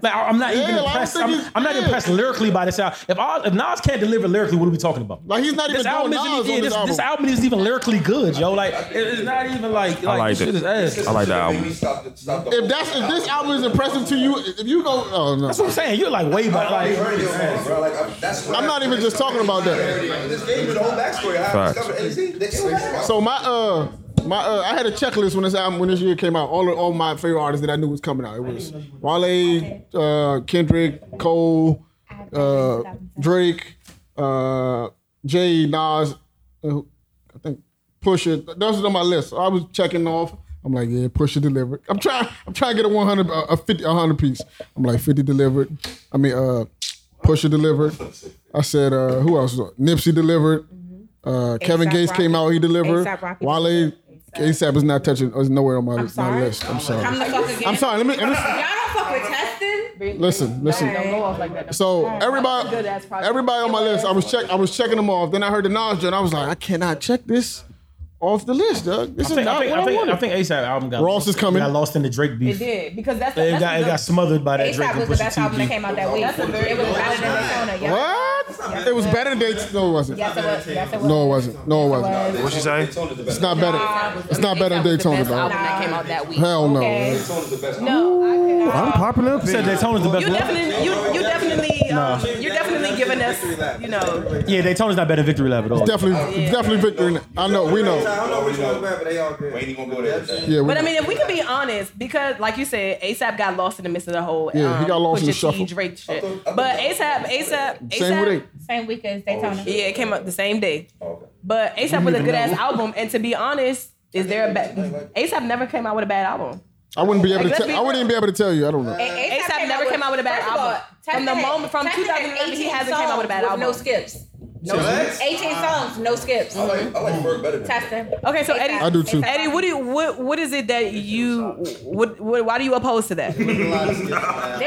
Speaker 11: Like I- I'm not
Speaker 2: Yeah,
Speaker 11: even
Speaker 2: like, I
Speaker 11: impressed.
Speaker 2: think
Speaker 11: I'm,
Speaker 2: he's-
Speaker 11: I'm not
Speaker 2: yeah.
Speaker 11: impressed lyrically by this album. If, all, if Nas can't deliver lyrically, what are we talking about?
Speaker 2: Like he's not even
Speaker 11: this
Speaker 2: doing
Speaker 11: album
Speaker 2: Nas
Speaker 11: isn't
Speaker 2: on
Speaker 11: even, yeah,
Speaker 2: this
Speaker 11: this,
Speaker 2: album.
Speaker 11: this album isn't even lyrically good, yo. Like it- it's not even like
Speaker 1: I
Speaker 11: like
Speaker 1: liked
Speaker 11: this shit
Speaker 1: it.
Speaker 11: is ass.
Speaker 1: I like the album.
Speaker 2: If that's if this album is impressive to you, if you go, oh no.
Speaker 11: That's what I'm saying. You're like way back. Like,
Speaker 2: I'm not even just talking about that.
Speaker 10: This gave you the whole backstory. How I
Speaker 1: Facts.
Speaker 10: discovered AC. They still have it.
Speaker 2: So my uh my uh I had a checklist when this album when this year came out. All all my favorite artists that I knew was coming out. It was Wale, uh, Kendrick, Cole, uh, Drake, uh, Jay, Nas, uh, I think Pusha. Those are on my list. So I was checking off. I'm like, yeah, Pusha delivered. I'm trying. I'm trying to get a 100, a a 50, a 100 piece. I'm like 50 delivered. I mean, uh, Pusha delivered. I said, uh, who else? was on? Nipsey delivered. Uh, Kevin
Speaker 3: A$AP
Speaker 2: Gates came out. He delivered.
Speaker 3: A$AP Rocky
Speaker 2: Wale. ASAP is not touching. Is nowhere on my, my
Speaker 3: sorry.
Speaker 2: list. I'm sorry.
Speaker 3: Come the fuck again.
Speaker 2: I'm sorry. Let me. Let me
Speaker 3: Y'all don't fuck with Testin?
Speaker 2: Listen, listen. So everybody, everybody on my list, I was check, I was checking them off. Then I heard the knowledge, and I was like, I cannot check this off the list, Doug.
Speaker 11: I
Speaker 2: This is
Speaker 11: think,
Speaker 2: not
Speaker 11: I think,
Speaker 2: what
Speaker 11: I
Speaker 2: I,
Speaker 11: think,
Speaker 2: wanted.
Speaker 11: I think ASAP album got
Speaker 2: Ross
Speaker 11: lost-
Speaker 2: is coming.
Speaker 11: Got lost in the Drake
Speaker 3: It
Speaker 11: beef.
Speaker 3: did because that's
Speaker 11: It
Speaker 3: that's
Speaker 11: got, it
Speaker 3: the-
Speaker 11: got smothered by that Drake
Speaker 3: ASAP
Speaker 11: and
Speaker 3: was the best
Speaker 11: Pusha
Speaker 3: album that
Speaker 11: T.
Speaker 3: came out that week. It was better than Daytona. yeah.
Speaker 2: What? It was better than Daytona. No, it wasn't.
Speaker 3: Yes, it was. Yes, it was.
Speaker 2: No, it wasn't. No, it wasn't.
Speaker 3: What'd
Speaker 1: she say?
Speaker 2: It's not better. It's not better than Daytona, dog.
Speaker 7: that came out that week.
Speaker 2: Hell no.
Speaker 7: No, I could.
Speaker 1: Unpopular
Speaker 11: Said
Speaker 1: opinion.
Speaker 11: Daytona's the best.
Speaker 7: You
Speaker 11: one.
Speaker 7: definitely, you, you definitely, um,
Speaker 11: Nah.
Speaker 7: you're definitely giving us, you know,
Speaker 11: Yeah, Daytona's not better than Victory Lap at all.
Speaker 2: Definitely, definitely victory. I know. We know.
Speaker 10: I don't know which one's bad, but they all good. We ain't even gonna go there.
Speaker 2: Yeah, we
Speaker 7: But
Speaker 2: know.
Speaker 7: I mean, if we can be honest, because like you said, ASAP got lost in the midst of the whole
Speaker 2: Yeah, he
Speaker 7: um,
Speaker 2: got lost in the
Speaker 7: Pusha T,
Speaker 2: shuffle.
Speaker 7: Drake shit. But ASAP, ASAP, ASAP,
Speaker 2: Same with it.
Speaker 3: Same week as
Speaker 2: Oh,
Speaker 3: Daytona.
Speaker 7: yeah, it came out the same day.
Speaker 10: Okay.
Speaker 7: But ASAP was a
Speaker 2: even
Speaker 7: good
Speaker 2: know.
Speaker 7: ass album, and to be honest, is there a bad ASAP never came out with a bad album.
Speaker 2: I wouldn't be able to.
Speaker 7: Like, let's
Speaker 2: Tell,
Speaker 7: be
Speaker 2: I wouldn't
Speaker 7: real.
Speaker 2: even be able to tell you. I don't know.
Speaker 7: ASAP never came out with a bad
Speaker 3: first of
Speaker 7: album.
Speaker 3: all,
Speaker 7: From the
Speaker 3: Tesla had-
Speaker 7: moment- from
Speaker 3: Tesla had
Speaker 7: 2011, he
Speaker 3: 18
Speaker 7: hasn't came out with a bad
Speaker 3: songs
Speaker 7: album.
Speaker 3: No skips.
Speaker 10: No, I
Speaker 3: 18 songs, no skips.
Speaker 10: like I like Berg better than that.
Speaker 3: Testing.
Speaker 7: Okay, so Eddie,
Speaker 2: I do too.
Speaker 7: Eddie, what do you, what what is it that you what, what why do you oppose to that?
Speaker 3: There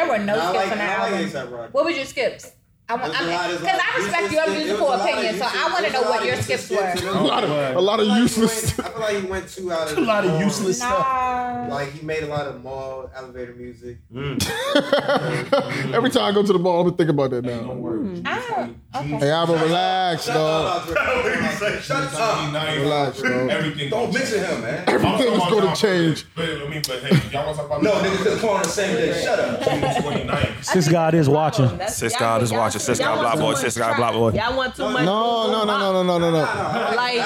Speaker 3: were no
Speaker 14: I
Speaker 3: skips
Speaker 14: like-
Speaker 3: on
Speaker 14: I
Speaker 3: that
Speaker 14: like
Speaker 3: album.
Speaker 14: A$AP Rocky.
Speaker 3: What was your skips? I want
Speaker 14: There's a lot- there's a
Speaker 3: because
Speaker 14: lot
Speaker 3: I
Speaker 14: of
Speaker 3: respect
Speaker 14: useless
Speaker 3: your
Speaker 14: skips.
Speaker 3: musical
Speaker 14: There's a lot of
Speaker 3: opinion, so I
Speaker 14: useless-
Speaker 3: want to
Speaker 14: there's a
Speaker 3: know
Speaker 14: lot
Speaker 3: what
Speaker 14: of
Speaker 3: your
Speaker 14: useless
Speaker 3: skips
Speaker 14: skips
Speaker 3: were.
Speaker 14: in
Speaker 2: A lot of a lot of
Speaker 14: I feel like he
Speaker 2: useless.
Speaker 14: went- I feel like he went too out of
Speaker 11: A lot of
Speaker 14: mall.
Speaker 11: useless stuff.
Speaker 14: Like he made a lot of mall elevator music.
Speaker 2: Mm. Every time I go to the bar, I'm gonna think about that now.
Speaker 3: Ah,
Speaker 2: Hey, Alba, relax, dog.
Speaker 10: Shut up.
Speaker 2: Relax, dog.
Speaker 9: Everything.
Speaker 10: Don't mention him, man.
Speaker 2: Everything is going to change.
Speaker 9: But, I mean, but hey, y'all want to talk about
Speaker 10: No, niggas could come on the same day. Shut up.
Speaker 9: June 29th.
Speaker 11: Sis God is watching.
Speaker 1: Sis God is watching. Sis God block boy. Sis God block boy.
Speaker 7: Y'all want too much.
Speaker 2: No, no, no, no, no, no, no, no.
Speaker 7: Like,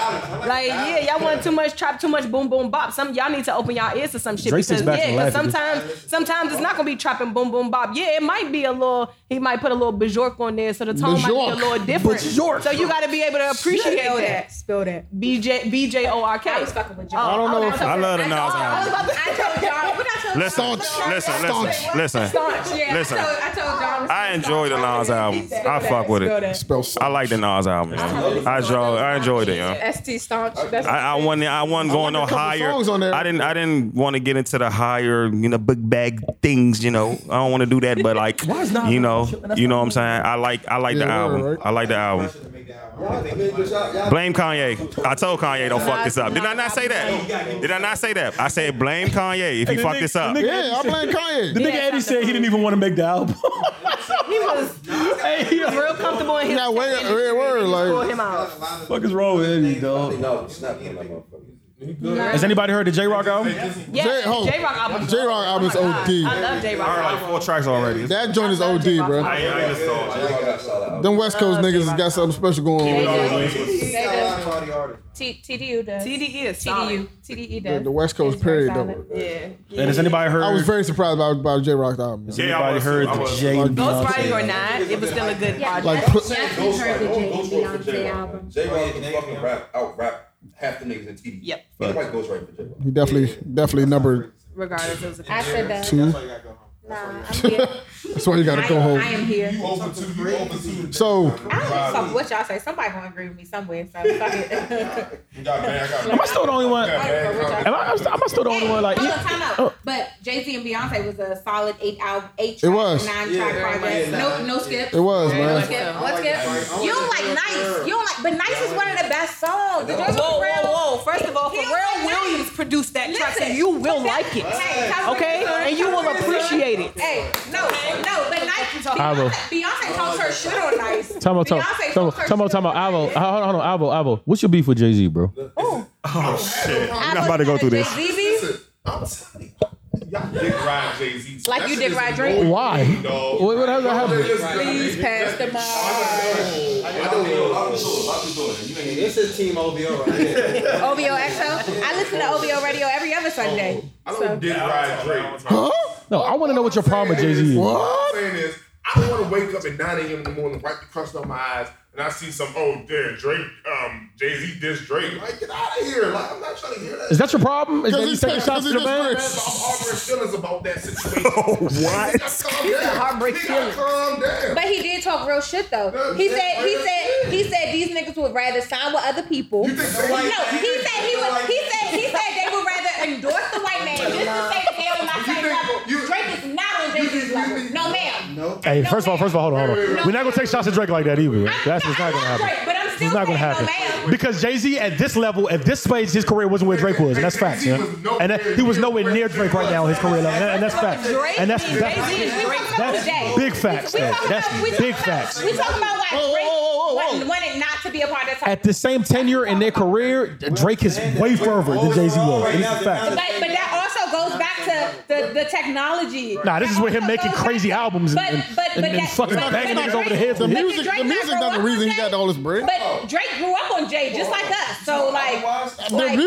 Speaker 7: like, yeah, y'all want too much trap, too much boom, boom, bop. Some y'all need to open y'all ears to some shit
Speaker 11: Drake
Speaker 7: because
Speaker 11: sits back and
Speaker 7: yeah, because
Speaker 11: laughs at this.
Speaker 7: sometimes, sometimes it's not gonna be trapping boom, boom, bop. Yeah, it might be a little. He might put a little Bjork on there, so the tone might
Speaker 2: Bjork.
Speaker 7: be a little different.
Speaker 2: Bjork.
Speaker 7: So you gotta be able to appreciate
Speaker 3: Spill
Speaker 7: that.
Speaker 3: that. Spill that.
Speaker 7: BJ, BJORK.
Speaker 3: I was fucking with you.
Speaker 2: I don't know
Speaker 7: Oh,
Speaker 2: if-
Speaker 7: okay.
Speaker 1: I love the Nas
Speaker 3: I was
Speaker 1: album.
Speaker 3: about to, I told y'all. What I told
Speaker 1: Listen,
Speaker 3: y'all?
Speaker 1: listen, listen, listen.
Speaker 3: Yeah,
Speaker 1: Listen.
Speaker 3: I told, I told y'all.
Speaker 1: I enjoy the Nas album. I fuck with it.
Speaker 2: Spell s-
Speaker 1: I like the Nas album. yo. I draw. I enjoyed it. yo.
Speaker 3: ST staunch. That's
Speaker 1: I, I wasn't. I wasn't going no
Speaker 2: a couple
Speaker 1: higher.
Speaker 2: songs on there.
Speaker 1: I didn't. I didn't want to get into the higher, you know, big bag things. You know, I don't want to do that. But like, you know, you know what I'm saying. I like. I like the
Speaker 2: Yeah,
Speaker 1: album.
Speaker 2: right.
Speaker 1: I like the album. Blame Kanye. I told Kanye don't fuck this up. Did I not say that? Did I not say that? I said blame Kanye if he
Speaker 11: the
Speaker 1: fuck
Speaker 11: nigga-
Speaker 1: this up.
Speaker 11: the nigga-
Speaker 2: Yeah, I blame
Speaker 11: The
Speaker 2: Kanye.
Speaker 11: nigga Eddie said he didn't even want to make the album.
Speaker 7: He was,
Speaker 11: hey, he
Speaker 7: he was real comfortable in his.
Speaker 2: Now, wait,
Speaker 7: industry.
Speaker 2: wait, word,
Speaker 7: He
Speaker 2: like-
Speaker 7: pulled him out.
Speaker 11: fuck is wrong with Eddie, dog?
Speaker 10: No, it's not him, that motherfucker.
Speaker 11: Has anybody heard the J Rock album?
Speaker 7: Yeah,
Speaker 2: J-Ho.
Speaker 7: J Rock album.
Speaker 2: J-Rock album's
Speaker 7: Oh my
Speaker 2: OD.
Speaker 7: God. I love J Rock.
Speaker 1: There are like four tracks already.
Speaker 2: That joint is OD, bro.
Speaker 1: I ain't- I ain't just saw it.
Speaker 10: J-Rock got solid album.
Speaker 14: E
Speaker 7: Oh,
Speaker 2: Them West Coast niggas has got something special going on.
Speaker 3: They just- Saudi artist. T- TDU does.
Speaker 7: E
Speaker 3: TDE is TDU. TDE
Speaker 2: The,
Speaker 3: E does.
Speaker 2: the West Coast period though.
Speaker 3: Yeah.
Speaker 5: And has anybody heard?
Speaker 2: I was very surprised by, by J Rock's album.
Speaker 5: Has anybody heard the Jay and
Speaker 7: Ghost
Speaker 5: Beyonce?
Speaker 7: Rider or not, it was still a good project.
Speaker 2: Like,
Speaker 7: That's-
Speaker 2: put-
Speaker 7: that's-
Speaker 10: Ghost
Speaker 7: heard
Speaker 10: Rider,
Speaker 7: the Jay
Speaker 10: Ghost Rider for
Speaker 7: Beyonce
Speaker 10: J Rock.
Speaker 7: album.
Speaker 10: J Rock can fucking rap, out rap half the niggas in TV. Yep. Ain't nobody Ghost Rider for J Rock.
Speaker 2: He definitely definitely number
Speaker 7: Regardless, it was a
Speaker 3: After that.
Speaker 2: two.
Speaker 3: Nah, I'm here.
Speaker 2: That's why you gotta go
Speaker 3: I-
Speaker 2: home.
Speaker 3: I am here.
Speaker 2: So
Speaker 3: I don't give a fuck what y'all say. Somebody gonna agree with me somewhere. So fuck it.
Speaker 5: Am I still the only one?
Speaker 3: I don't care what y'all
Speaker 5: Am I, am I still the only one? Like,
Speaker 3: Hold on, time out. But Jay Z and Beyonce was a solid eight album, eight
Speaker 2: It
Speaker 3: track,
Speaker 2: was.
Speaker 3: nine
Speaker 2: Yeah,
Speaker 3: track project.
Speaker 2: yeah,
Speaker 3: No,
Speaker 2: nah.
Speaker 3: no skip.
Speaker 2: It was,
Speaker 3: no
Speaker 2: man.
Speaker 3: skip. What skip? You don't like nice. You don't like, but nice is one of the best songs. The Drake
Speaker 7: Whoa,
Speaker 3: was real-
Speaker 7: whoa, whoa. First of all,
Speaker 3: He don't
Speaker 7: Pharrell
Speaker 3: like
Speaker 7: Williams
Speaker 3: Nice.
Speaker 7: produced that track, so
Speaker 3: Listen,
Speaker 7: you will like it.
Speaker 3: Hey, Tyler,
Speaker 7: Okay?
Speaker 3: son,
Speaker 7: And you will
Speaker 3: Tyler, son.
Speaker 7: appreciate it.
Speaker 3: Hey, no, no, but nice.
Speaker 11: I will.
Speaker 3: Beyonce, Beyonce talks her shit on nice.
Speaker 11: Time out, time
Speaker 3: Beyonce
Speaker 11: out, time
Speaker 3: talks
Speaker 11: out,
Speaker 3: her
Speaker 11: time out, time out. Avo, hold on, hold on, Avo, Avo. What's your beef with Jay Z, bro?
Speaker 1: Oh shit! I'm about to go through this.
Speaker 3: Listen,
Speaker 9: I'm telling you, y'all dick ride Jay Z.
Speaker 7: Like you dick ride Drake?
Speaker 11: Why? What, what has that happened?
Speaker 7: Please pass them on.
Speaker 20: This is Team OVO right here.
Speaker 3: OVO XO. I listen to OVO radio every other Sunday. So.
Speaker 9: Dick ride Drake.
Speaker 11: Huh? No, I want to know what your problem with Jay Z is.
Speaker 9: What I'm saying is, I don't want to wake up at 9 a.m. in the morning, wipe the crust on my eyes, and I see some, oh, there, Drake, um, Jay Z diss Drake. Like, get out of here. Like, I'm not trying to hear that.
Speaker 11: Is that your problem? Is that
Speaker 9: Because
Speaker 11: you
Speaker 9: he's
Speaker 11: taking shots to the
Speaker 9: Man,
Speaker 11: man?
Speaker 9: I'm harboring feelings about that situation.
Speaker 1: what?
Speaker 9: It's
Speaker 3: a heartbreak
Speaker 9: feeling. Calm down.
Speaker 3: But he did talk real shit though. He said he said he said these niggas would rather sign with other people. No, he said he would he said he said they would rather endorse the white man just to say that they're on my same level. Drake is not on Jay-Z's level. No ma'am.
Speaker 11: Nope. Hey, first of all, first of all, hold on, hold on. We're not gonna take shots at Drake like that either. That's just not gonna
Speaker 3: Drake, but I'm
Speaker 11: happen.
Speaker 3: still
Speaker 11: It's not gonna
Speaker 3: saying no
Speaker 11: happen because Jay Z at this level, at this stage, his career wasn't where Drake was, and that's facts. Yeah? And that, he was nowhere near Drake right now in his career, level, and, that- and that's facts. And that's,
Speaker 3: Drake
Speaker 11: that's,
Speaker 3: is Drake.
Speaker 11: that's big facts.
Speaker 3: We
Speaker 11: man.
Speaker 3: talking about- we
Speaker 11: That's
Speaker 3: talking
Speaker 11: big
Speaker 3: about-
Speaker 11: facts.
Speaker 3: We talking about why Drake wanted- wanted not to be a part of the
Speaker 11: At the same tenure in their career, Drake is way further than Jay Z was. This is
Speaker 3: But,
Speaker 11: facts.
Speaker 3: but that also goes back to the, the technology.
Speaker 11: Nah, this is with him making crazy albums and, and,
Speaker 3: but-
Speaker 11: and,
Speaker 3: but that-
Speaker 11: fucking
Speaker 3: but-
Speaker 11: banging
Speaker 3: but
Speaker 11: niggas over the
Speaker 3: Drake-
Speaker 11: head.
Speaker 2: the
Speaker 11: with it.
Speaker 2: music, the music not the reason he got all this bread.
Speaker 3: But Drake grew up on Jay just like us. So like, like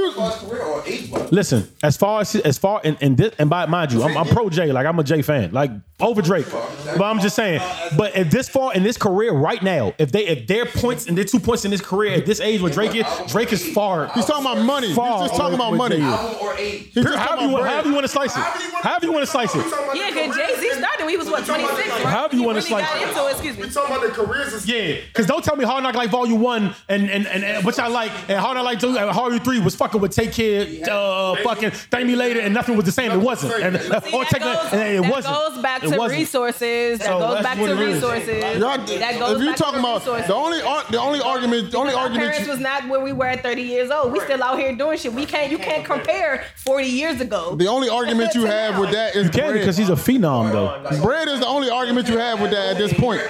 Speaker 11: Listen, as far as as far and and, this, and by mind you, I'm, I'm pro Jay. Like I'm a Jay fan. Like over Drake, but I'm just saying. But at this far in this career right now, if they if their points and their two points in this career at this age where Drake is, Drake is far. He's
Speaker 2: talking about money. He's just talking about money. Album
Speaker 10: or eight.
Speaker 2: He's just
Speaker 11: however
Speaker 2: talking
Speaker 11: you want,
Speaker 2: about
Speaker 11: however you want to slice it. However you want to slice it.
Speaker 7: Yeah, because Jay Z started when he was what, 26? Right?
Speaker 11: However you
Speaker 7: He
Speaker 11: wanna
Speaker 7: really
Speaker 11: slice
Speaker 7: got
Speaker 11: it.
Speaker 7: into it, excuse me.
Speaker 9: talking about the careers.
Speaker 11: Yeah, because don't tell me Hard Knock Like Volume One and and, and, and which I like and Hard Knock Like Two and Hard Knock Three was fucking with Take Care, uh, fucking Thank Me Later, and nothing was the same. It wasn't. And,
Speaker 7: See,
Speaker 11: uh, or
Speaker 7: that
Speaker 11: Take Me-
Speaker 7: goes-
Speaker 11: and it
Speaker 7: that
Speaker 11: wasn't.
Speaker 7: goes back
Speaker 11: It
Speaker 7: to
Speaker 11: wasn't.
Speaker 7: resources. That
Speaker 11: So
Speaker 7: goes
Speaker 11: that's
Speaker 7: back
Speaker 11: what
Speaker 7: to
Speaker 11: it is.
Speaker 7: resources.
Speaker 2: Y'all-
Speaker 7: That goes
Speaker 2: if you
Speaker 7: back
Speaker 2: talking
Speaker 7: to
Speaker 2: about
Speaker 7: resources.
Speaker 2: the only ar- the only argument, the only
Speaker 7: Because Our
Speaker 2: argument,
Speaker 7: parents
Speaker 2: you,
Speaker 7: was not where we were at 30 years old. We still out here doing shit. We can't. You can't compare 40 years ago.
Speaker 2: the only argument you have with that is
Speaker 11: You can
Speaker 2: bread.
Speaker 11: because he's a phenom though.
Speaker 2: bread is the only argument you have with that at this point.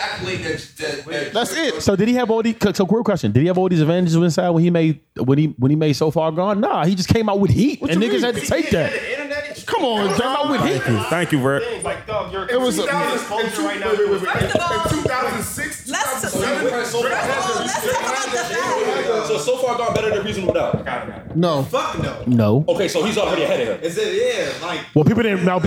Speaker 2: That's it.
Speaker 11: So did he have all these? So real question: Did he have all these advantages inside when he made when he when he made So Far Gone? Nah, he just came out with heat, and
Speaker 2: you
Speaker 11: niggas
Speaker 2: mean?
Speaker 11: had to take that.
Speaker 2: Come on,
Speaker 11: Came out with heat.
Speaker 1: Thank you, thank you, Rick.
Speaker 12: Like, dog, you're
Speaker 2: It was a-
Speaker 12: exposure right now.
Speaker 17: First of all,
Speaker 9: 2006,
Speaker 17: let's let's
Speaker 9: 2007,
Speaker 17: talk
Speaker 9: Drake
Speaker 17: about
Speaker 9: has
Speaker 17: let's talk about the fact.
Speaker 10: So so far gone better than reasonable doubt.
Speaker 2: No.
Speaker 20: Fuck no.
Speaker 11: No.
Speaker 10: Okay, so he's already ahead of him.
Speaker 20: Is it? Yeah. Like
Speaker 11: Well, people didn't now.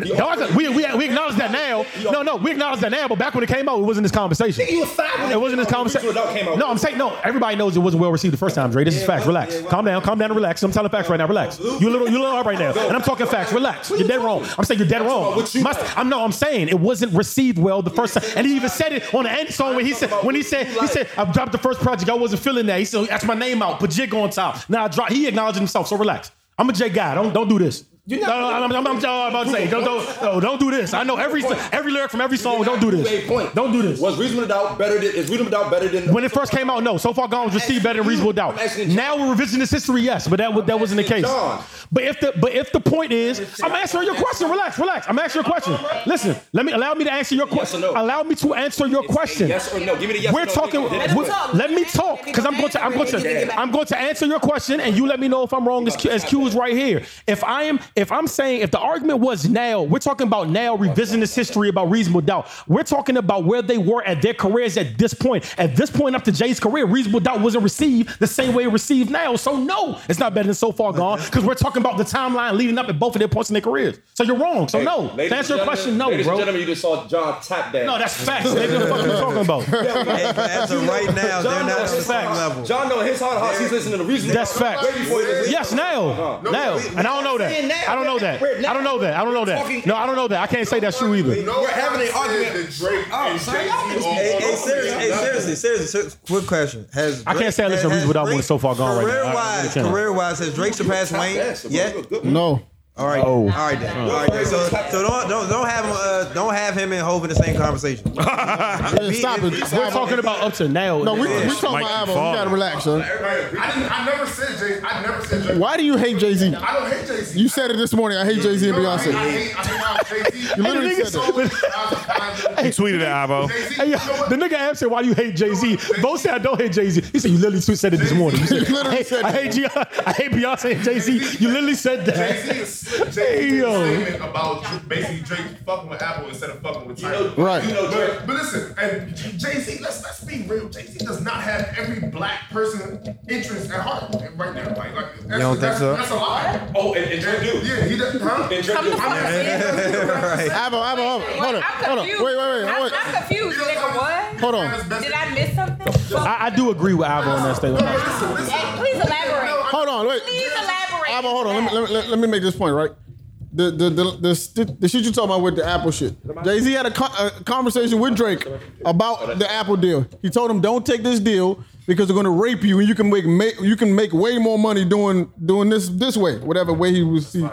Speaker 11: We, we, we acknowledge that now. No, no, we acknowledge that now. But back when it came out, it wasn't this conversation.
Speaker 10: Nigga, you was five when
Speaker 11: It wasn't this
Speaker 10: it came out.
Speaker 11: conversation.
Speaker 10: Reasonable Doubt came out.
Speaker 11: No, I'm saying no. Everybody knows it wasn't well received the first time, Dre. This is facts. Relax. calm down. Calm down. and Relax. I'm telling facts right now. Relax. You little, you little hard right now. And I'm talking facts. Relax. You're dead wrong. I'm saying you're dead wrong. My, I'm no. I'm saying it wasn't received well the first time. And he even said it on the end song when he said when he said he said I dropped the first project. I wasn't feeling that. He said that's my name out. Put jig on top. Now I drop. He acknowledged himself. So relax. I'm a J guy. Don't don't do this. No, no, I'm, I'm, I'm, I'm about to say, don't, don't, no, don't do this. I know every every lyric from every song. Don't do
Speaker 10: Eight
Speaker 11: this.
Speaker 10: point.
Speaker 11: Don't do this.
Speaker 10: Was reasonable doubt better than is reasonable doubt better than
Speaker 11: When it first came out, no. So far gone was received better than reasonable doubt. Now we're revisionist history, yes, but that wa- that wasn't the case.
Speaker 10: John.
Speaker 11: But if the but if the point is, I'm answering your question. Relax, relax. I'm asking your question. Listen, let me allow me to answer your question. Allow me to answer your question.
Speaker 10: yes or no? Give me the yes
Speaker 11: We're
Speaker 10: or no.
Speaker 11: talking.
Speaker 10: Nigga,
Speaker 11: Let,
Speaker 10: did it.
Speaker 11: me talk because I'm going to. I'm going to. I'm going to answer your question, and you let me know if I'm wrong. As, Q- as Q is right here. If I am, if I'm saying if the argument was now, we're talking about now revisionist history about reasonable doubt. We're talking about where they were at their careers at this point. At this point up to Jay's career, reasonable doubt wasn't received the same way it received now. So no, it's not better than so far gone because we're talking about the timeline leading up at both of their points in their careers. So you're wrong. So
Speaker 10: Hey,
Speaker 11: no,
Speaker 10: ladies
Speaker 11: to answer
Speaker 10: and
Speaker 11: your question,
Speaker 10: gentlemen-
Speaker 11: no,
Speaker 10: ladies
Speaker 11: bro.
Speaker 10: and gentlemen, you just saw John tap that.
Speaker 11: No, that's facts. Nigga, what the fuck you talking about?
Speaker 10: As of right now, they're not on the same level. John know his hard heart. He's listening to reason.
Speaker 11: That's facts.
Speaker 10: Way before he was-
Speaker 11: Yes, now.
Speaker 10: No,
Speaker 11: Now.
Speaker 10: we-
Speaker 11: And I don't know
Speaker 10: saying
Speaker 11: that.
Speaker 10: now.
Speaker 11: I don't know that.
Speaker 10: We're now.
Speaker 11: I don't know that. I don't know
Speaker 10: talking-
Speaker 11: that. No, I don't know that. I can't say that's true either.
Speaker 9: We're having an argument. Drake oh, and Jay Z
Speaker 14: Hey, hey, seriously, hey, seriously, seriously, ser- Quick question: Has
Speaker 11: I can't say I listen to Reasonable Doubt when it's so far gone right now.
Speaker 14: career
Speaker 11: I- I really
Speaker 14: wise,
Speaker 11: can't.
Speaker 14: career wise, has Drake surpassed Wayne yet?
Speaker 2: No.
Speaker 14: All right.
Speaker 11: Oh.
Speaker 14: All right then. All right. Then. So, so don't don't don't have him uh, don't have him and Hov in the same conversation.
Speaker 11: Stop it. We're talking about up to now.
Speaker 14: No, we- we
Speaker 2: talking about album. You gotta relax, son.
Speaker 9: Everybody, I, didn't, I never said Jay. I never said Jay.
Speaker 2: Why do you hate Jay Z?
Speaker 9: I don't hate Jay Z.
Speaker 2: You said it this morning. I hate Jay Z and Beyonce.
Speaker 9: I hate, I hate how Jay Z.
Speaker 2: You literally said that.
Speaker 1: He tweeted it, Ivo.
Speaker 11: Hey, yo, the nigga asked him, why do you hate Jay-Z? Both said, I don't hate Jay-Z. He said, you literally said it this morning. You said, I hate, I hate, G- I hate Beyonce and Jay-Z. You literally said
Speaker 9: Jay
Speaker 11: that.
Speaker 9: Z is slick.
Speaker 11: Hey,
Speaker 9: Jay Z
Speaker 11: yo.
Speaker 9: statement about Dr- basically Drake fucking with Apple instead of fucking with Title.
Speaker 2: Right. you know
Speaker 9: but, but listen, and Jay Z, let's let's be real. Jay Z does not have every black person interest at heart right now. Like, like that's,
Speaker 14: You don't think
Speaker 9: that's,
Speaker 14: so?
Speaker 9: That's a lie.
Speaker 10: Oh, and, and Drake do.
Speaker 9: Yeah, he does. Huh?
Speaker 10: And Drake do.
Speaker 2: Avo, Avo, Avo, hold on, hold on, wait, wait, wait, hold on.
Speaker 3: I'm confused, nigga. What?
Speaker 2: Hold on.
Speaker 3: Did I miss something?
Speaker 11: I, I do agree with Ivo on that statement.
Speaker 3: Ah, Hey, please elaborate.
Speaker 2: Hold on, wait.
Speaker 3: Please elaborate.
Speaker 2: Ivo, hold on. Let me, let, me, let, me make this point, right? The the, the, the, st- the shit you talking about with the Apple shit. Jay Z had a, co- a conversation with Drake about the Apple deal. He told him, "Don't take this deal because they're going to rape you, and you can make, make you can make way more money doing doing this this way, whatever way he was." He,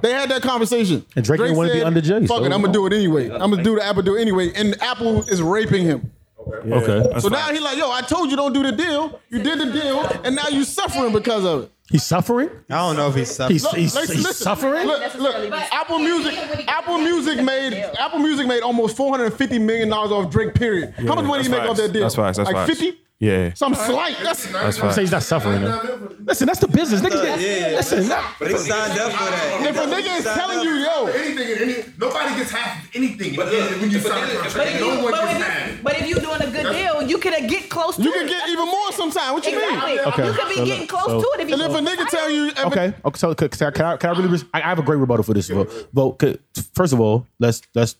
Speaker 2: they had that conversation.
Speaker 11: And Drake didn't wanna be
Speaker 2: said,
Speaker 11: under Jay,
Speaker 2: Fuck
Speaker 11: so-
Speaker 2: it, I'm gonna do it anyway. I'm gonna do the Apple deal anyway, and Apple is raping him.
Speaker 11: Okay.
Speaker 2: so now he like, yo, I told you don't do the deal. You did the deal, and now you suffering because of it.
Speaker 11: He's suffering?
Speaker 14: I don't know if he's suffering.
Speaker 11: He's- he's-
Speaker 2: listen,
Speaker 11: he's
Speaker 2: listen.
Speaker 11: suffering?
Speaker 2: Look, look, Apple Music, Apple Music made Apple Music made almost four hundred fifty million dollars off Drake. Period. How much money
Speaker 1: That's
Speaker 2: you make
Speaker 1: facts.
Speaker 2: off that deal?
Speaker 1: That's facts. That's
Speaker 2: like
Speaker 1: facts.
Speaker 2: fifty.
Speaker 1: Yeah.
Speaker 2: Some slight. That's,
Speaker 1: That's
Speaker 11: I'm
Speaker 1: facts.
Speaker 11: saying he's not suffering. though. Listen, that's the business. Niggas, get- listen, that-
Speaker 14: But he signed up for that.
Speaker 2: If a nigga is telling you, yo,
Speaker 9: Anything, and any, nobody gets half of anything but, when you sign a
Speaker 7: But
Speaker 9: contract.
Speaker 7: if,
Speaker 9: No
Speaker 7: you,
Speaker 9: one
Speaker 7: but,
Speaker 9: gets
Speaker 7: if
Speaker 9: half.
Speaker 7: you, but if you're doing a good deal, you could get close to
Speaker 2: you
Speaker 7: it.
Speaker 2: can get even more sometimes. What you
Speaker 7: Exactly.
Speaker 2: mean?
Speaker 11: Okay,
Speaker 7: You could be
Speaker 11: so
Speaker 7: getting
Speaker 11: look,
Speaker 7: close
Speaker 11: so-
Speaker 7: to it if you
Speaker 2: And if a nigga tell you, if a-
Speaker 11: Okay. Okay. So could- can I, can I, can I really? res- I, I have a great rebuttal for this vote. Vote. could- First of all, let's let's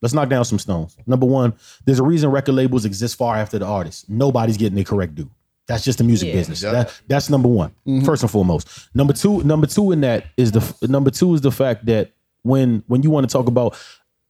Speaker 11: let's knock down some stones. Number one, there's a reason record labels exist far after the artist. Nobody's getting their correct due. That's just the music
Speaker 7: Yeah.
Speaker 11: business. That, that's number one, first and foremost. Number two. Number two in that is the f- number two is the fact that when when you want to talk about,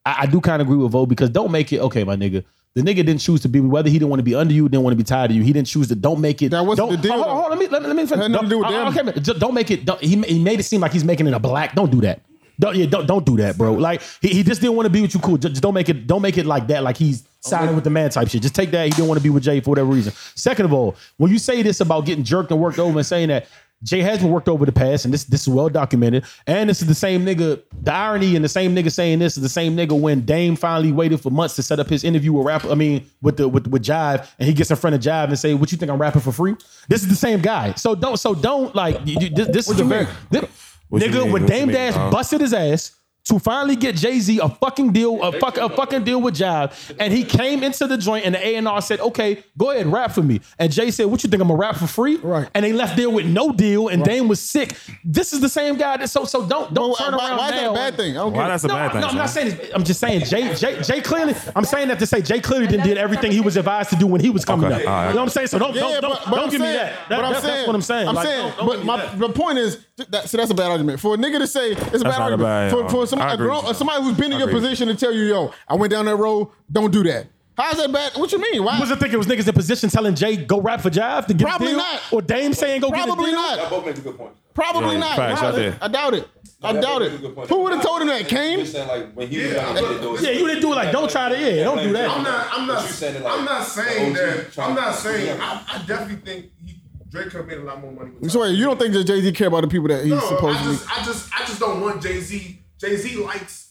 Speaker 11: I, I do kind of agree with Vote because don't make it okay, my nigga. The nigga didn't choose to be whether he didn't want to be under you, didn't want to be tied to you. He didn't choose to. Don't make it. That
Speaker 2: wasn't
Speaker 11: don't,
Speaker 2: the deal,
Speaker 11: Hold, hold, hold, let me let me let me finish.
Speaker 2: Had nothing to do with
Speaker 11: I- I-
Speaker 2: them.
Speaker 11: okay, but just don't make it. Don't, he, ma- he made it seem like he's making it a black. Don't do that. Don't yeah. Don't don't do that, bro. Like he, he just didn't want to be with you. Cool. Just, just don't make it. Don't make it like that. Like he's siding with the man type shit. Just take that. He didn't want to be with Jay for whatever reason. Second of all, when you say this about getting jerked and worked over and saying that. Jay has been worked over the past, and this this is well documented. And this is the same nigga. The irony and the same nigga saying this is the same nigga when Dame finally waited for months to set up his interview with rapper. I mean, with the with with Jive, and he gets in front of Jive and say, "What you think I'm rapping for free?" This is the same guy. So don't so don't like you, you- this, this is a very thi-
Speaker 1: What you
Speaker 11: nigga
Speaker 1: mean? What
Speaker 11: when
Speaker 1: you
Speaker 11: Dame
Speaker 1: mean, Uh-huh.
Speaker 11: Dash
Speaker 1: dog?
Speaker 11: busted his ass to finally get Jay Z a fucking deal, a, fuck, a fucking deal with Jive, and he came into the joint and the A and R said, "Okay, go ahead, rap for me." And Jay said, "What you think I'm gonna rap for free?" Right. And they left there with no deal, and Dame was sick. This is the same guy that so so don't don't turn
Speaker 2: why-
Speaker 11: around
Speaker 2: why is that a
Speaker 11: now
Speaker 2: bad thing? I don't
Speaker 1: Why
Speaker 2: get it.
Speaker 1: that's a
Speaker 11: no,
Speaker 1: bad thing.
Speaker 11: no, I'm
Speaker 1: son.
Speaker 11: not saying. This, I'm just saying. Jay, Jay, Jay clearly. I'm saying that to say Jay clearly didn't did everything he was advised to do when he was coming
Speaker 1: Okay,
Speaker 11: up.
Speaker 1: all right.
Speaker 11: You know what I'm saying? So don't
Speaker 2: Yeah,
Speaker 11: don't don't,
Speaker 2: but- but
Speaker 11: don't
Speaker 2: I'm
Speaker 11: give
Speaker 2: saying-
Speaker 11: me that. That-
Speaker 2: but I'm
Speaker 11: that's,
Speaker 2: saying-
Speaker 11: that's what I'm saying.
Speaker 2: I'm
Speaker 11: Like,
Speaker 2: saying,
Speaker 11: don't- don't
Speaker 2: but
Speaker 11: give me
Speaker 2: my
Speaker 11: that.
Speaker 2: the point is, th- that, so that's a bad argument for a nigga to say it's a bad
Speaker 1: not a
Speaker 2: argument
Speaker 1: bad
Speaker 2: for, for
Speaker 1: argument.
Speaker 2: some,
Speaker 1: I
Speaker 2: a
Speaker 1: agree
Speaker 2: grown,
Speaker 1: with you.
Speaker 2: somebody who's been in
Speaker 1: I
Speaker 2: your
Speaker 1: agree with
Speaker 2: position to tell you, yo, I went down that road, don't do that. How's that bad? What you mean? Why?
Speaker 11: You wasn't thinking it was niggas in position telling Jay go rap for Jive to get
Speaker 2: Probably
Speaker 11: a deal,
Speaker 2: not.
Speaker 11: or Dame saying go get a
Speaker 2: Probably
Speaker 11: deal.
Speaker 10: Y'all
Speaker 2: not.
Speaker 10: both make a good point.
Speaker 2: Probably
Speaker 1: Yeah,
Speaker 2: not.
Speaker 1: facts,
Speaker 2: Why?
Speaker 1: I did.
Speaker 2: I doubt it. I
Speaker 10: Y'all
Speaker 2: doubt
Speaker 10: both
Speaker 2: it.
Speaker 10: make a good point.
Speaker 2: Who would have told him that? Kane?
Speaker 10: You're saying like when he was young, he didn't do it.
Speaker 11: Yeah, you didn't do it. Like don't try to. Yeah, don't do
Speaker 9: I'm
Speaker 11: that.
Speaker 9: not. I'm
Speaker 10: But
Speaker 9: not.
Speaker 10: you saying it like
Speaker 9: I'm not saying
Speaker 10: the OG
Speaker 9: that. I'm not
Speaker 10: trying to-
Speaker 9: saying. I, I definitely think he, Drake could have made a lot more money. with
Speaker 2: So wait, you don't think that Jay Z care about the people that he's
Speaker 9: No, I
Speaker 2: supposedly?
Speaker 9: just, I just, I just don't want Jay Z. Jay Z likes.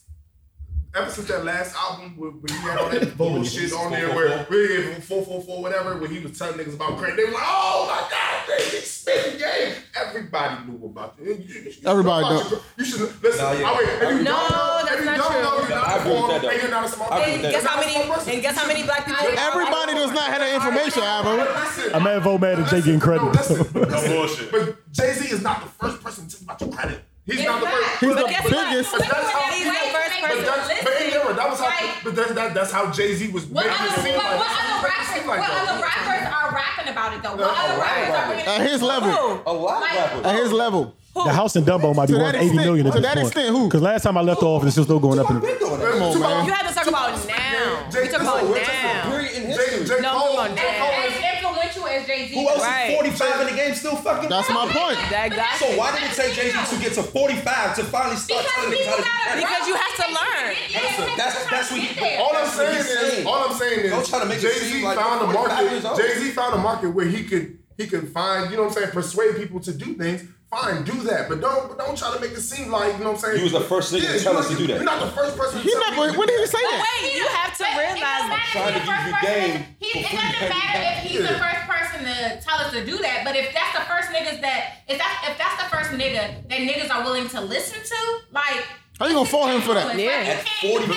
Speaker 9: Ever since that last album, where, where he had all that bullshit on there, where yeah, four four four whatever, when he was telling niggas about crack, they were like, "Oh my God, Jay Z spitting game." Everybody knew about it. You- you- you-
Speaker 2: Everybody
Speaker 9: you-
Speaker 2: don't.
Speaker 9: You should listen.
Speaker 2: Nah, yeah.
Speaker 9: I mean, if you
Speaker 5: No,
Speaker 9: don't know,
Speaker 5: that's
Speaker 9: if you
Speaker 5: not
Speaker 9: don't
Speaker 5: true.
Speaker 9: know, you're not
Speaker 5: I agree with
Speaker 9: informed,
Speaker 5: that, though.
Speaker 9: and you're not a smart
Speaker 5: And
Speaker 9: person.
Speaker 5: guess how many-
Speaker 9: You're not a smart person.
Speaker 5: and guess how many black people-
Speaker 2: Everybody does not have that information, Abo.
Speaker 11: I'm mad vote mad at Jay getting credit.
Speaker 9: But Jay Z is not the first person to talk about your credit. He's not the first.
Speaker 11: He's But the guess what? biggest.
Speaker 9: But that's how
Speaker 3: We were that
Speaker 9: But
Speaker 3: race
Speaker 9: that's-
Speaker 3: race
Speaker 9: but in
Speaker 3: listen,
Speaker 9: era, that was how.
Speaker 3: right?
Speaker 9: But that's that, that's how Jay Z was
Speaker 3: What
Speaker 9: making
Speaker 3: other,
Speaker 9: it seem
Speaker 3: what,
Speaker 9: like.
Speaker 3: what other
Speaker 9: like
Speaker 3: rappers? what
Speaker 9: that.
Speaker 3: other rappers are rapping about it though?
Speaker 9: No,
Speaker 3: What other
Speaker 9: a lot of
Speaker 3: rappers are
Speaker 9: rappers.
Speaker 3: bringing
Speaker 2: At his level.
Speaker 3: A lot
Speaker 2: Like,
Speaker 3: rappers.
Speaker 2: At his level.
Speaker 11: The house in Dumbo might be
Speaker 2: To that
Speaker 11: worth 80
Speaker 2: extent-
Speaker 11: million at
Speaker 2: to
Speaker 11: this
Speaker 2: that
Speaker 11: point.
Speaker 2: extent, who?
Speaker 11: Because last time I left the office, it was still going up. in the-
Speaker 9: Come on, man.
Speaker 5: You have to talk about now. We talk about now.
Speaker 9: Jay
Speaker 5: No,
Speaker 9: Cole-
Speaker 5: come on,
Speaker 9: Jay
Speaker 5: Jay.
Speaker 9: Cole-
Speaker 3: As influential as Jay Z.
Speaker 10: Who else
Speaker 5: Right.
Speaker 10: is 45 in the game still fucking?
Speaker 2: That's my point.
Speaker 10: So why did it take Jay Z to get to 45 to finally start telling me how to do that?
Speaker 5: Because you have to learn.
Speaker 10: That's that's that's what you.
Speaker 9: All I'm
Speaker 10: that's what
Speaker 9: saying
Speaker 10: he's
Speaker 9: is, all I'm saying
Speaker 10: Don't
Speaker 9: is,
Speaker 10: try to make
Speaker 9: Jay
Speaker 10: it
Speaker 9: Z
Speaker 10: seem like
Speaker 9: found a
Speaker 10: 45 years
Speaker 9: market.
Speaker 10: old.
Speaker 9: Jay Z found a market where he could he could find, you know what I'm saying, persuade people to do things. Fine, do that, but don't but don't try to make it seem like you know what I'm saying.
Speaker 21: You was the first nigga to
Speaker 9: Yeah,
Speaker 21: tell
Speaker 9: you-
Speaker 21: us to do that.
Speaker 9: You're not the first person. to
Speaker 2: He
Speaker 9: tell
Speaker 2: not
Speaker 9: me
Speaker 2: going.
Speaker 9: to
Speaker 2: When
Speaker 9: do
Speaker 2: did he
Speaker 9: that.
Speaker 2: say that?
Speaker 5: Oh, Wait, you have to realize.
Speaker 3: Trying to give you game. He, it
Speaker 10: free.
Speaker 3: doesn't matter if he's the first person to tell us to do that, but if that's the first niggas that if that's if that's the first nigga that niggas are willing to listen to, like
Speaker 2: How you gonna fault him for that?
Speaker 3: Yeah.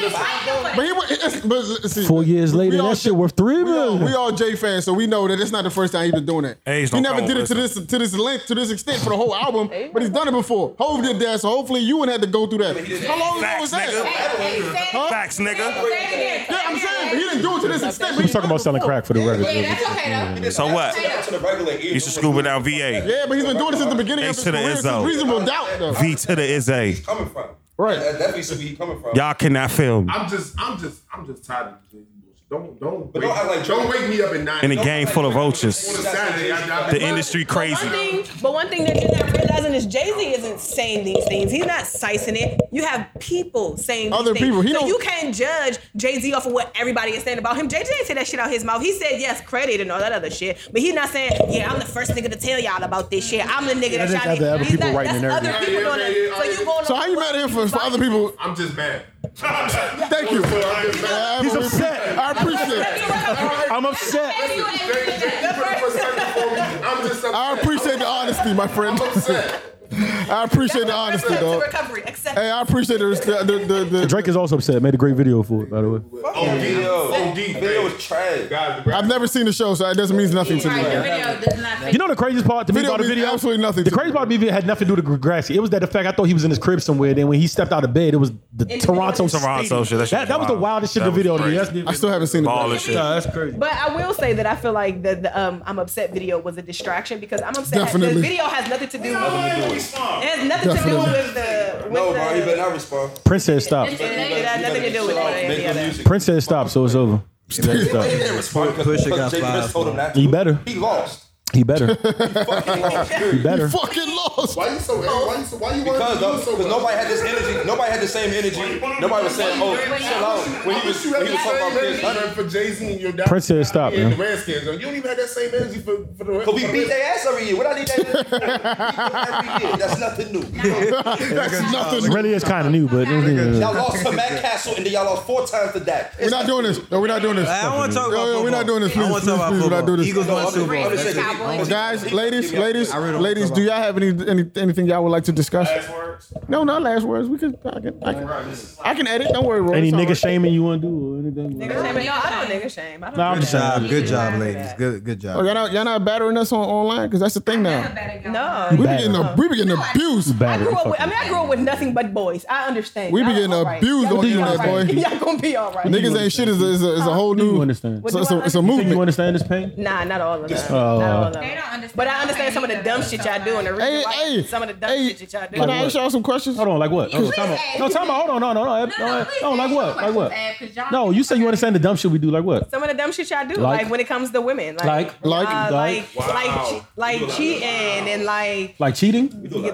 Speaker 2: But he, wa- it's, but see,
Speaker 11: Four years later, that shit worth three
Speaker 2: we all,
Speaker 11: million.
Speaker 2: we all Jay fans, so we know that it's not the first time he's been doing that.
Speaker 4: Hey, he's
Speaker 2: he
Speaker 4: no
Speaker 2: never
Speaker 4: problem,
Speaker 2: did it to this to this length, to this extent for the whole album, but he's done it before. Hove did that, so hopefully you wouldn't have to go through that. How long ago was
Speaker 4: Facts,
Speaker 2: that?
Speaker 3: Huh?
Speaker 4: Facts, nigga.
Speaker 2: Yeah, I'm saying but he didn't do it to this extent. but
Speaker 11: He's
Speaker 2: he-
Speaker 11: talking about selling crack for the record.
Speaker 3: Yeah, that's okay though.
Speaker 4: So what?
Speaker 10: To the regular ear.
Speaker 4: You should scoop it out VA.
Speaker 2: Yeah, but he's been doing it since the beginning of
Speaker 4: H
Speaker 2: his
Speaker 4: to the
Speaker 2: career. So
Speaker 4: Izzo.
Speaker 2: reasonable doubt, though.
Speaker 4: V to the is a.
Speaker 10: coming from.
Speaker 2: Right.
Speaker 10: That definitely see where he coming from.
Speaker 4: Y'all cannot film.
Speaker 9: I'm just, I'm just, I'm just tired of Jay Z bullshit. Don't, don't,
Speaker 10: But
Speaker 9: wake,
Speaker 10: don't act like
Speaker 9: don't
Speaker 10: Jay-
Speaker 9: wake me up at nine.
Speaker 4: In a game full of
Speaker 9: on a
Speaker 4: roaches.
Speaker 9: Saturday. I, I,
Speaker 4: The industry crazy.
Speaker 7: One thing, but one thing that you're not realizing is Jay Z isn't saying these things. He's not sicing it. You have people saying these
Speaker 2: Other
Speaker 7: things.
Speaker 2: people. He
Speaker 7: so
Speaker 2: don't-
Speaker 7: you can't judge Jay Z off of what everybody is saying about him. Jay Z didn't say that shit out his mouth. He said yes, credit and all that other shit. But he's not saying, yeah, I'm the first nigga to tell y'all about this shit. I'm the nigga
Speaker 11: Yeah,
Speaker 7: that
Speaker 11: that's
Speaker 7: y'all.
Speaker 11: other- other
Speaker 7: he's
Speaker 11: people
Speaker 7: not-
Speaker 11: writing
Speaker 7: that's
Speaker 11: the narrative.
Speaker 7: Other
Speaker 9: Yeah,
Speaker 7: people
Speaker 9: yeah,
Speaker 7: doing that.
Speaker 9: yeah,
Speaker 7: So you going
Speaker 2: So how you mad at him for, for other people?
Speaker 9: I'm just mad.
Speaker 2: Thank you. Yeah,
Speaker 11: He's
Speaker 2: I-
Speaker 11: upset.
Speaker 2: I appreciate it.
Speaker 11: I'm upset.
Speaker 9: I'm just.
Speaker 2: I
Speaker 9: upset.
Speaker 2: appreciate the honesty, my friend.
Speaker 9: I'm upset.
Speaker 2: I appreciate the honesty,
Speaker 7: to
Speaker 2: dog.
Speaker 7: recovery, accept.
Speaker 2: Hey, I appreciate the the the. the,
Speaker 11: Drake is also upset. Made a great video for it, by the way.
Speaker 9: Video,
Speaker 10: Video,
Speaker 9: OD,
Speaker 10: video is trash.
Speaker 9: guys,
Speaker 2: I've never seen the show, so it doesn't mean nothing to me.
Speaker 3: Right, the video does not
Speaker 11: You know the craziest part to me
Speaker 2: Video
Speaker 11: about the
Speaker 2: means
Speaker 11: video?
Speaker 2: absolutely nothing
Speaker 11: The
Speaker 2: to me.
Speaker 11: craziest part to me had nothing to do with Degrassi. It was that the fact I thought he was in his crib somewhere. Then when he stepped out of bed, it was the Toronto
Speaker 4: Toronto
Speaker 11: stadium.
Speaker 4: shit, that shit
Speaker 11: That, that was the
Speaker 4: wild.
Speaker 11: wildest shit
Speaker 4: That
Speaker 11: the video
Speaker 4: was
Speaker 11: to me.
Speaker 4: crazy.
Speaker 11: That's-
Speaker 2: I still haven't seen the
Speaker 4: Ball
Speaker 2: video.
Speaker 4: and shit.
Speaker 11: Nah, that's crazy.
Speaker 7: But I will say that I feel like the, the um I'm upset video was a distraction because I'm upset.
Speaker 2: Definitely.
Speaker 7: The video has nothing to do.
Speaker 9: we
Speaker 7: It has nothing to do
Speaker 2: Definitely.
Speaker 7: with the with
Speaker 10: No,
Speaker 7: the.
Speaker 10: bro, he better not respond.
Speaker 11: Prince said stop.
Speaker 7: it had nothing to do with it.
Speaker 10: Make
Speaker 7: Yeah,
Speaker 10: the music.
Speaker 11: Prince said stop, so it's over. He better stop.
Speaker 10: Pusha got five. Told him not to.
Speaker 11: He better.
Speaker 10: He lost.
Speaker 11: He better. He better.
Speaker 2: Fucking lost.
Speaker 9: Why you so? Why you so? Why you
Speaker 10: Because
Speaker 9: want to do so?
Speaker 10: because
Speaker 9: much?
Speaker 10: nobody had this energy. Nobody had the same energy. Nobody was saying, "Oh, chill out." When he was
Speaker 9: you
Speaker 10: when
Speaker 9: had
Speaker 10: he
Speaker 9: the
Speaker 10: was talking about
Speaker 9: same
Speaker 10: this.
Speaker 9: energy
Speaker 10: huh?
Speaker 9: man, for Jay Z and your dad.
Speaker 11: Prince said stop,
Speaker 9: and the
Speaker 11: man.
Speaker 9: Redskins. though. You don't even have that same energy for for the.
Speaker 10: But we beat their ass every year. What I need that energy for? We beat them every year. That's nothing new.
Speaker 2: That's nothing.
Speaker 11: It really is kind of new, but
Speaker 10: Y'all lost to Matt Castle and then y'all lost four times to Dak.
Speaker 2: We're not doing this. No, we're not doing this.
Speaker 14: I don't want to talk
Speaker 2: Yo,
Speaker 14: about
Speaker 2: yo,
Speaker 14: football.
Speaker 2: we're not doing this,
Speaker 14: I
Speaker 2: please,
Speaker 14: want
Speaker 2: please,
Speaker 14: to talk about
Speaker 2: please, we're not
Speaker 14: football.
Speaker 2: doing this.
Speaker 14: Eagles won Super Bowl.
Speaker 10: Understand
Speaker 14: That's it.
Speaker 10: that.
Speaker 2: Guys, ladies,
Speaker 10: Give me a-
Speaker 2: ladies,
Speaker 14: I really don't
Speaker 2: ladies,
Speaker 14: talk
Speaker 2: do
Speaker 14: about-
Speaker 2: y'all have any, any anything y'all would like to discuss?
Speaker 22: Last words.
Speaker 2: No, not last words. We can I can I can, I can edit. Don't worry, Roy.
Speaker 11: Any
Speaker 2: It's all
Speaker 11: nigga
Speaker 2: right.
Speaker 11: shaming you want to do or anything?
Speaker 7: Nigga shame. No, I don't nigga shame. I don't.
Speaker 11: Nah, I'm
Speaker 14: Good
Speaker 11: just saying.
Speaker 14: job, Ah, good job, ladies. Good, good
Speaker 2: Oh, y'all
Speaker 14: job.
Speaker 2: not y'all not battering us on online because that's the thing now.
Speaker 7: No.
Speaker 2: We be
Speaker 11: Batter.
Speaker 2: getting a, we be getting abused.
Speaker 7: I
Speaker 11: Batter.
Speaker 7: grew up with, I mean, I grew up with nothing but boys. I understand.
Speaker 2: We be
Speaker 7: Y'all
Speaker 2: getting
Speaker 7: all right.
Speaker 2: abused
Speaker 7: Y'all
Speaker 2: on
Speaker 7: gonna be
Speaker 2: internet,
Speaker 7: all right.
Speaker 2: boy.
Speaker 7: Y'all gonna be all right.
Speaker 2: Niggas ain't shit is a, is a, is a whole
Speaker 11: Do you
Speaker 2: new.
Speaker 11: understand?
Speaker 2: It's, it's, a, it's a
Speaker 11: You think you
Speaker 2: movement.
Speaker 11: understand this pain?
Speaker 7: Nah, not all of
Speaker 2: uh,
Speaker 7: them.
Speaker 11: Oh.
Speaker 7: not all of them.
Speaker 3: They don't understand.
Speaker 7: But I understand some of the dumb shit y'all do and the reason
Speaker 2: Hey,
Speaker 7: why
Speaker 2: hey,
Speaker 7: some of the dumb
Speaker 2: hey,
Speaker 7: shit that y'all do.
Speaker 2: can I ask y'all some questions?
Speaker 11: Hold on, like what? Hold on,
Speaker 3: Please
Speaker 11: time out.
Speaker 3: ask.
Speaker 11: No, time out. Hold on, no, no, no,
Speaker 3: No,
Speaker 11: no,
Speaker 3: no, please
Speaker 11: no, like
Speaker 3: ask
Speaker 11: what?
Speaker 3: your
Speaker 11: Like what?
Speaker 3: questions, Ed, 'cause y'all-
Speaker 11: No, you say you understand the dumb shit we do. Like what?
Speaker 7: some of the dumb shit y'all do,
Speaker 11: Like-
Speaker 7: like, when it comes to women, like
Speaker 11: Like-
Speaker 7: uh,
Speaker 11: like-
Speaker 7: like
Speaker 9: like-
Speaker 7: like,
Speaker 9: Wow.
Speaker 7: che- like cheating and like
Speaker 11: Like cheating?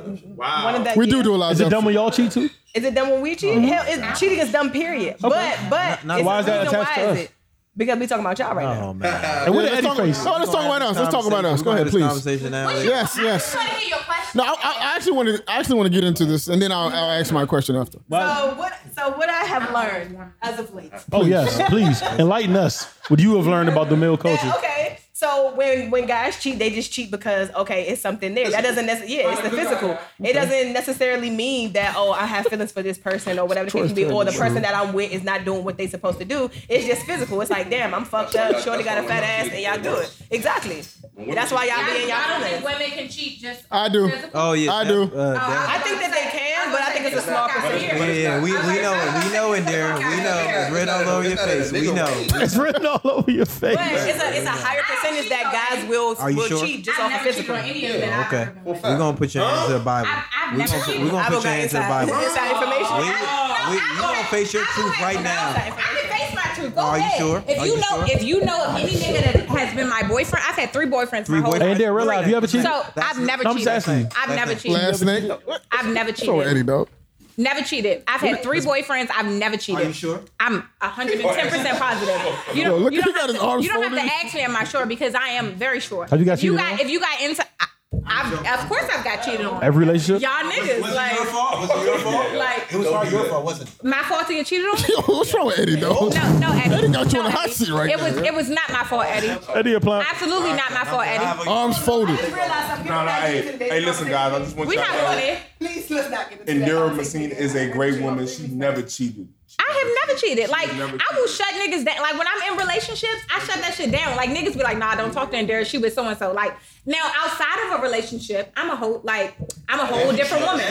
Speaker 9: Wow.
Speaker 7: one of the
Speaker 2: We do do a lot Mm-hmm. of
Speaker 11: Is it
Speaker 2: dumb
Speaker 11: dumb
Speaker 2: shit.
Speaker 11: when y'all cheat too?
Speaker 7: Is it dumb when we cheat? Hell, it's, cheating is dumb. Period. But but
Speaker 14: Now- now
Speaker 7: it's
Speaker 14: why
Speaker 7: a
Speaker 14: is that
Speaker 7: reason
Speaker 11: attached
Speaker 7: why
Speaker 11: to
Speaker 7: is
Speaker 11: us?
Speaker 7: it? Because we talking about y'all right now.
Speaker 14: Oh man.
Speaker 11: And what
Speaker 2: Yeah,
Speaker 11: did Eddie
Speaker 2: let's
Speaker 11: face?
Speaker 2: talk- No, let's talk about us. Let's talk about us. Go ahead, please.
Speaker 14: Conversation now.
Speaker 2: Yes, yes.
Speaker 3: I want to hear your question.
Speaker 2: No, I, I I actually want to I actually want to get into this, and then I'll, I'll ask my question after.
Speaker 7: So what? So what I have learned as of late.
Speaker 11: Oh yes, please enlighten us. What you have learned about the male culture?
Speaker 7: Yeah, okay.
Speaker 17: So when when guys cheat, they just cheat because okay, it's something there. That doesn't necessarily yeah, it's the physical. It doesn't necessarily mean that oh, I have feelings for this person or whatever the case may be, or the person that I'm with is not doing what they supposed to do. It's just physical. It's like damn, I'm fucked up. Shorty got a fat ass, and y'all do it exactly. That's why y'all be in y'all
Speaker 3: don't think
Speaker 17: feelings.
Speaker 3: women can cheat just.
Speaker 2: I do.
Speaker 14: Oh yeah,
Speaker 2: I do.
Speaker 17: I think that they can, but I think it's a small percentage.
Speaker 14: Yeah, yeah, we, we know it. We know in there. We know. It's written all over your face. We know.
Speaker 11: It's written all over your face.
Speaker 17: But it's a it's a higher percentage that guys will
Speaker 14: Are you
Speaker 17: will
Speaker 14: sure?
Speaker 17: cheat just off of physical.
Speaker 14: Yeah, okay. We're gonna put your hands to the Bible. We're
Speaker 17: never
Speaker 14: gonna,
Speaker 17: cheated.
Speaker 14: we gonna
Speaker 17: I
Speaker 14: put
Speaker 17: don't
Speaker 14: your
Speaker 17: got
Speaker 14: hands to the
Speaker 17: inside-
Speaker 14: Bible.
Speaker 17: inside information.
Speaker 14: We, we, you gonna face your truth right now.
Speaker 3: Face my truth. Go
Speaker 14: Are you
Speaker 3: ahead.
Speaker 14: sure?
Speaker 3: If
Speaker 14: Are
Speaker 3: you,
Speaker 14: you
Speaker 3: know,
Speaker 14: sure?
Speaker 3: if you know of any nigga that has been my boyfriend, I've had three boyfriends.
Speaker 14: Three
Speaker 3: my whole
Speaker 14: boyfriends?
Speaker 3: life.
Speaker 14: And then realize,
Speaker 3: Three.
Speaker 14: you ever cheated?
Speaker 3: So
Speaker 14: That's
Speaker 3: I've
Speaker 14: it.
Speaker 3: never
Speaker 14: I'm
Speaker 3: cheated.
Speaker 14: just asking you.
Speaker 3: I've never
Speaker 14: Last
Speaker 3: cheated.
Speaker 14: name?
Speaker 3: I've never cheated.
Speaker 2: So Eddie, dog.
Speaker 3: Never cheated. I've had three boyfriends. I've never cheated.
Speaker 14: you sure?
Speaker 3: I'm 110 percent positive. You
Speaker 2: Yo,
Speaker 3: don't,
Speaker 2: look,
Speaker 3: you
Speaker 2: he
Speaker 3: don't,
Speaker 2: got
Speaker 3: have,
Speaker 2: his
Speaker 3: to,
Speaker 2: arms
Speaker 3: you don't have
Speaker 2: folded.
Speaker 3: to ask me am I sure because I am very sure.
Speaker 11: Have you got
Speaker 3: if you
Speaker 11: cheated
Speaker 3: got,
Speaker 11: on?
Speaker 3: if you got inside, I, I've, of course I've got cheated on.
Speaker 11: Every relationship?
Speaker 3: Y'all niggas like
Speaker 14: Was it your fault?
Speaker 3: Like-
Speaker 14: it was probably your fault, wasn't it?
Speaker 3: my fault to get cheated on.
Speaker 2: Yo, what's wrong with Eddie, dog?
Speaker 3: No, no, Eddie.
Speaker 2: Eddie got you
Speaker 3: no,
Speaker 2: in the hot
Speaker 3: Eddie.
Speaker 2: seat right
Speaker 3: It
Speaker 2: now.
Speaker 3: was it was not my fault, Eddie.
Speaker 11: Eddie applying.
Speaker 3: Absolutely not my fault, Eddie.
Speaker 2: Arms folded.
Speaker 9: No, no, hey, hey, listen, guys. I just want
Speaker 3: We
Speaker 9: y'all
Speaker 3: not
Speaker 9: to know.
Speaker 3: funny.
Speaker 17: Please let's not get into
Speaker 9: Indira Messina is a great woman. She never cheated.
Speaker 3: I have never cheated. Like
Speaker 9: never
Speaker 3: I will shut niggas down. Like when I'm in relationships, I shut that shit down. Like niggas be like, nah, don't talk to Indira. She was so and so. Like now outside of a relationship, I'm a whole like I'm a whole different woman.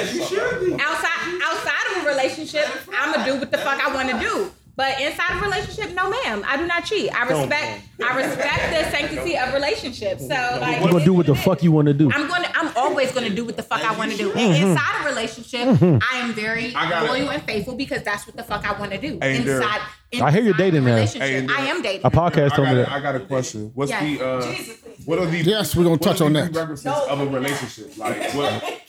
Speaker 3: Outside outside of a relationship, I'ma do what the fuck I wanna do. But inside of a relationship, no ma'am. I do not cheat. I respect I respect the sanctity of relationships. So like
Speaker 11: You gonna do what the fuck you want to do?
Speaker 3: I'm gonna I'm always gonna do what the fuck I want to do.
Speaker 11: Mhm.
Speaker 3: And inside a relationship,
Speaker 11: Mhm.
Speaker 3: I am very
Speaker 11: I got it.
Speaker 3: loyal and faithful because that's what the fuck I want to do.
Speaker 9: Hey, Derek.
Speaker 3: inside,
Speaker 11: I hear you're dating now.
Speaker 3: relationship, I am dating.
Speaker 11: A podcast told
Speaker 9: I
Speaker 11: me that.
Speaker 9: got, a- I got a question. What's
Speaker 3: Yeah.
Speaker 9: the uh,
Speaker 3: Jesus,
Speaker 9: what are the
Speaker 2: Yes, we're gonna
Speaker 9: what
Speaker 2: touch
Speaker 9: are
Speaker 2: on
Speaker 9: the
Speaker 2: that.
Speaker 9: prerequisites of a relationship? Like what?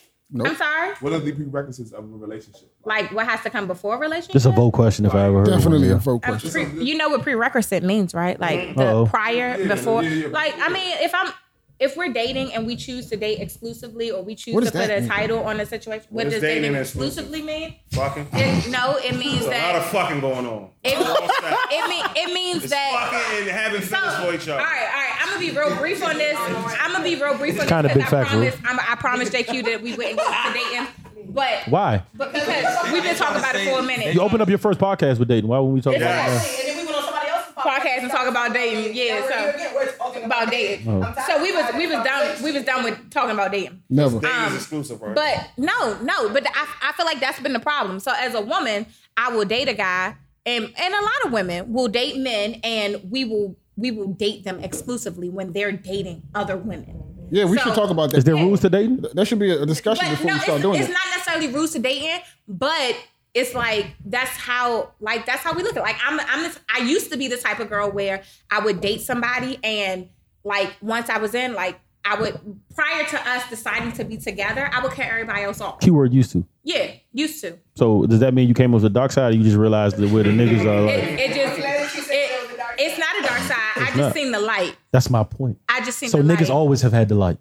Speaker 3: I'm sorry.
Speaker 9: What are the prerequisites of a relationship?
Speaker 3: Like what has to come before relationship?
Speaker 11: This is a vote question if I ever heard
Speaker 2: Definitely a
Speaker 11: one, yeah.
Speaker 2: vote
Speaker 3: A
Speaker 2: question.
Speaker 3: pre- you know what prerequisite means, right? Like the
Speaker 11: Uh-oh.
Speaker 3: prior,
Speaker 2: Yeah,
Speaker 3: before.
Speaker 2: yeah, yeah.
Speaker 3: Like I mean, if I'm if we're dating and we choose to date exclusively, or we choose
Speaker 2: What
Speaker 3: to
Speaker 2: does
Speaker 3: put
Speaker 2: that
Speaker 3: a
Speaker 2: mean?
Speaker 3: title on a situation,
Speaker 12: What
Speaker 3: what, does
Speaker 12: does
Speaker 3: dating,
Speaker 12: dating
Speaker 3: exclusively mean?
Speaker 12: Fucking.
Speaker 3: It, no, it
Speaker 12: There's
Speaker 3: means
Speaker 12: a lot
Speaker 3: that
Speaker 12: of fucking going on.
Speaker 3: It, it, mean, it means
Speaker 12: It's
Speaker 3: that.
Speaker 12: fucking and having feelings for each
Speaker 3: All
Speaker 12: other.
Speaker 3: right, all right. I'm gonna be real brief on this. I'm gonna be real brief on
Speaker 11: It's kinda
Speaker 3: this
Speaker 11: big
Speaker 3: because I
Speaker 11: facts,
Speaker 3: promise,
Speaker 11: Ruth.
Speaker 3: I'm, I promise JQ that we wouldn't go to dating, but
Speaker 11: Why?
Speaker 3: but because we've been talking about it for a minute.
Speaker 11: You opened up your first podcast with dating. Why wouldn't we talk about it? now?
Speaker 17: Exactly. And then we went on somebody else's
Speaker 3: podcast and talk about dating. Yeah, so about dating.
Speaker 11: Oh.
Speaker 3: So we was we was down we was down with talking about dating.
Speaker 2: Never.
Speaker 12: Dating
Speaker 3: Um,
Speaker 12: is exclusive, right?
Speaker 3: But no, no. But I, I feel like that's been the problem. So as a woman, I will date a guy, and and a lot of women will date men, and we will we will date them exclusively when they're dating other women.
Speaker 2: Yeah, we
Speaker 3: So-
Speaker 2: should talk about that.
Speaker 11: Is there rules to dating?
Speaker 2: That should be a discussion
Speaker 3: But
Speaker 2: before
Speaker 3: no,
Speaker 2: we start
Speaker 3: it's,
Speaker 2: doing
Speaker 3: it's
Speaker 2: it.
Speaker 3: not necessarily rules to dating, but it's like that's how like that's how we look at. it. Like I'm I'm this, I used to be the type of girl where I would date somebody and like once I was in like I would prior to us deciding to be together, I would cut everybody else off.
Speaker 11: Keyword used to.
Speaker 3: Yeah, used to.
Speaker 11: So does that mean you came up the dark side, or you just realized that where the niggas are like?
Speaker 3: It, it just it, it's not a dark side. I
Speaker 11: It's
Speaker 3: just
Speaker 11: not.
Speaker 3: seen the light.
Speaker 11: That's my point.
Speaker 3: I just seen
Speaker 11: So
Speaker 3: the light.
Speaker 11: niggas always have had the light,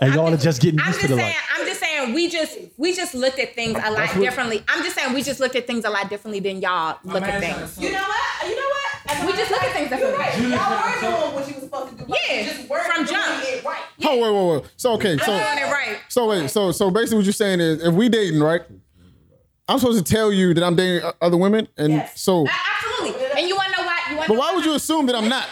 Speaker 11: and y'all are just getting
Speaker 3: I'm
Speaker 11: used to
Speaker 3: just
Speaker 11: the
Speaker 3: saying.
Speaker 11: light.
Speaker 3: I'm just saying. We just we just looked at things a lot
Speaker 11: That's what-
Speaker 3: differently. I'm just saying we just looked at things a lot differently than y'all look at things.
Speaker 17: You know what? You know what?
Speaker 3: We just look at things
Speaker 17: You're
Speaker 3: differently.
Speaker 17: right. Y'all were doing what you was supposed to do. Like,
Speaker 3: Yeah,
Speaker 17: you just weren't
Speaker 3: from
Speaker 17: doing
Speaker 3: jump.
Speaker 17: it right.
Speaker 2: Oh wait, wait, wait. So okay,
Speaker 3: I'm
Speaker 2: so
Speaker 3: doing it right.
Speaker 2: So wait, so so basically what you're saying is if we dating, right? I'm supposed to tell you that I'm dating o- other women, and so.
Speaker 3: Absolutely. And you wanna know why? You wanna
Speaker 2: But
Speaker 3: know
Speaker 2: why would you assume that I'm not?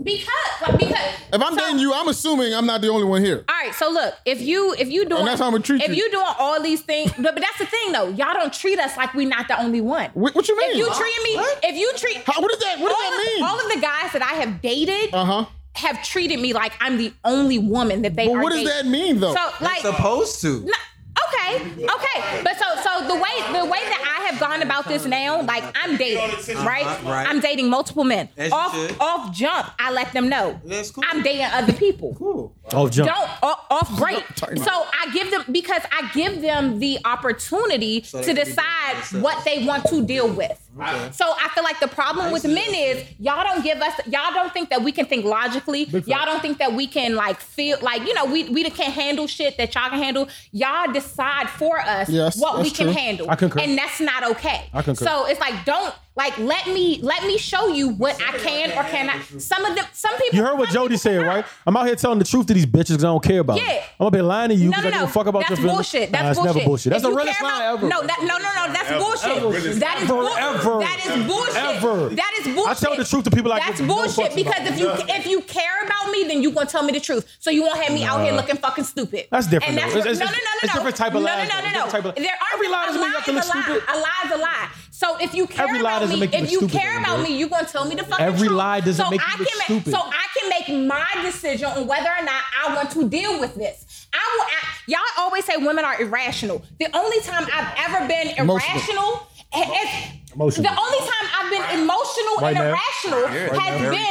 Speaker 3: Because like, because.
Speaker 2: If I'm dating you, I'm assuming I'm not the only one here.
Speaker 3: All right, so look, if you if you doing
Speaker 2: that's how I'ma treat
Speaker 3: if
Speaker 2: you.
Speaker 3: you doing all these things, but, but that's the thing though, y'all don't treat us like we not the only one.
Speaker 2: What, what you mean?
Speaker 3: If you treat me, if you treat,
Speaker 2: How- what does that- what does
Speaker 3: all
Speaker 2: that
Speaker 3: of-
Speaker 2: mean?
Speaker 3: all of the guys that I have dated,
Speaker 2: uh huh.
Speaker 3: have treated me like I'm the only woman that they
Speaker 2: But
Speaker 3: are.
Speaker 2: what does
Speaker 3: dating.
Speaker 2: that mean though?
Speaker 3: So like
Speaker 14: Supposed to.
Speaker 3: okay, okay. But so so the way the way that I have gone about this now, like I'm dating, right?
Speaker 14: Uh-huh, right.
Speaker 3: I'm dating multiple men.
Speaker 14: As you should.
Speaker 3: Off off jump, I let them know.
Speaker 14: That's cool.
Speaker 3: I'm dating other people. Cool.
Speaker 11: Oh, jump.
Speaker 3: Don't o- off break.
Speaker 2: Tighten
Speaker 3: So I give them because I give them the opportunity
Speaker 14: So they
Speaker 3: to
Speaker 14: can be
Speaker 3: decide
Speaker 14: doing it
Speaker 3: what they want to deal with.
Speaker 14: Okay.
Speaker 3: So I feel like the problem with men is y'all don't give us y'all don't think that we can think logically. Y'all don't think that we can like feel like you know we we can't handle shit that y'all can handle. Y'all decide for us
Speaker 2: Yes,
Speaker 3: what we
Speaker 2: that's
Speaker 3: can
Speaker 2: true.
Speaker 3: handle,
Speaker 11: I concur.
Speaker 3: and that's not okay.
Speaker 11: I concur.
Speaker 3: So it's like don't Like let me let me show you what I can or cannot. Some of them, some people.
Speaker 11: You heard what Jody said, right? I'm out here telling the truth to these bitches because I don't care about
Speaker 3: Yeah.
Speaker 11: it. I'm gonna be lying to you
Speaker 3: no,
Speaker 11: because
Speaker 3: no,
Speaker 11: I give
Speaker 3: no.
Speaker 11: a fuck about
Speaker 3: That's
Speaker 11: your feelings.
Speaker 3: bullshit.
Speaker 11: Nah,
Speaker 3: That's
Speaker 11: it's
Speaker 3: bullshit.
Speaker 11: never bullshit. That's
Speaker 3: If
Speaker 11: the
Speaker 3: you
Speaker 11: realest
Speaker 3: care
Speaker 11: line
Speaker 3: about-
Speaker 11: ever.
Speaker 3: No, that, no, no, no. That's
Speaker 11: Ever.
Speaker 3: bullshit.
Speaker 11: Ever.
Speaker 3: That is bull-
Speaker 11: Ever.
Speaker 3: That is bullshit.
Speaker 11: Ever.
Speaker 3: That is bullshit.
Speaker 11: I tell the truth to people like
Speaker 3: That's
Speaker 11: this, no
Speaker 3: bullshit
Speaker 11: fucks
Speaker 3: because
Speaker 11: about
Speaker 3: if
Speaker 11: it.
Speaker 3: you if you care about me, then you gonna tell me the truth. So you won't have me out here
Speaker 11: Nah.
Speaker 3: looking fucking stupid.
Speaker 11: That's different,
Speaker 3: And that's
Speaker 11: though.
Speaker 3: what,
Speaker 11: It's-
Speaker 3: no, no,
Speaker 11: it's-
Speaker 3: no, no,
Speaker 11: it's
Speaker 3: no.
Speaker 11: different type of
Speaker 3: no,
Speaker 11: lies,
Speaker 3: No,
Speaker 11: though.
Speaker 3: no,
Speaker 11: Different
Speaker 3: no,
Speaker 11: type
Speaker 3: no.
Speaker 11: of-
Speaker 3: There are
Speaker 11: Every lie doesn't
Speaker 3: a
Speaker 11: mean you
Speaker 3: lie
Speaker 11: have to
Speaker 3: is
Speaker 11: look
Speaker 3: a lie.
Speaker 11: stupid.
Speaker 3: A lie is a lie. So if you care
Speaker 11: Every lie
Speaker 3: about
Speaker 11: doesn't
Speaker 3: me,
Speaker 11: make you
Speaker 3: if
Speaker 11: look
Speaker 3: you
Speaker 11: stupid,
Speaker 3: care
Speaker 11: my
Speaker 3: about
Speaker 11: dude.
Speaker 3: me, you gonna tell me the fucking
Speaker 11: Every
Speaker 3: truth.
Speaker 11: lie doesn't
Speaker 3: so
Speaker 11: make you
Speaker 3: I
Speaker 11: look
Speaker 3: can
Speaker 11: stupid.
Speaker 3: So I can make my decision on whether or not I want to deal with this. I will. I, y'all always say women are irrational. The only time I've ever been
Speaker 11: Emotional.
Speaker 3: irrational. It's,
Speaker 11: Emotional.
Speaker 3: The only time I've been emotional
Speaker 11: Right
Speaker 3: and
Speaker 11: now.
Speaker 3: Oh, irrational
Speaker 11: Yeah. Right
Speaker 3: has
Speaker 11: now. Very
Speaker 3: been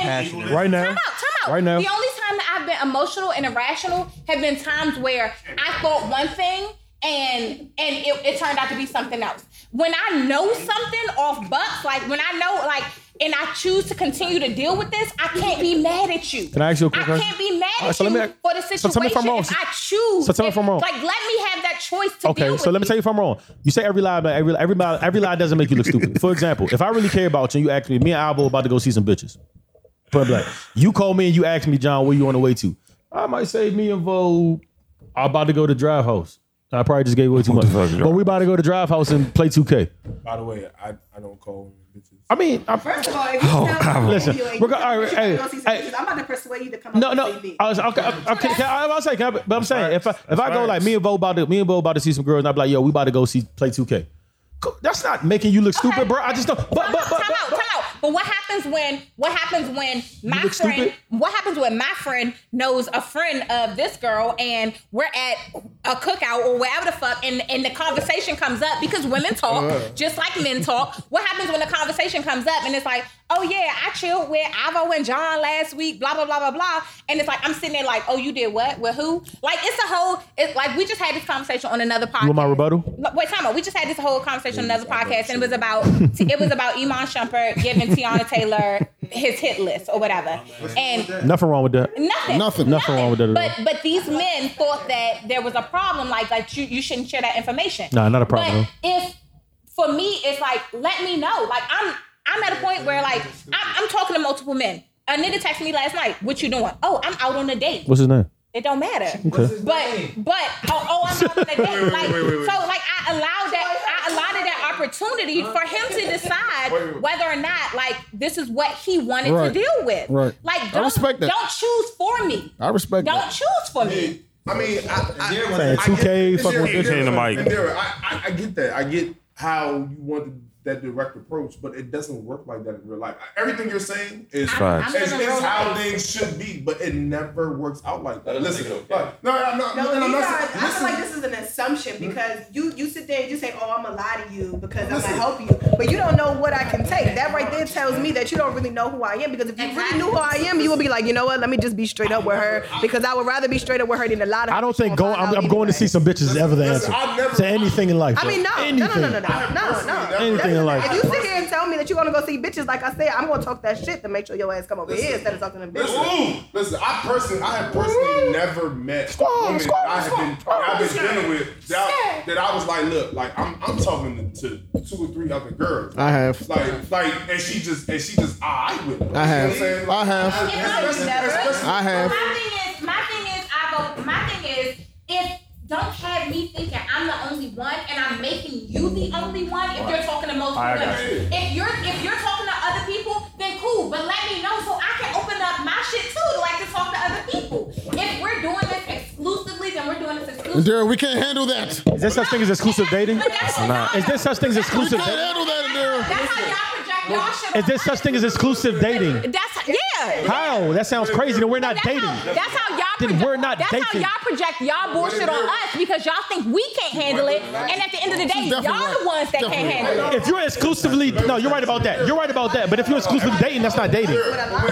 Speaker 11: passionate. Right now.
Speaker 3: Time out, time out.
Speaker 11: Right now.
Speaker 3: The only time that I've been emotional and irrational have been times where I thought one thing and and it, it turned out to be something else. When I know something off bucks, like when I know like and I choose to continue to deal with this, I can't be mad at you.
Speaker 11: Can I ask you a quick
Speaker 3: I
Speaker 11: question?
Speaker 3: can't be mad
Speaker 11: All
Speaker 3: at
Speaker 11: right, so
Speaker 3: you
Speaker 11: let me-
Speaker 3: for the
Speaker 11: so
Speaker 3: situation.
Speaker 11: tell me if I'm wrong.
Speaker 3: If I choose.
Speaker 11: So tell me if I'm wrong.
Speaker 3: Like let me have that choice to deal
Speaker 11: Okay,
Speaker 3: with
Speaker 11: so let me
Speaker 3: it.
Speaker 11: tell you if I'm wrong. You say every lie, but every every lie, every lie doesn't make you look stupid. For example, if I really care about you, and you ask me, me and Albo about to go see some bitches. Point blank. You call me and you ask me, John, where you on the way to? I might say me and Vo are about to go to Drive House. I probably just gave away too much, but we about to go to Drive House and play 2K.
Speaker 23: By the way, I, I don't call women bitches.
Speaker 11: I mean, I'm,
Speaker 17: First of all, if you
Speaker 11: Oh,
Speaker 17: tell me
Speaker 11: listen,
Speaker 17: you ain't
Speaker 11: rega-
Speaker 17: you
Speaker 11: all right, hey,
Speaker 17: go see some pictures, I'm about to persuade you to come
Speaker 11: No,
Speaker 17: up
Speaker 11: no.
Speaker 17: and see me.
Speaker 11: I was okay. I, I, can, can, I, I was saying, can I- but I'm saying if I if I go like me and Bo about to me and Bo about to see some girls, and I'm like, yo, we about to go see play 2K. Co- That's not making you look stupid, bro. I just don't. But but but,
Speaker 3: time out, time out. But what happens when what happens when my
Speaker 11: look
Speaker 3: friend
Speaker 11: stupid.
Speaker 3: what happens when my friend knows a friend of this girl and we're at a cookout or wherever the fuck and, and the conversation comes up because women talk
Speaker 11: Uh-huh.
Speaker 7: Uh.
Speaker 3: just like men talk. What happens when the conversation comes up and it's like, oh yeah, I chilled with Ivo and John last week, blah blah blah blah blah. And it's like I'm sitting there like, oh you did what with who? Like it's a whole it's like we just had this conversation on another podcast.
Speaker 11: you want my rebuttal?
Speaker 3: No, Wait, time out. We just had this whole conversation on another podcast, and it was about it was about Iman Shumpert giving Tiana Taylor his hit list or whatever, and
Speaker 11: Nothing wrong with that.
Speaker 3: Nothing.
Speaker 11: Nothing. Nothing wrong with that. at all.
Speaker 3: but but these men thought that there was a problem, like like you you shouldn't share that information.
Speaker 11: Nah, not a problem,
Speaker 3: But
Speaker 11: though.
Speaker 3: if for me, it's like let me know. Like I'm I'm at a point where like I'm, I'm talking to multiple men. A nigga texted me last night. What you doing? Oh, I'm out on a date.
Speaker 11: What's his name?
Speaker 3: It don't matter.
Speaker 11: What's his
Speaker 3: But but oh, oh I'm not on a date. Like,
Speaker 11: wait, wait, wait.
Speaker 3: So like I allowed that I allowed that opportunity for him to decide whether or not like this is what he wanted
Speaker 2: Right.
Speaker 3: to deal with.
Speaker 2: Right.
Speaker 3: Like
Speaker 2: I
Speaker 3: don't,
Speaker 2: respect that.
Speaker 3: don't choose for me.
Speaker 2: I respect
Speaker 3: don't
Speaker 2: that.
Speaker 3: choose for me.
Speaker 9: I mean, I, I,
Speaker 2: Saying
Speaker 9: I
Speaker 2: 2K,
Speaker 9: get-
Speaker 2: fucking with
Speaker 9: Indira,
Speaker 2: bitches. In the mic.
Speaker 9: Indira, I, I, I get that. I get how you want that direct approach, but it doesn't work like that in real life. Everything you're saying is,
Speaker 1: I'm- I'm
Speaker 9: is,
Speaker 1: living
Speaker 9: is
Speaker 1: real
Speaker 9: how
Speaker 1: life.
Speaker 9: things should be, but it never works out like that.
Speaker 10: doesn't
Speaker 9: Listen,
Speaker 10: make it
Speaker 9: like, no, I'm not.
Speaker 17: No,
Speaker 9: and I'm
Speaker 17: these
Speaker 9: not
Speaker 17: are,
Speaker 9: saying-
Speaker 17: I feel like this is an assumption because you you sit there and you say, "Oh, I'm gonna lie to you because I'm gonna
Speaker 9: Listen.
Speaker 17: help you," but you don't know what I can take. That right there tells me that you don't really know who I am. Because if you really knew who I am, you would be like, you know what? Let me just be straight up with her because I would rather be straight up with her than a lot of.
Speaker 11: I don't think going. I'm, I'm going to see some bitches is ever the answer to anything in life.
Speaker 17: I mean,
Speaker 11: yo.
Speaker 17: no, no,
Speaker 11: anything.
Speaker 17: no, no, no, no, no, no.
Speaker 11: Anything in life.
Speaker 17: If you sit here and tell me that you're gonna go see bitches, like I said, I'm gonna talk that shit to make sure your ass come over here instead of talking to bitches.
Speaker 9: Listen, listen, I personally, I have personally never met women that I have been, that I've been dealing with that, that I was like, look, like I'm, I'm talking to, to two or three other girls.
Speaker 2: I have.
Speaker 9: Like, like, and she just, and she just, I with it.
Speaker 2: I have.
Speaker 9: You know what
Speaker 2: I
Speaker 9: I'm saying?
Speaker 2: have.
Speaker 9: Like, especially- especially-
Speaker 2: I have.
Speaker 3: My thing is, my thing is, I go. My thing is, if don't have me thinking I'm the only one and I'm making you the only one. If you're talking to multiple
Speaker 9: I
Speaker 3: women,
Speaker 9: got you.
Speaker 3: if you're if you're talking to other people, then cool. But let me know so I can open up my shit too, to like to talk to other people. If we're doing this exclusively, then we're doing this exclusively.
Speaker 2: Daryl, we can't handle that.
Speaker 11: Is there such thing as exclusive dating? Is there such thing as exclusive
Speaker 2: can't
Speaker 11: dating?
Speaker 3: That's how y'all project y'all shit.
Speaker 11: Is there such thing as exclusive dating?
Speaker 3: That's yeah.
Speaker 11: How? That sounds crazy. Then we're not dating.
Speaker 3: That's how y'all.
Speaker 11: Then we're not
Speaker 3: That's
Speaker 11: dating.
Speaker 3: how y'all project y'all bullshit on us because y'all think we can't handle it, and at the end of the day,
Speaker 11: She's
Speaker 3: y'all
Speaker 11: definitely
Speaker 3: the ones that can't handle it.
Speaker 11: If you're exclusively no, you're right about that. You're right about that. But if you're exclusively dating, that's not dating.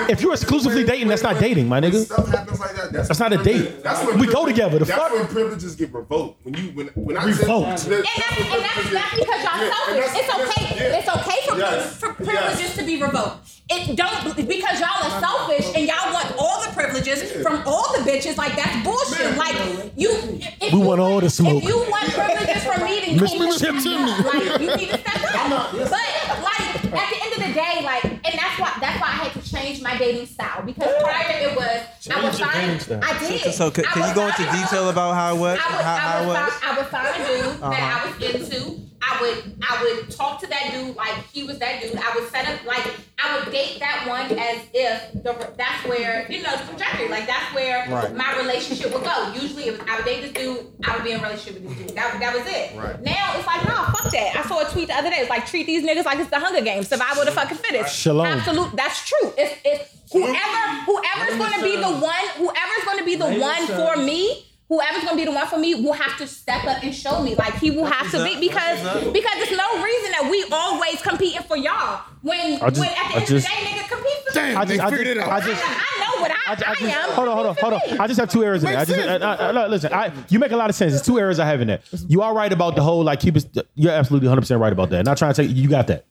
Speaker 11: If you're exclusively dating, that's not dating, my nigga. That's not a date.
Speaker 9: That's when
Speaker 11: We go
Speaker 9: privilege-
Speaker 11: together. The
Speaker 9: that's
Speaker 11: fuck.
Speaker 9: when privileges get revoked. When you when when I
Speaker 11: Revoked.
Speaker 9: Said,
Speaker 3: And that's, and that's, that's because y'all
Speaker 9: Yeah, and
Speaker 3: selfish.
Speaker 9: that's-
Speaker 3: It's okay.
Speaker 9: yeah.
Speaker 3: It's okay for,
Speaker 9: Yes.
Speaker 3: for privileges
Speaker 9: Yes.
Speaker 3: to be revoked. It don't because y'all are selfish and y'all want all the privileges from all the bitches. Like that's bullshit. Like you, if
Speaker 11: We want all the smoke.
Speaker 3: you want privileges from me, then you
Speaker 11: Miss
Speaker 3: need to
Speaker 11: Miss
Speaker 3: step
Speaker 11: Chimney.
Speaker 3: up. Like you need to step up. But like at the end day, like, and that's why that's why I had to change my dating style because prior it was I would
Speaker 14: Change your dating
Speaker 3: find
Speaker 14: style.
Speaker 3: I did.
Speaker 14: So, so can,
Speaker 3: I
Speaker 14: can
Speaker 3: would
Speaker 14: you go into
Speaker 3: find-
Speaker 14: detail about how it was?
Speaker 3: I would,
Speaker 14: how, how
Speaker 3: I,
Speaker 14: it
Speaker 3: would
Speaker 14: was?
Speaker 3: Find, I would find a dude
Speaker 14: Uh-huh.
Speaker 3: that I was into. I would I would talk to that dude like he was that dude. I would set up like I would date that one as if the, that's where you know the trajectory like that's where
Speaker 17: Right.
Speaker 3: my relationship would go. Usually it was I would date this dude, I would be in a relationship with this dude. That, that was it.
Speaker 17: Right.
Speaker 3: Now it's like nah, fuck that. I saw a tweet the other day. It's like treat these niggas like it's the Hunger Games, survival of the fucking fittest.
Speaker 11: Shalom.
Speaker 3: Absolute. That's true. It's it's whoever whoever's going to be the one whoever's going to be the
Speaker 17: Ladies
Speaker 3: one
Speaker 17: serve.
Speaker 3: for me whoever's gonna be the one for me will have to step up and show me. Like he will have to
Speaker 11: That's
Speaker 3: be
Speaker 11: up.
Speaker 3: because
Speaker 11: That's up.
Speaker 3: because there's no reason that we always competing for y'all when
Speaker 11: I just-
Speaker 3: when at the
Speaker 11: I
Speaker 3: end
Speaker 11: just-
Speaker 3: of the day, nigga, compete for
Speaker 11: Damn, I just- I just- I just-
Speaker 3: I know what I, I,
Speaker 11: just-
Speaker 3: am.
Speaker 11: Hold on, hold on, hold on. I just have two errors in it. I just I, I- I- look, listen. I, you make a lot of sense. It's two errors I have in that. You are right about the whole like keep it. You're absolutely 100 percent right about that. Not trying to take. You got that.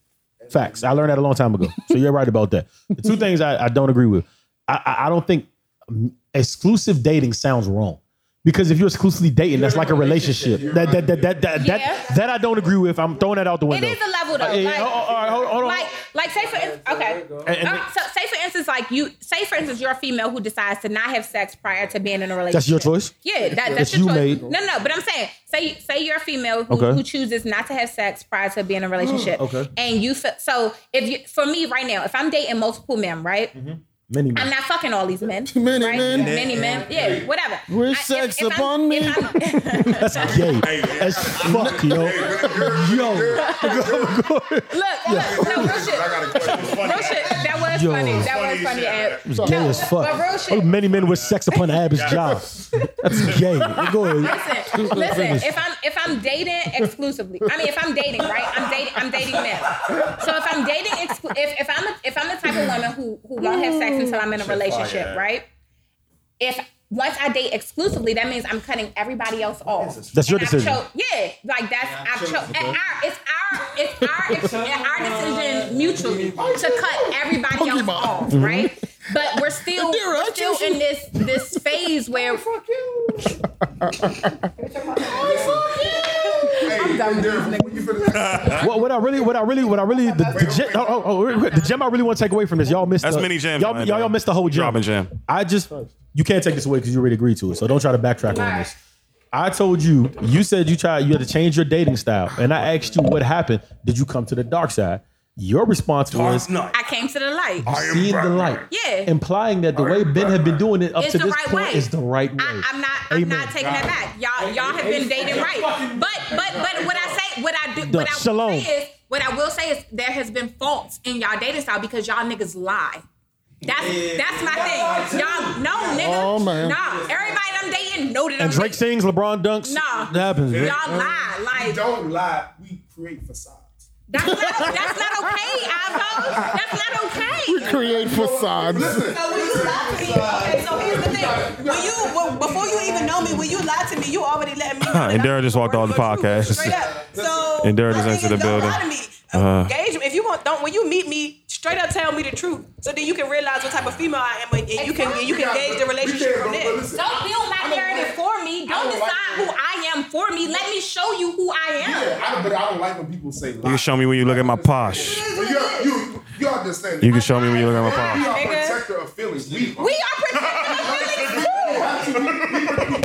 Speaker 11: Facts. I learned that a long time ago. So you're right about that. The two things I, I don't agree with. I, I I don't think mm, exclusive dating sounds wrong. Because if you're exclusively dating, that's like a relationship. That that that that that, that that I don't agree with. I'm throwing that out the window.
Speaker 3: It is a level though.
Speaker 11: Uh, yeah,
Speaker 3: like,
Speaker 11: oh, oh, all right, hold- hold on.
Speaker 3: Like, like say for instance, okay.
Speaker 11: And- and-
Speaker 3: Uh, so say for instance, like you say for instance, you're a female who decides to not have sex prior to being in a relationship.
Speaker 11: That's your choice?
Speaker 3: Yeah, that, that's,
Speaker 11: That's
Speaker 3: your
Speaker 11: you made.
Speaker 3: choice. No, no, no, but I'm saying, say say you're a female who,
Speaker 11: Okay. Oh,
Speaker 3: who chooses not to have sex prior to being in a relationship.
Speaker 11: Okay.
Speaker 3: And you feel so if you for me right now, if I'm dating multiple men, right?
Speaker 11: Many men.
Speaker 3: I'm not fucking all these men. Many right?
Speaker 11: Mm-hmm. men.
Speaker 3: Many men. Yeah, whatever.
Speaker 2: Wish sex
Speaker 3: if I'm-
Speaker 2: upon me.
Speaker 11: That's gay as fuck, yo. yo.
Speaker 3: Look, look, no, real shit. Real shit. That was
Speaker 11: Yo.
Speaker 3: funny. That was funny. Ed.
Speaker 11: Gay
Speaker 3: No,
Speaker 11: as fuck.
Speaker 3: But real shit.
Speaker 11: Oh, many men with sex upon Ab's job. That's gay. Go ahead.
Speaker 3: Listen, listen. If I'm if I'm dating exclusively, I mean, if I'm dating, right? I'm dating. I'm dating men. So if I'm dating, exclu- if if I'm a, if I'm the type of woman who who won't have sex until I'm in a
Speaker 17: Shit fire.
Speaker 3: relationship, right? If once I date exclusively, that means I'm cutting everybody else off.
Speaker 11: That's your
Speaker 3: And I've
Speaker 11: decision.
Speaker 3: cho- yeah, like that's I've chosen.
Speaker 11: Okay.
Speaker 3: Our, it's our it's our it's our decision mutually to cut everybody else off,
Speaker 11: Mhm.
Speaker 3: right? But we're still we're still in this this phase where
Speaker 9: I'm done with this nigga.
Speaker 11: what, what I really, what I really, what I really, the, the, gem, oh, oh, oh, real quick, the gem I really want to take away from this, y'all missed.
Speaker 1: That's
Speaker 11: the,
Speaker 1: many gems,
Speaker 11: Y'all,
Speaker 1: man.
Speaker 11: y'all, y'all missed the whole gem.
Speaker 1: Dropping gem.
Speaker 11: I just, you can't take this away because you already agreed to it. So don't try to backtrack on this. I told you, you said you tried, you had to change your dating style, and I asked you what happened. Did you come to the dark side? Your response was,
Speaker 3: I came to the light.
Speaker 11: you seen the light,
Speaker 3: Yeah.
Speaker 11: implying that the way Ben had been doing it up
Speaker 3: It's
Speaker 11: to
Speaker 3: the
Speaker 11: this
Speaker 3: right
Speaker 11: point
Speaker 3: way.
Speaker 11: is the right way.
Speaker 3: I, I'm not. I'm
Speaker 11: Amen.
Speaker 3: not taking that back. Y'all, y'all have been dating right. But, but, but what I say, what I do, what I will
Speaker 11: Shalom.
Speaker 3: say is, what I will say is, there has been faults in y'all dating style because y'all niggas lie. That's that's my thing. Y'all, no nigga,
Speaker 11: Oh, man.
Speaker 3: nah. Everybody I'm dating know that I'm
Speaker 11: And Drake sings, LeBron dunks.
Speaker 3: Nah.
Speaker 11: that happens.
Speaker 3: Y'all
Speaker 11: man.
Speaker 3: lie. Ah, Like
Speaker 9: don't lie. We create facades.
Speaker 3: That's not, that's not okay, Ivo. That's not okay.
Speaker 2: We create facades.
Speaker 17: So when you lie to me, okay, so here's the thing. When you, well, before you even know me, when you lie to me, you already letting me know. that
Speaker 1: Endura just walked off the podcast.
Speaker 17: Straight up. So
Speaker 1: Endura just
Speaker 17: my
Speaker 1: entered
Speaker 17: thing
Speaker 1: the
Speaker 17: is, don't
Speaker 1: building.
Speaker 17: lie to me.
Speaker 1: Uh,
Speaker 17: Engagement. If you want, don't. When you meet me, straight up tell me the truth, so then you can realize what type of female I am, and you can and you can gauge the relationship from there.
Speaker 3: Don't build my narrative for me. Don't decide who I am for me. Let me show you who I am.
Speaker 9: I, but I don't like when people say
Speaker 1: you can show me when you look at my posh.
Speaker 9: But you, you, you understand.
Speaker 1: You can show me when you look at my posh.
Speaker 9: We are protector of feelings. We
Speaker 3: We are protecting
Speaker 9: as much as we can, as-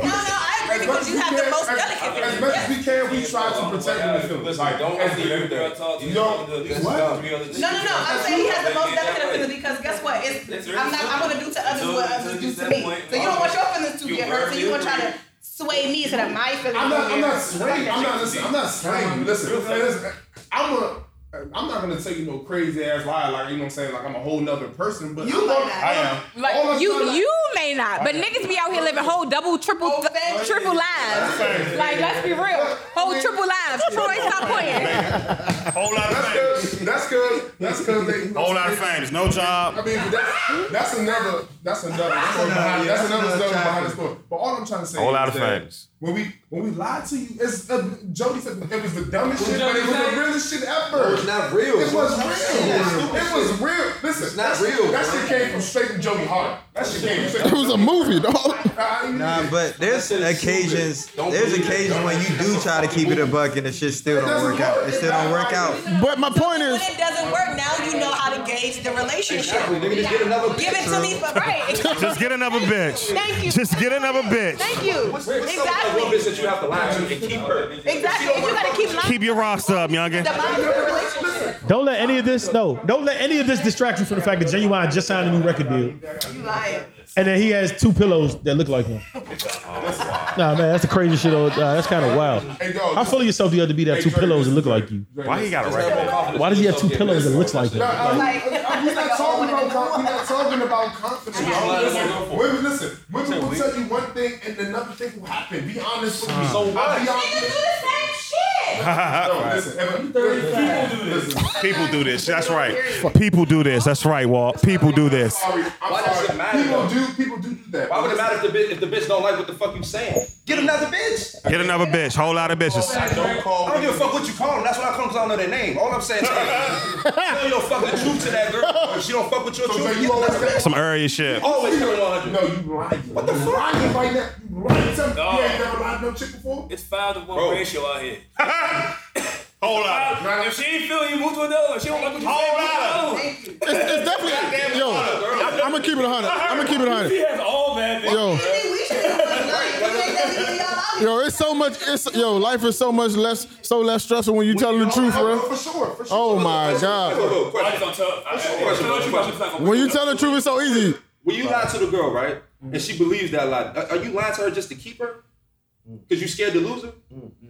Speaker 9: as much as we can, we try to protect the feelings. Like, don't have to do that. You don't. What?
Speaker 17: No, no, no. I'm saying he has the most delicate of feelings because guess what? It's, I'm not. I'm gonna do to others what others do to me. So you don't want your feelings to get hurt. So you want to try to sway me so that my feelings.
Speaker 9: I'm not.
Speaker 17: get
Speaker 9: I'm not
Speaker 17: hurt.
Speaker 9: swaying. I'm not. Listen, I'm not swaying. Listen, listen, I'm a. I'm not gonna tell you no crazy ass lie, like you know what I'm saying, like I'm a whole nother person, but I'm not- I am. All I'm
Speaker 3: Like
Speaker 9: saying,
Speaker 3: you,
Speaker 9: like-
Speaker 3: you may not, but niggas be out here living whole double, triple, triple lives. Like let's be real, whole triple lives. Troy, stop playing.
Speaker 9: Whole lot of that's fames. That's good. That's because they. Whole
Speaker 1: lot of fames. No job.
Speaker 9: I mean, but that's that's another. That's another. story behind, that's another story behind the story. But all I'm trying to say.
Speaker 1: Whole
Speaker 9: is
Speaker 1: lot of
Speaker 9: that
Speaker 1: fames.
Speaker 9: When we when we lied to you, it's uh, Jody said it was the dumbest
Speaker 18: What
Speaker 9: shit,
Speaker 18: Jody
Speaker 9: but it was
Speaker 18: say?
Speaker 9: the realest shit ever.
Speaker 18: No, it's not real.
Speaker 9: It was real.
Speaker 18: It's not real.
Speaker 9: It was real. Listen,
Speaker 18: It's not
Speaker 9: that shit-
Speaker 18: real,
Speaker 9: That
Speaker 18: bro.
Speaker 9: shit came from straight from Jody Hart. That shit came straight.
Speaker 2: It was a movie, dog.
Speaker 14: Nah, but there's occasions, there's occasions when you do try to keep it a buck and the shit still don't work out. It still don't work out.
Speaker 2: But my point is,
Speaker 17: When it doesn't work, now you know how to invades the relationship.
Speaker 10: Exactly, nigga, just get another
Speaker 17: Give it to
Speaker 10: bitch.
Speaker 17: me for right.
Speaker 1: Just get another bitch.
Speaker 17: Thank you.
Speaker 1: Just get another bitch.
Speaker 17: Thank you.
Speaker 10: What's, what's up with that one bitch that you have to lie to and keep her?
Speaker 17: Exactly. If you gotta keep lying,
Speaker 1: Keep your roster up, youngin.
Speaker 17: the bottom of the relationship.
Speaker 11: Don't let any of this no. Don't let any of this distract you from the fact that Genuine just signed a new record deal,
Speaker 17: You lying.
Speaker 11: and then he has two pillows that look like him. Nah, man, that's the crazy shit. Nah, that's kind of wild. How full of yourself do you have to be to have two pillows that look like you?
Speaker 1: Why he got a record?
Speaker 11: Why does he have two pillows that looks like him?
Speaker 9: I'm like, we're not talking about con- we're not talking about confidence. y'all. Listen, women, listen, women will tell you one thing and another thing will happen. Be honest with me.
Speaker 1: So what?
Speaker 9: I'll be
Speaker 1: Niggas
Speaker 9: honest.
Speaker 1: do
Speaker 9: No, listen, if I'm 35, listen,
Speaker 1: People do this. That's right. People do this. That's right, Walt. People do this.
Speaker 9: sorry, I'm
Speaker 10: Why does it matter? People
Speaker 9: do, people do do that.
Speaker 10: Why would it matter if the bitch, if the bitch don't like what the fuck you saying? Get another bitch.
Speaker 1: Get another bitch. Whole lot of bitches.
Speaker 9: Don't call.
Speaker 10: I don't give a fuck what you call them. That's why I call them 'cause I don't know their name. All I'm saying is, tell your fucking truth to that girl. If she don't fuck with your truth, you always
Speaker 1: Some area shit.
Speaker 10: always tell her 100.
Speaker 9: No, you lying. What the
Speaker 10: fuck?
Speaker 9: Lying right now. You lying. Tell me you ain't never lied to no chick before.
Speaker 24: It's five to one
Speaker 9: Bro.
Speaker 24: ratio out here.
Speaker 1: Hold
Speaker 24: on. If she ain't feeling you, move to another. If she don't like what you say,
Speaker 2: Hold
Speaker 24: move to another.
Speaker 2: It's, it's definitely yo. I'm gonna keep it hundred. I'm gonna keep it
Speaker 24: She
Speaker 2: hundred.
Speaker 24: has all bad bitches.
Speaker 2: Yo. Yo, it's so much. It's yo. Life is so much less, so less stressful when you tell the truth, bro.
Speaker 9: sure. For
Speaker 2: Oh my god.
Speaker 24: I just don't tell. I just don't tell you, but I'm just not gonna-
Speaker 2: When you tell the truth, it's so easy.
Speaker 10: When you lie to the girl, right,
Speaker 9: Mm-hmm.
Speaker 10: and she believes that lie, are- are you lying to her just to keep her?
Speaker 9: Mm.
Speaker 10: Because you scared to lose her?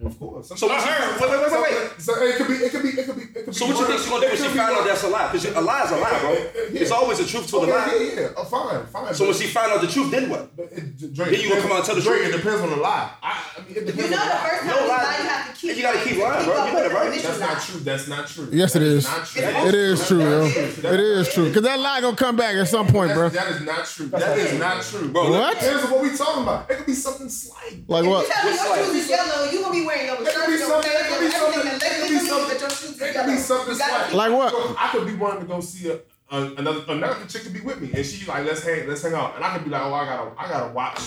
Speaker 9: Of course.
Speaker 10: So what you- wait, wait, wait, wait, wait.
Speaker 9: So it could be, it could be, it could be, it could be.
Speaker 10: So what you think she's gonna do when she find out that's a lie? Because a lie is a lie, bro. It's always a truth to a
Speaker 9: Okay,
Speaker 10: lie.
Speaker 9: yeah, yeah. Oh, fine, fine.
Speaker 10: So when she find out the truth, then what?
Speaker 9: Drake,
Speaker 10: Then you gonna come out and tell the
Speaker 9: Drake,
Speaker 10: truth.
Speaker 9: It depends on the lie. I, I mean, it
Speaker 17: You
Speaker 9: depends
Speaker 17: know
Speaker 9: on
Speaker 17: the first time
Speaker 9: No
Speaker 17: you
Speaker 9: lie.
Speaker 17: lie, you have to keep.
Speaker 10: You gotta keep lying,
Speaker 17: keep
Speaker 10: bro.
Speaker 17: up with
Speaker 10: You know that,
Speaker 17: the
Speaker 10: right?
Speaker 17: initial
Speaker 9: That's
Speaker 17: lie.
Speaker 9: not true. That's not true.
Speaker 2: Yes, it
Speaker 9: That
Speaker 2: is.
Speaker 9: not true.
Speaker 2: It is true, yo. It is true. Cause that lie gonna come back at some point, bro.
Speaker 9: That's- That is not true. That is not true.
Speaker 2: Bro, What?
Speaker 9: Here's what we talking about. It could be something slight.
Speaker 2: Like what?
Speaker 17: Tell me your shoes is yellow. You gonna be wearing yellow
Speaker 9: It
Speaker 17: shirts.
Speaker 9: could be
Speaker 17: yellow
Speaker 9: something. It could be
Speaker 17: pants,
Speaker 9: something.
Speaker 17: everything,
Speaker 9: It
Speaker 17: and
Speaker 9: could
Speaker 17: let
Speaker 9: be
Speaker 17: me know that your
Speaker 9: something.
Speaker 17: shoes is
Speaker 9: It could be
Speaker 17: yellow.
Speaker 9: something
Speaker 17: You gotta
Speaker 9: slight.
Speaker 17: keep up.
Speaker 9: I could be wanting to go see a, a, another another chick could be with me, and she like let's hang let's hang out, and I could be like oh I gotta I gotta watch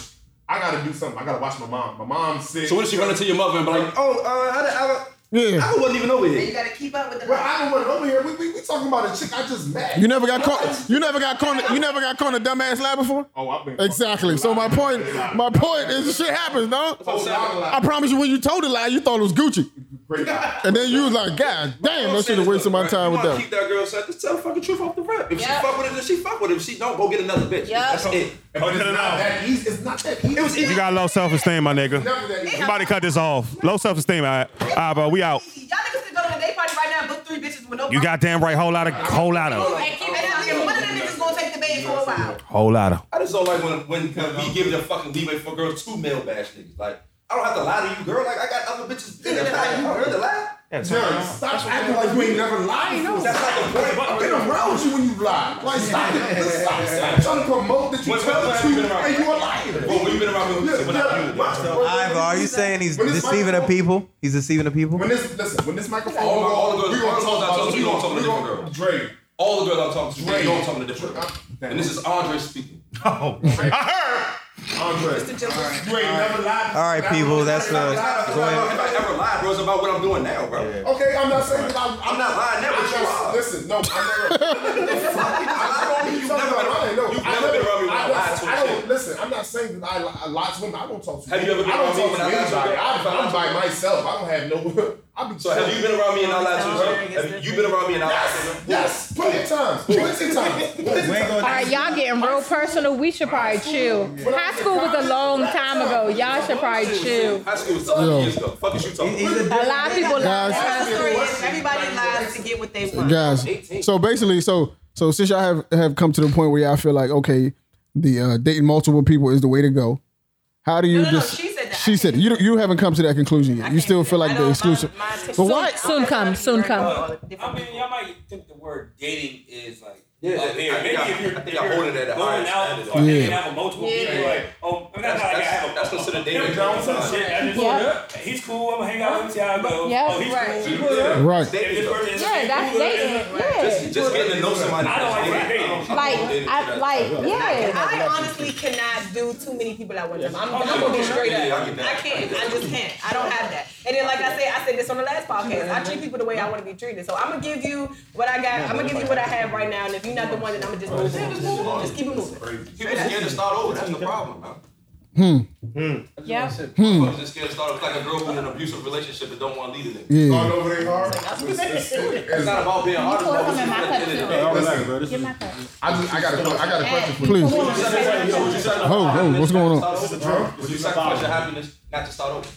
Speaker 9: I gotta do something I gotta watch my mom. My mom's sick.
Speaker 10: So what if she run into your mother and be like, oh, uh, I, done- I, done-
Speaker 2: Yeah.
Speaker 10: I wasn't even over
Speaker 17: And you
Speaker 10: here.
Speaker 17: gotta keep up with the
Speaker 9: Well, I don't want over here. We, we, we talking about a chick I just met.
Speaker 2: You never got caught. You never got caught. You never got caught in a dumbass lie before.
Speaker 9: Oh, I've been.
Speaker 2: Exactly. So my point, my point is, shit happens, no. I promise you, when you told the lie, you thought it was Gucci,
Speaker 9: Great guy.
Speaker 2: and then you was like, God damn, I should have wasted my time with
Speaker 10: You wanna
Speaker 2: that.
Speaker 10: Keep that girl set. Just tell the fucking truth off the rip. If
Speaker 3: Yep.
Speaker 10: she fuck with it, then she fuck with it. If she don't, go get another bitch. That's it.
Speaker 9: But it's not that easy. It's not that easy. It was
Speaker 1: You got low self esteem, my nigga.
Speaker 9: never that easy.
Speaker 1: Somebody cut this off. Low self esteem. All right, all right bro. We out.
Speaker 17: Y'all niggas could go to a day party right now and book three bitches with no
Speaker 1: You goddamn right. Whole lot of. Whole lot
Speaker 3: Oh,
Speaker 1: of.
Speaker 17: And keep it out here. One of them niggas gonna take the bait for a while.
Speaker 1: Whole lot of.
Speaker 10: I just don't like when when we give the fucking leeway for girls to male bash niggas. Like I don't have to lie to you, girl. Like I got other bitches in the back. You heard the lie?
Speaker 9: Jerry, stop acting like you ain't never lied.
Speaker 10: That's not the point.
Speaker 9: I've been around you when you lie. Like, stop it. Just Stop, stop trying to promote that you
Speaker 10: What's
Speaker 9: tell the
Speaker 10: up,
Speaker 9: truth
Speaker 10: man?
Speaker 9: and you a liar.
Speaker 10: Well, when you Oh, been around me, when I knew that.
Speaker 14: All right, but are you saying he's
Speaker 9: When this
Speaker 14: deceiving the people? He's deceiving the people.
Speaker 9: When this, listen, when this microphone
Speaker 10: All, all the
Speaker 9: go,
Speaker 10: girls,
Speaker 9: we
Speaker 10: all the girls
Speaker 9: gonna
Speaker 10: I
Speaker 9: talk
Speaker 10: talk
Speaker 9: about
Speaker 10: to,
Speaker 9: we
Speaker 10: you don't
Speaker 9: gonna
Speaker 10: talk to
Speaker 9: talk
Speaker 10: a different girl.
Speaker 9: about Dre.
Speaker 10: All the girls I talk to, you don't talk to a different girl. And this is Andre speaking.
Speaker 9: Andre, you ain't never lied.
Speaker 14: All right, people, that's uh.
Speaker 10: If I ever lie, bro, it's about what I'm doing now, bro.
Speaker 9: Okay, I'm not saying that I'm,
Speaker 10: I'm not lying now, but you
Speaker 9: I
Speaker 10: are.
Speaker 9: just, listen, no, I never.
Speaker 10: I lied on you. You've never been around me.
Speaker 9: You've No,
Speaker 10: You've
Speaker 9: I
Speaker 10: never been around me when I
Speaker 9: I
Speaker 10: lied
Speaker 9: don't-
Speaker 10: to
Speaker 9: I
Speaker 10: a
Speaker 9: don't
Speaker 10: chick.
Speaker 9: listen. I'm not saying that I li- I lie to women. I don't talk to.
Speaker 10: Have you ever been
Speaker 9: I don't
Speaker 10: around me
Speaker 9: talk
Speaker 10: when
Speaker 9: to
Speaker 10: I lied to a
Speaker 9: anybody.
Speaker 10: girl?
Speaker 9: I'm, I'm by myself. I don't have no. I be
Speaker 10: So have you been around me and I lied to you? Have you been around me and I lied
Speaker 9: Yes, yes, plenty of times, plenty of times. Plenty of
Speaker 14: All
Speaker 9: times.
Speaker 3: right, y'all getting real personal. We should probably chill. High school was a long time ago. Y'all should probably
Speaker 10: to you?
Speaker 3: chill.
Speaker 10: High school was 12 years ago. Fuck is you talking about?
Speaker 3: A lot of people lie.
Speaker 2: Guys.
Speaker 3: High
Speaker 17: The
Speaker 3: school.
Speaker 17: story is Everybody lies to get what they want.
Speaker 2: guys. So basically, so so since y'all have have come to the point where y'all feel like okay, the uh, dating multiple people is the way to go. How do you
Speaker 17: No, no, no,
Speaker 2: just?
Speaker 17: she said that.
Speaker 2: She said you you haven't come to that conclusion yet. You still feel like the exclusive.
Speaker 17: uh,
Speaker 2: But why?
Speaker 3: Soon come, soon come.
Speaker 24: I mean, y'all might think the word dating is like
Speaker 10: Yeah,
Speaker 24: up there.
Speaker 10: I
Speaker 24: Maybe
Speaker 10: think I-
Speaker 24: if you're,
Speaker 10: I think
Speaker 24: if
Speaker 10: I
Speaker 24: you're
Speaker 10: hold it at a
Speaker 24: going
Speaker 10: high
Speaker 24: out
Speaker 10: standard.
Speaker 24: or hanging
Speaker 2: Yeah.
Speaker 24: out with multiple
Speaker 10: Yeah.
Speaker 24: people, like, oh, I'm not like
Speaker 10: That's-
Speaker 24: I
Speaker 10: that's-
Speaker 24: have a,
Speaker 10: that's
Speaker 24: a
Speaker 10: the dating
Speaker 5: Him drunk some
Speaker 10: time.
Speaker 5: shit. I just
Speaker 10: Yeah.
Speaker 5: pulled up. He's cool. I'm gonna hang out with him till I go.
Speaker 10: Yeah.
Speaker 5: Oh, he's
Speaker 10: Right.
Speaker 5: cool.
Speaker 10: Right.
Speaker 5: If this person is
Speaker 3: Yeah, that's
Speaker 5: cool,
Speaker 3: dating. Yeah.
Speaker 10: Just, just getting to know somebody.
Speaker 5: I don't like
Speaker 10: Like,
Speaker 5: dating.
Speaker 3: Like, I, like, yeah.
Speaker 7: I honestly cannot do too many people at one time. I'm,
Speaker 3: Oh,
Speaker 7: I'm gonna be
Speaker 3: yeah,
Speaker 7: straight
Speaker 3: yeah,
Speaker 7: up.
Speaker 3: I get
Speaker 7: I
Speaker 3: that.
Speaker 7: can't. I just can't. I don't have that. And then, like I said, I said this on the last podcast. I treat people the way I want to be treated. So I'm gonna give you what I got. I'm gonna give you what I have right now. And if you're not the one, then I'm gonna just move. on. Just keep it moving.
Speaker 10: People scared to start over. That's the problem. man.
Speaker 2: Hmm.
Speaker 10: Yeah.
Speaker 2: Hmm.
Speaker 10: Motherfuckers just scared to start over. It's like a girl who's in an abusive relationship and don't want to leave it.
Speaker 2: Yeah.
Speaker 9: All over their heart.
Speaker 10: It's not about being hard.
Speaker 9: Listen,
Speaker 10: it's about what you feel at the end of the day.
Speaker 9: I just, I got a, I got a question for you.
Speaker 2: Please. Hold, hold, Oh, what's going on?
Speaker 10: Would you sacrifice your happiness not to start over?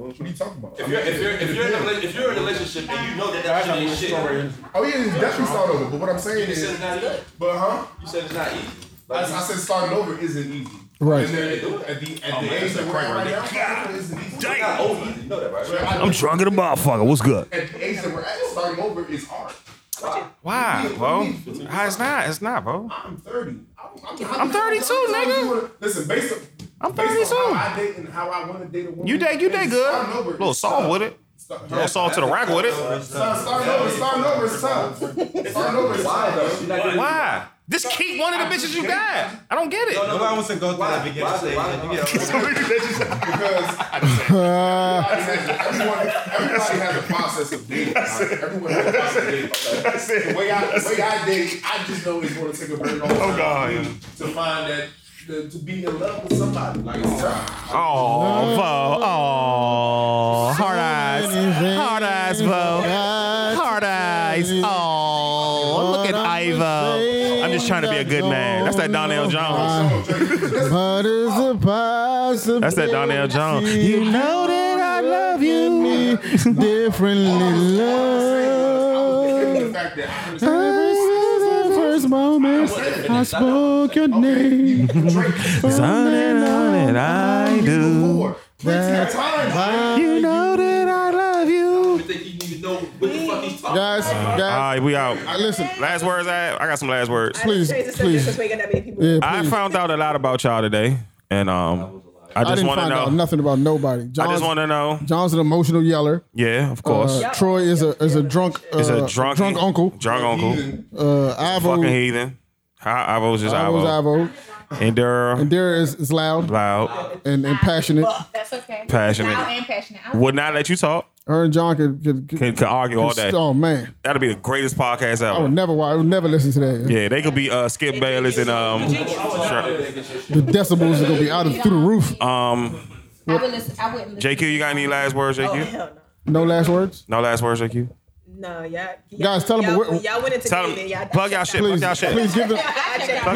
Speaker 9: What are you talking about?
Speaker 10: If you're if you're if you're in a, rela- if you're in a relationship and you know that that shit ain't shit,
Speaker 9: Oh yeah, it's definitely start over. But what I'm saying
Speaker 10: you
Speaker 9: is,
Speaker 10: said it's not easy.
Speaker 9: but huh?
Speaker 10: You said it's not easy.
Speaker 9: I, I said starting over isn't easy.
Speaker 2: Right.
Speaker 9: And then at the at
Speaker 10: Oh,
Speaker 9: the
Speaker 10: man,
Speaker 9: age
Speaker 10: that's
Speaker 9: that
Speaker 10: a
Speaker 9: we're at
Speaker 10: crack
Speaker 9: right
Speaker 10: right
Speaker 9: now,
Speaker 10: there.
Speaker 9: starting over isn't easy.
Speaker 10: It's not over easy. You know that, right?
Speaker 9: I-
Speaker 4: I'm drunk as a motherfucker. What's good?
Speaker 9: At the age that we're at, starting over is hard.
Speaker 4: Why, bro? How it's not? It's not, bro.
Speaker 9: I'm 30. I'm,
Speaker 4: I'm 32, nigga.
Speaker 9: Listen, based on
Speaker 4: I'm
Speaker 9: based
Speaker 4: 32.
Speaker 9: on how I date and how I want to date a woman.
Speaker 4: You date, you date
Speaker 9: and
Speaker 4: good.
Speaker 9: starting over is
Speaker 4: little salt
Speaker 9: tough.
Speaker 4: with it. little salt to the rack with it.
Speaker 9: Start- Starting over, starting over is tough. Starting over is tough.
Speaker 4: Why? Just keep one of the bitches you got. I don't get it. Nobody wants to go through that beginning
Speaker 2: Uh,
Speaker 9: Everyone, everybody has a process of dating. Right? Everyone has a process of dating.
Speaker 25: That's it.
Speaker 9: The way I,
Speaker 25: That's
Speaker 9: the way I date, I just know it's going to take a very long time
Speaker 25: Oh, God,
Speaker 9: for me
Speaker 25: yeah.
Speaker 9: to find that to, to be in love with somebody. Like it's tough.
Speaker 4: Oh, Bo. Oh, hard eyes. Hard eyes, Bo. Hard eyes. Oh, look at Ivo. I'm just trying to be a good man. That's that Donnell Jones.
Speaker 2: What is the possibility?
Speaker 4: That's that Donnell Jones.
Speaker 2: You know that I love you differently. Love. Ever since the first moment I spoke your name,
Speaker 4: Something that I do.
Speaker 2: that's why you know that I love you. Guys,
Speaker 4: All
Speaker 2: guys,
Speaker 5: Uh,
Speaker 4: right, we out.
Speaker 2: Listen.
Speaker 4: Last words, I, I got some last words.
Speaker 2: Please, please.
Speaker 4: I found out a lot about y'all today, and um, I just
Speaker 2: didn't
Speaker 4: want to
Speaker 2: find out
Speaker 4: know.
Speaker 2: nothing about nobody. John's,
Speaker 4: wanna know.
Speaker 2: John's an emotional yeller.
Speaker 4: Yeah, of course.
Speaker 2: Uh, Troy is a is a drunk uh,
Speaker 4: It's a drunk,
Speaker 2: drunk uncle.
Speaker 4: Drunk uncle.
Speaker 2: Uh, Ivo.
Speaker 4: Fucking heathen. Hi, Ivo's just
Speaker 2: Ivo's
Speaker 4: Ivo.
Speaker 2: Ivo.
Speaker 4: Endure.
Speaker 2: Endure is, is loud.
Speaker 4: Loud.
Speaker 2: And, and passionate.
Speaker 3: That's okay.
Speaker 4: Passionate.
Speaker 3: Loud and passionate. I-
Speaker 4: Would not let you talk.
Speaker 2: Her and John could could, could,
Speaker 4: Can, can argue all day.
Speaker 2: Oh man, Oh,
Speaker 4: That'll be the greatest podcast
Speaker 2: I
Speaker 4: ever.
Speaker 2: would never. wa- I would never listen to that.
Speaker 4: Yeah, they could be uh, Skip Bayless and um,
Speaker 2: The decibels are gonna be out of through the roof.
Speaker 4: um,
Speaker 3: I would listen. I wouldn't listen.
Speaker 4: JQ. You got any last words, JQ?
Speaker 2: No last words.
Speaker 4: No last words, JQ.
Speaker 7: No, y'all.
Speaker 2: Guys, tell them
Speaker 7: y'all,
Speaker 2: where-
Speaker 7: y'all went into
Speaker 4: Tell 'em-
Speaker 7: dating. Y'all,
Speaker 4: Plug y'all shit. Plug
Speaker 2: Please,
Speaker 4: y'all shit.
Speaker 2: please give them.
Speaker 4: Plug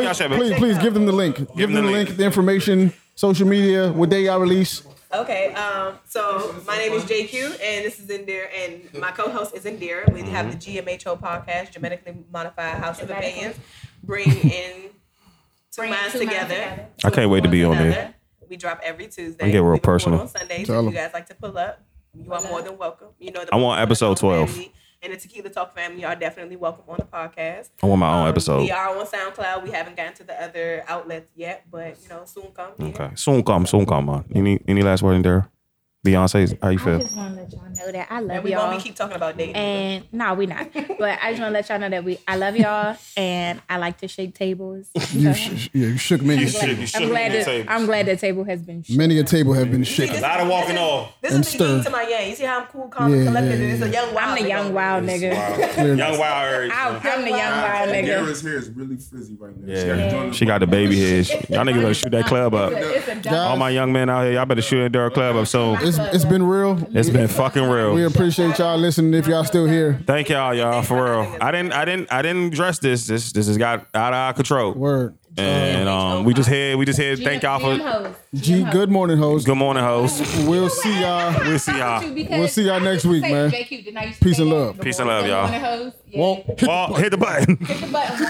Speaker 4: y'all
Speaker 2: please,
Speaker 4: shit, man.
Speaker 2: please, please give them the link. Give, them the link, the information, social media, what day y'all release.
Speaker 7: Okay, um, so my name is JQ, and this is Indira, and my co-host is Indira. We have the
Speaker 4: Mm-hmm.
Speaker 7: GMHO podcast, Genetically Modified House of Opinions, bring in two minds
Speaker 3: two minds
Speaker 7: together.
Speaker 4: I can't wait to be on
Speaker 7: Another.
Speaker 4: there.
Speaker 7: We drop every Tuesday.
Speaker 4: I'm get real
Speaker 7: We record
Speaker 4: personal.
Speaker 7: on Sundays.
Speaker 4: Tell
Speaker 7: if
Speaker 4: 'em.
Speaker 7: you guys like to pull up, you are more than welcome. You know, the
Speaker 4: I want episode twelve.
Speaker 7: and the Tequila Talk family are definitely welcome on the podcast. Um,
Speaker 4: I want my own episode.
Speaker 7: We are on SoundCloud. We haven't gotten to the other outlets yet, but you know, soon come.
Speaker 4: Okay. Soon come. Soon come, man. Any any last word in there? Beyonce, how you
Speaker 3: I
Speaker 4: feel?
Speaker 3: just want to let y'all know that I love
Speaker 7: And we
Speaker 3: y'all.
Speaker 7: won't be keep talking about dating.
Speaker 3: And no, we not. But I just want to let y'all know that we I love y'all and I like to shake tables.
Speaker 2: You sh- yeah, you shook many.
Speaker 3: I'm glad- I'm glad that I'm glad that table has been sh-
Speaker 2: Many a table have been shaken.
Speaker 3: A lot of walking
Speaker 4: off.
Speaker 7: This
Speaker 2: And
Speaker 7: is the yin
Speaker 2: stir.
Speaker 7: to my yang. You see how I'm cool, calm,
Speaker 2: Yeah,
Speaker 7: and collected?
Speaker 2: yeah,
Speaker 7: and It's a young wild.
Speaker 3: I'm the young wild nigga.
Speaker 4: Young Wild
Speaker 3: I- I'm the young
Speaker 9: Nah,
Speaker 3: wild nigga.
Speaker 9: Dara's hair is really frizzy right now.
Speaker 4: Yeah. She got the baby head. Y'all niggas better shoot that club up.
Speaker 3: It's a dog.
Speaker 4: All my young men out here, y'all better shoot that club up soon.
Speaker 2: It's it's been real.
Speaker 4: It's been fucking real.
Speaker 2: We appreciate y'all listening. If y'all still here,
Speaker 4: Thank y'all, y'all, for real. I didn't, I didn't, I didn't dress this. This, this has got out of our control.
Speaker 2: Word.
Speaker 4: And um, we just here, we just here. Thank y'all for.
Speaker 2: G. Good morning, host.
Speaker 4: Good morning, host.
Speaker 2: We'll see y'all.
Speaker 4: We'll see y'all.
Speaker 3: Because
Speaker 2: We'll see y'all next week,
Speaker 3: say
Speaker 2: man.
Speaker 3: JQ, didn't I used to
Speaker 2: Peace
Speaker 3: say
Speaker 2: and
Speaker 3: that?
Speaker 2: love.
Speaker 4: Peace and love, y'all.
Speaker 3: Wanna hoes?
Speaker 2: Won't hit the
Speaker 4: Well, hit the button.
Speaker 3: Hit the button.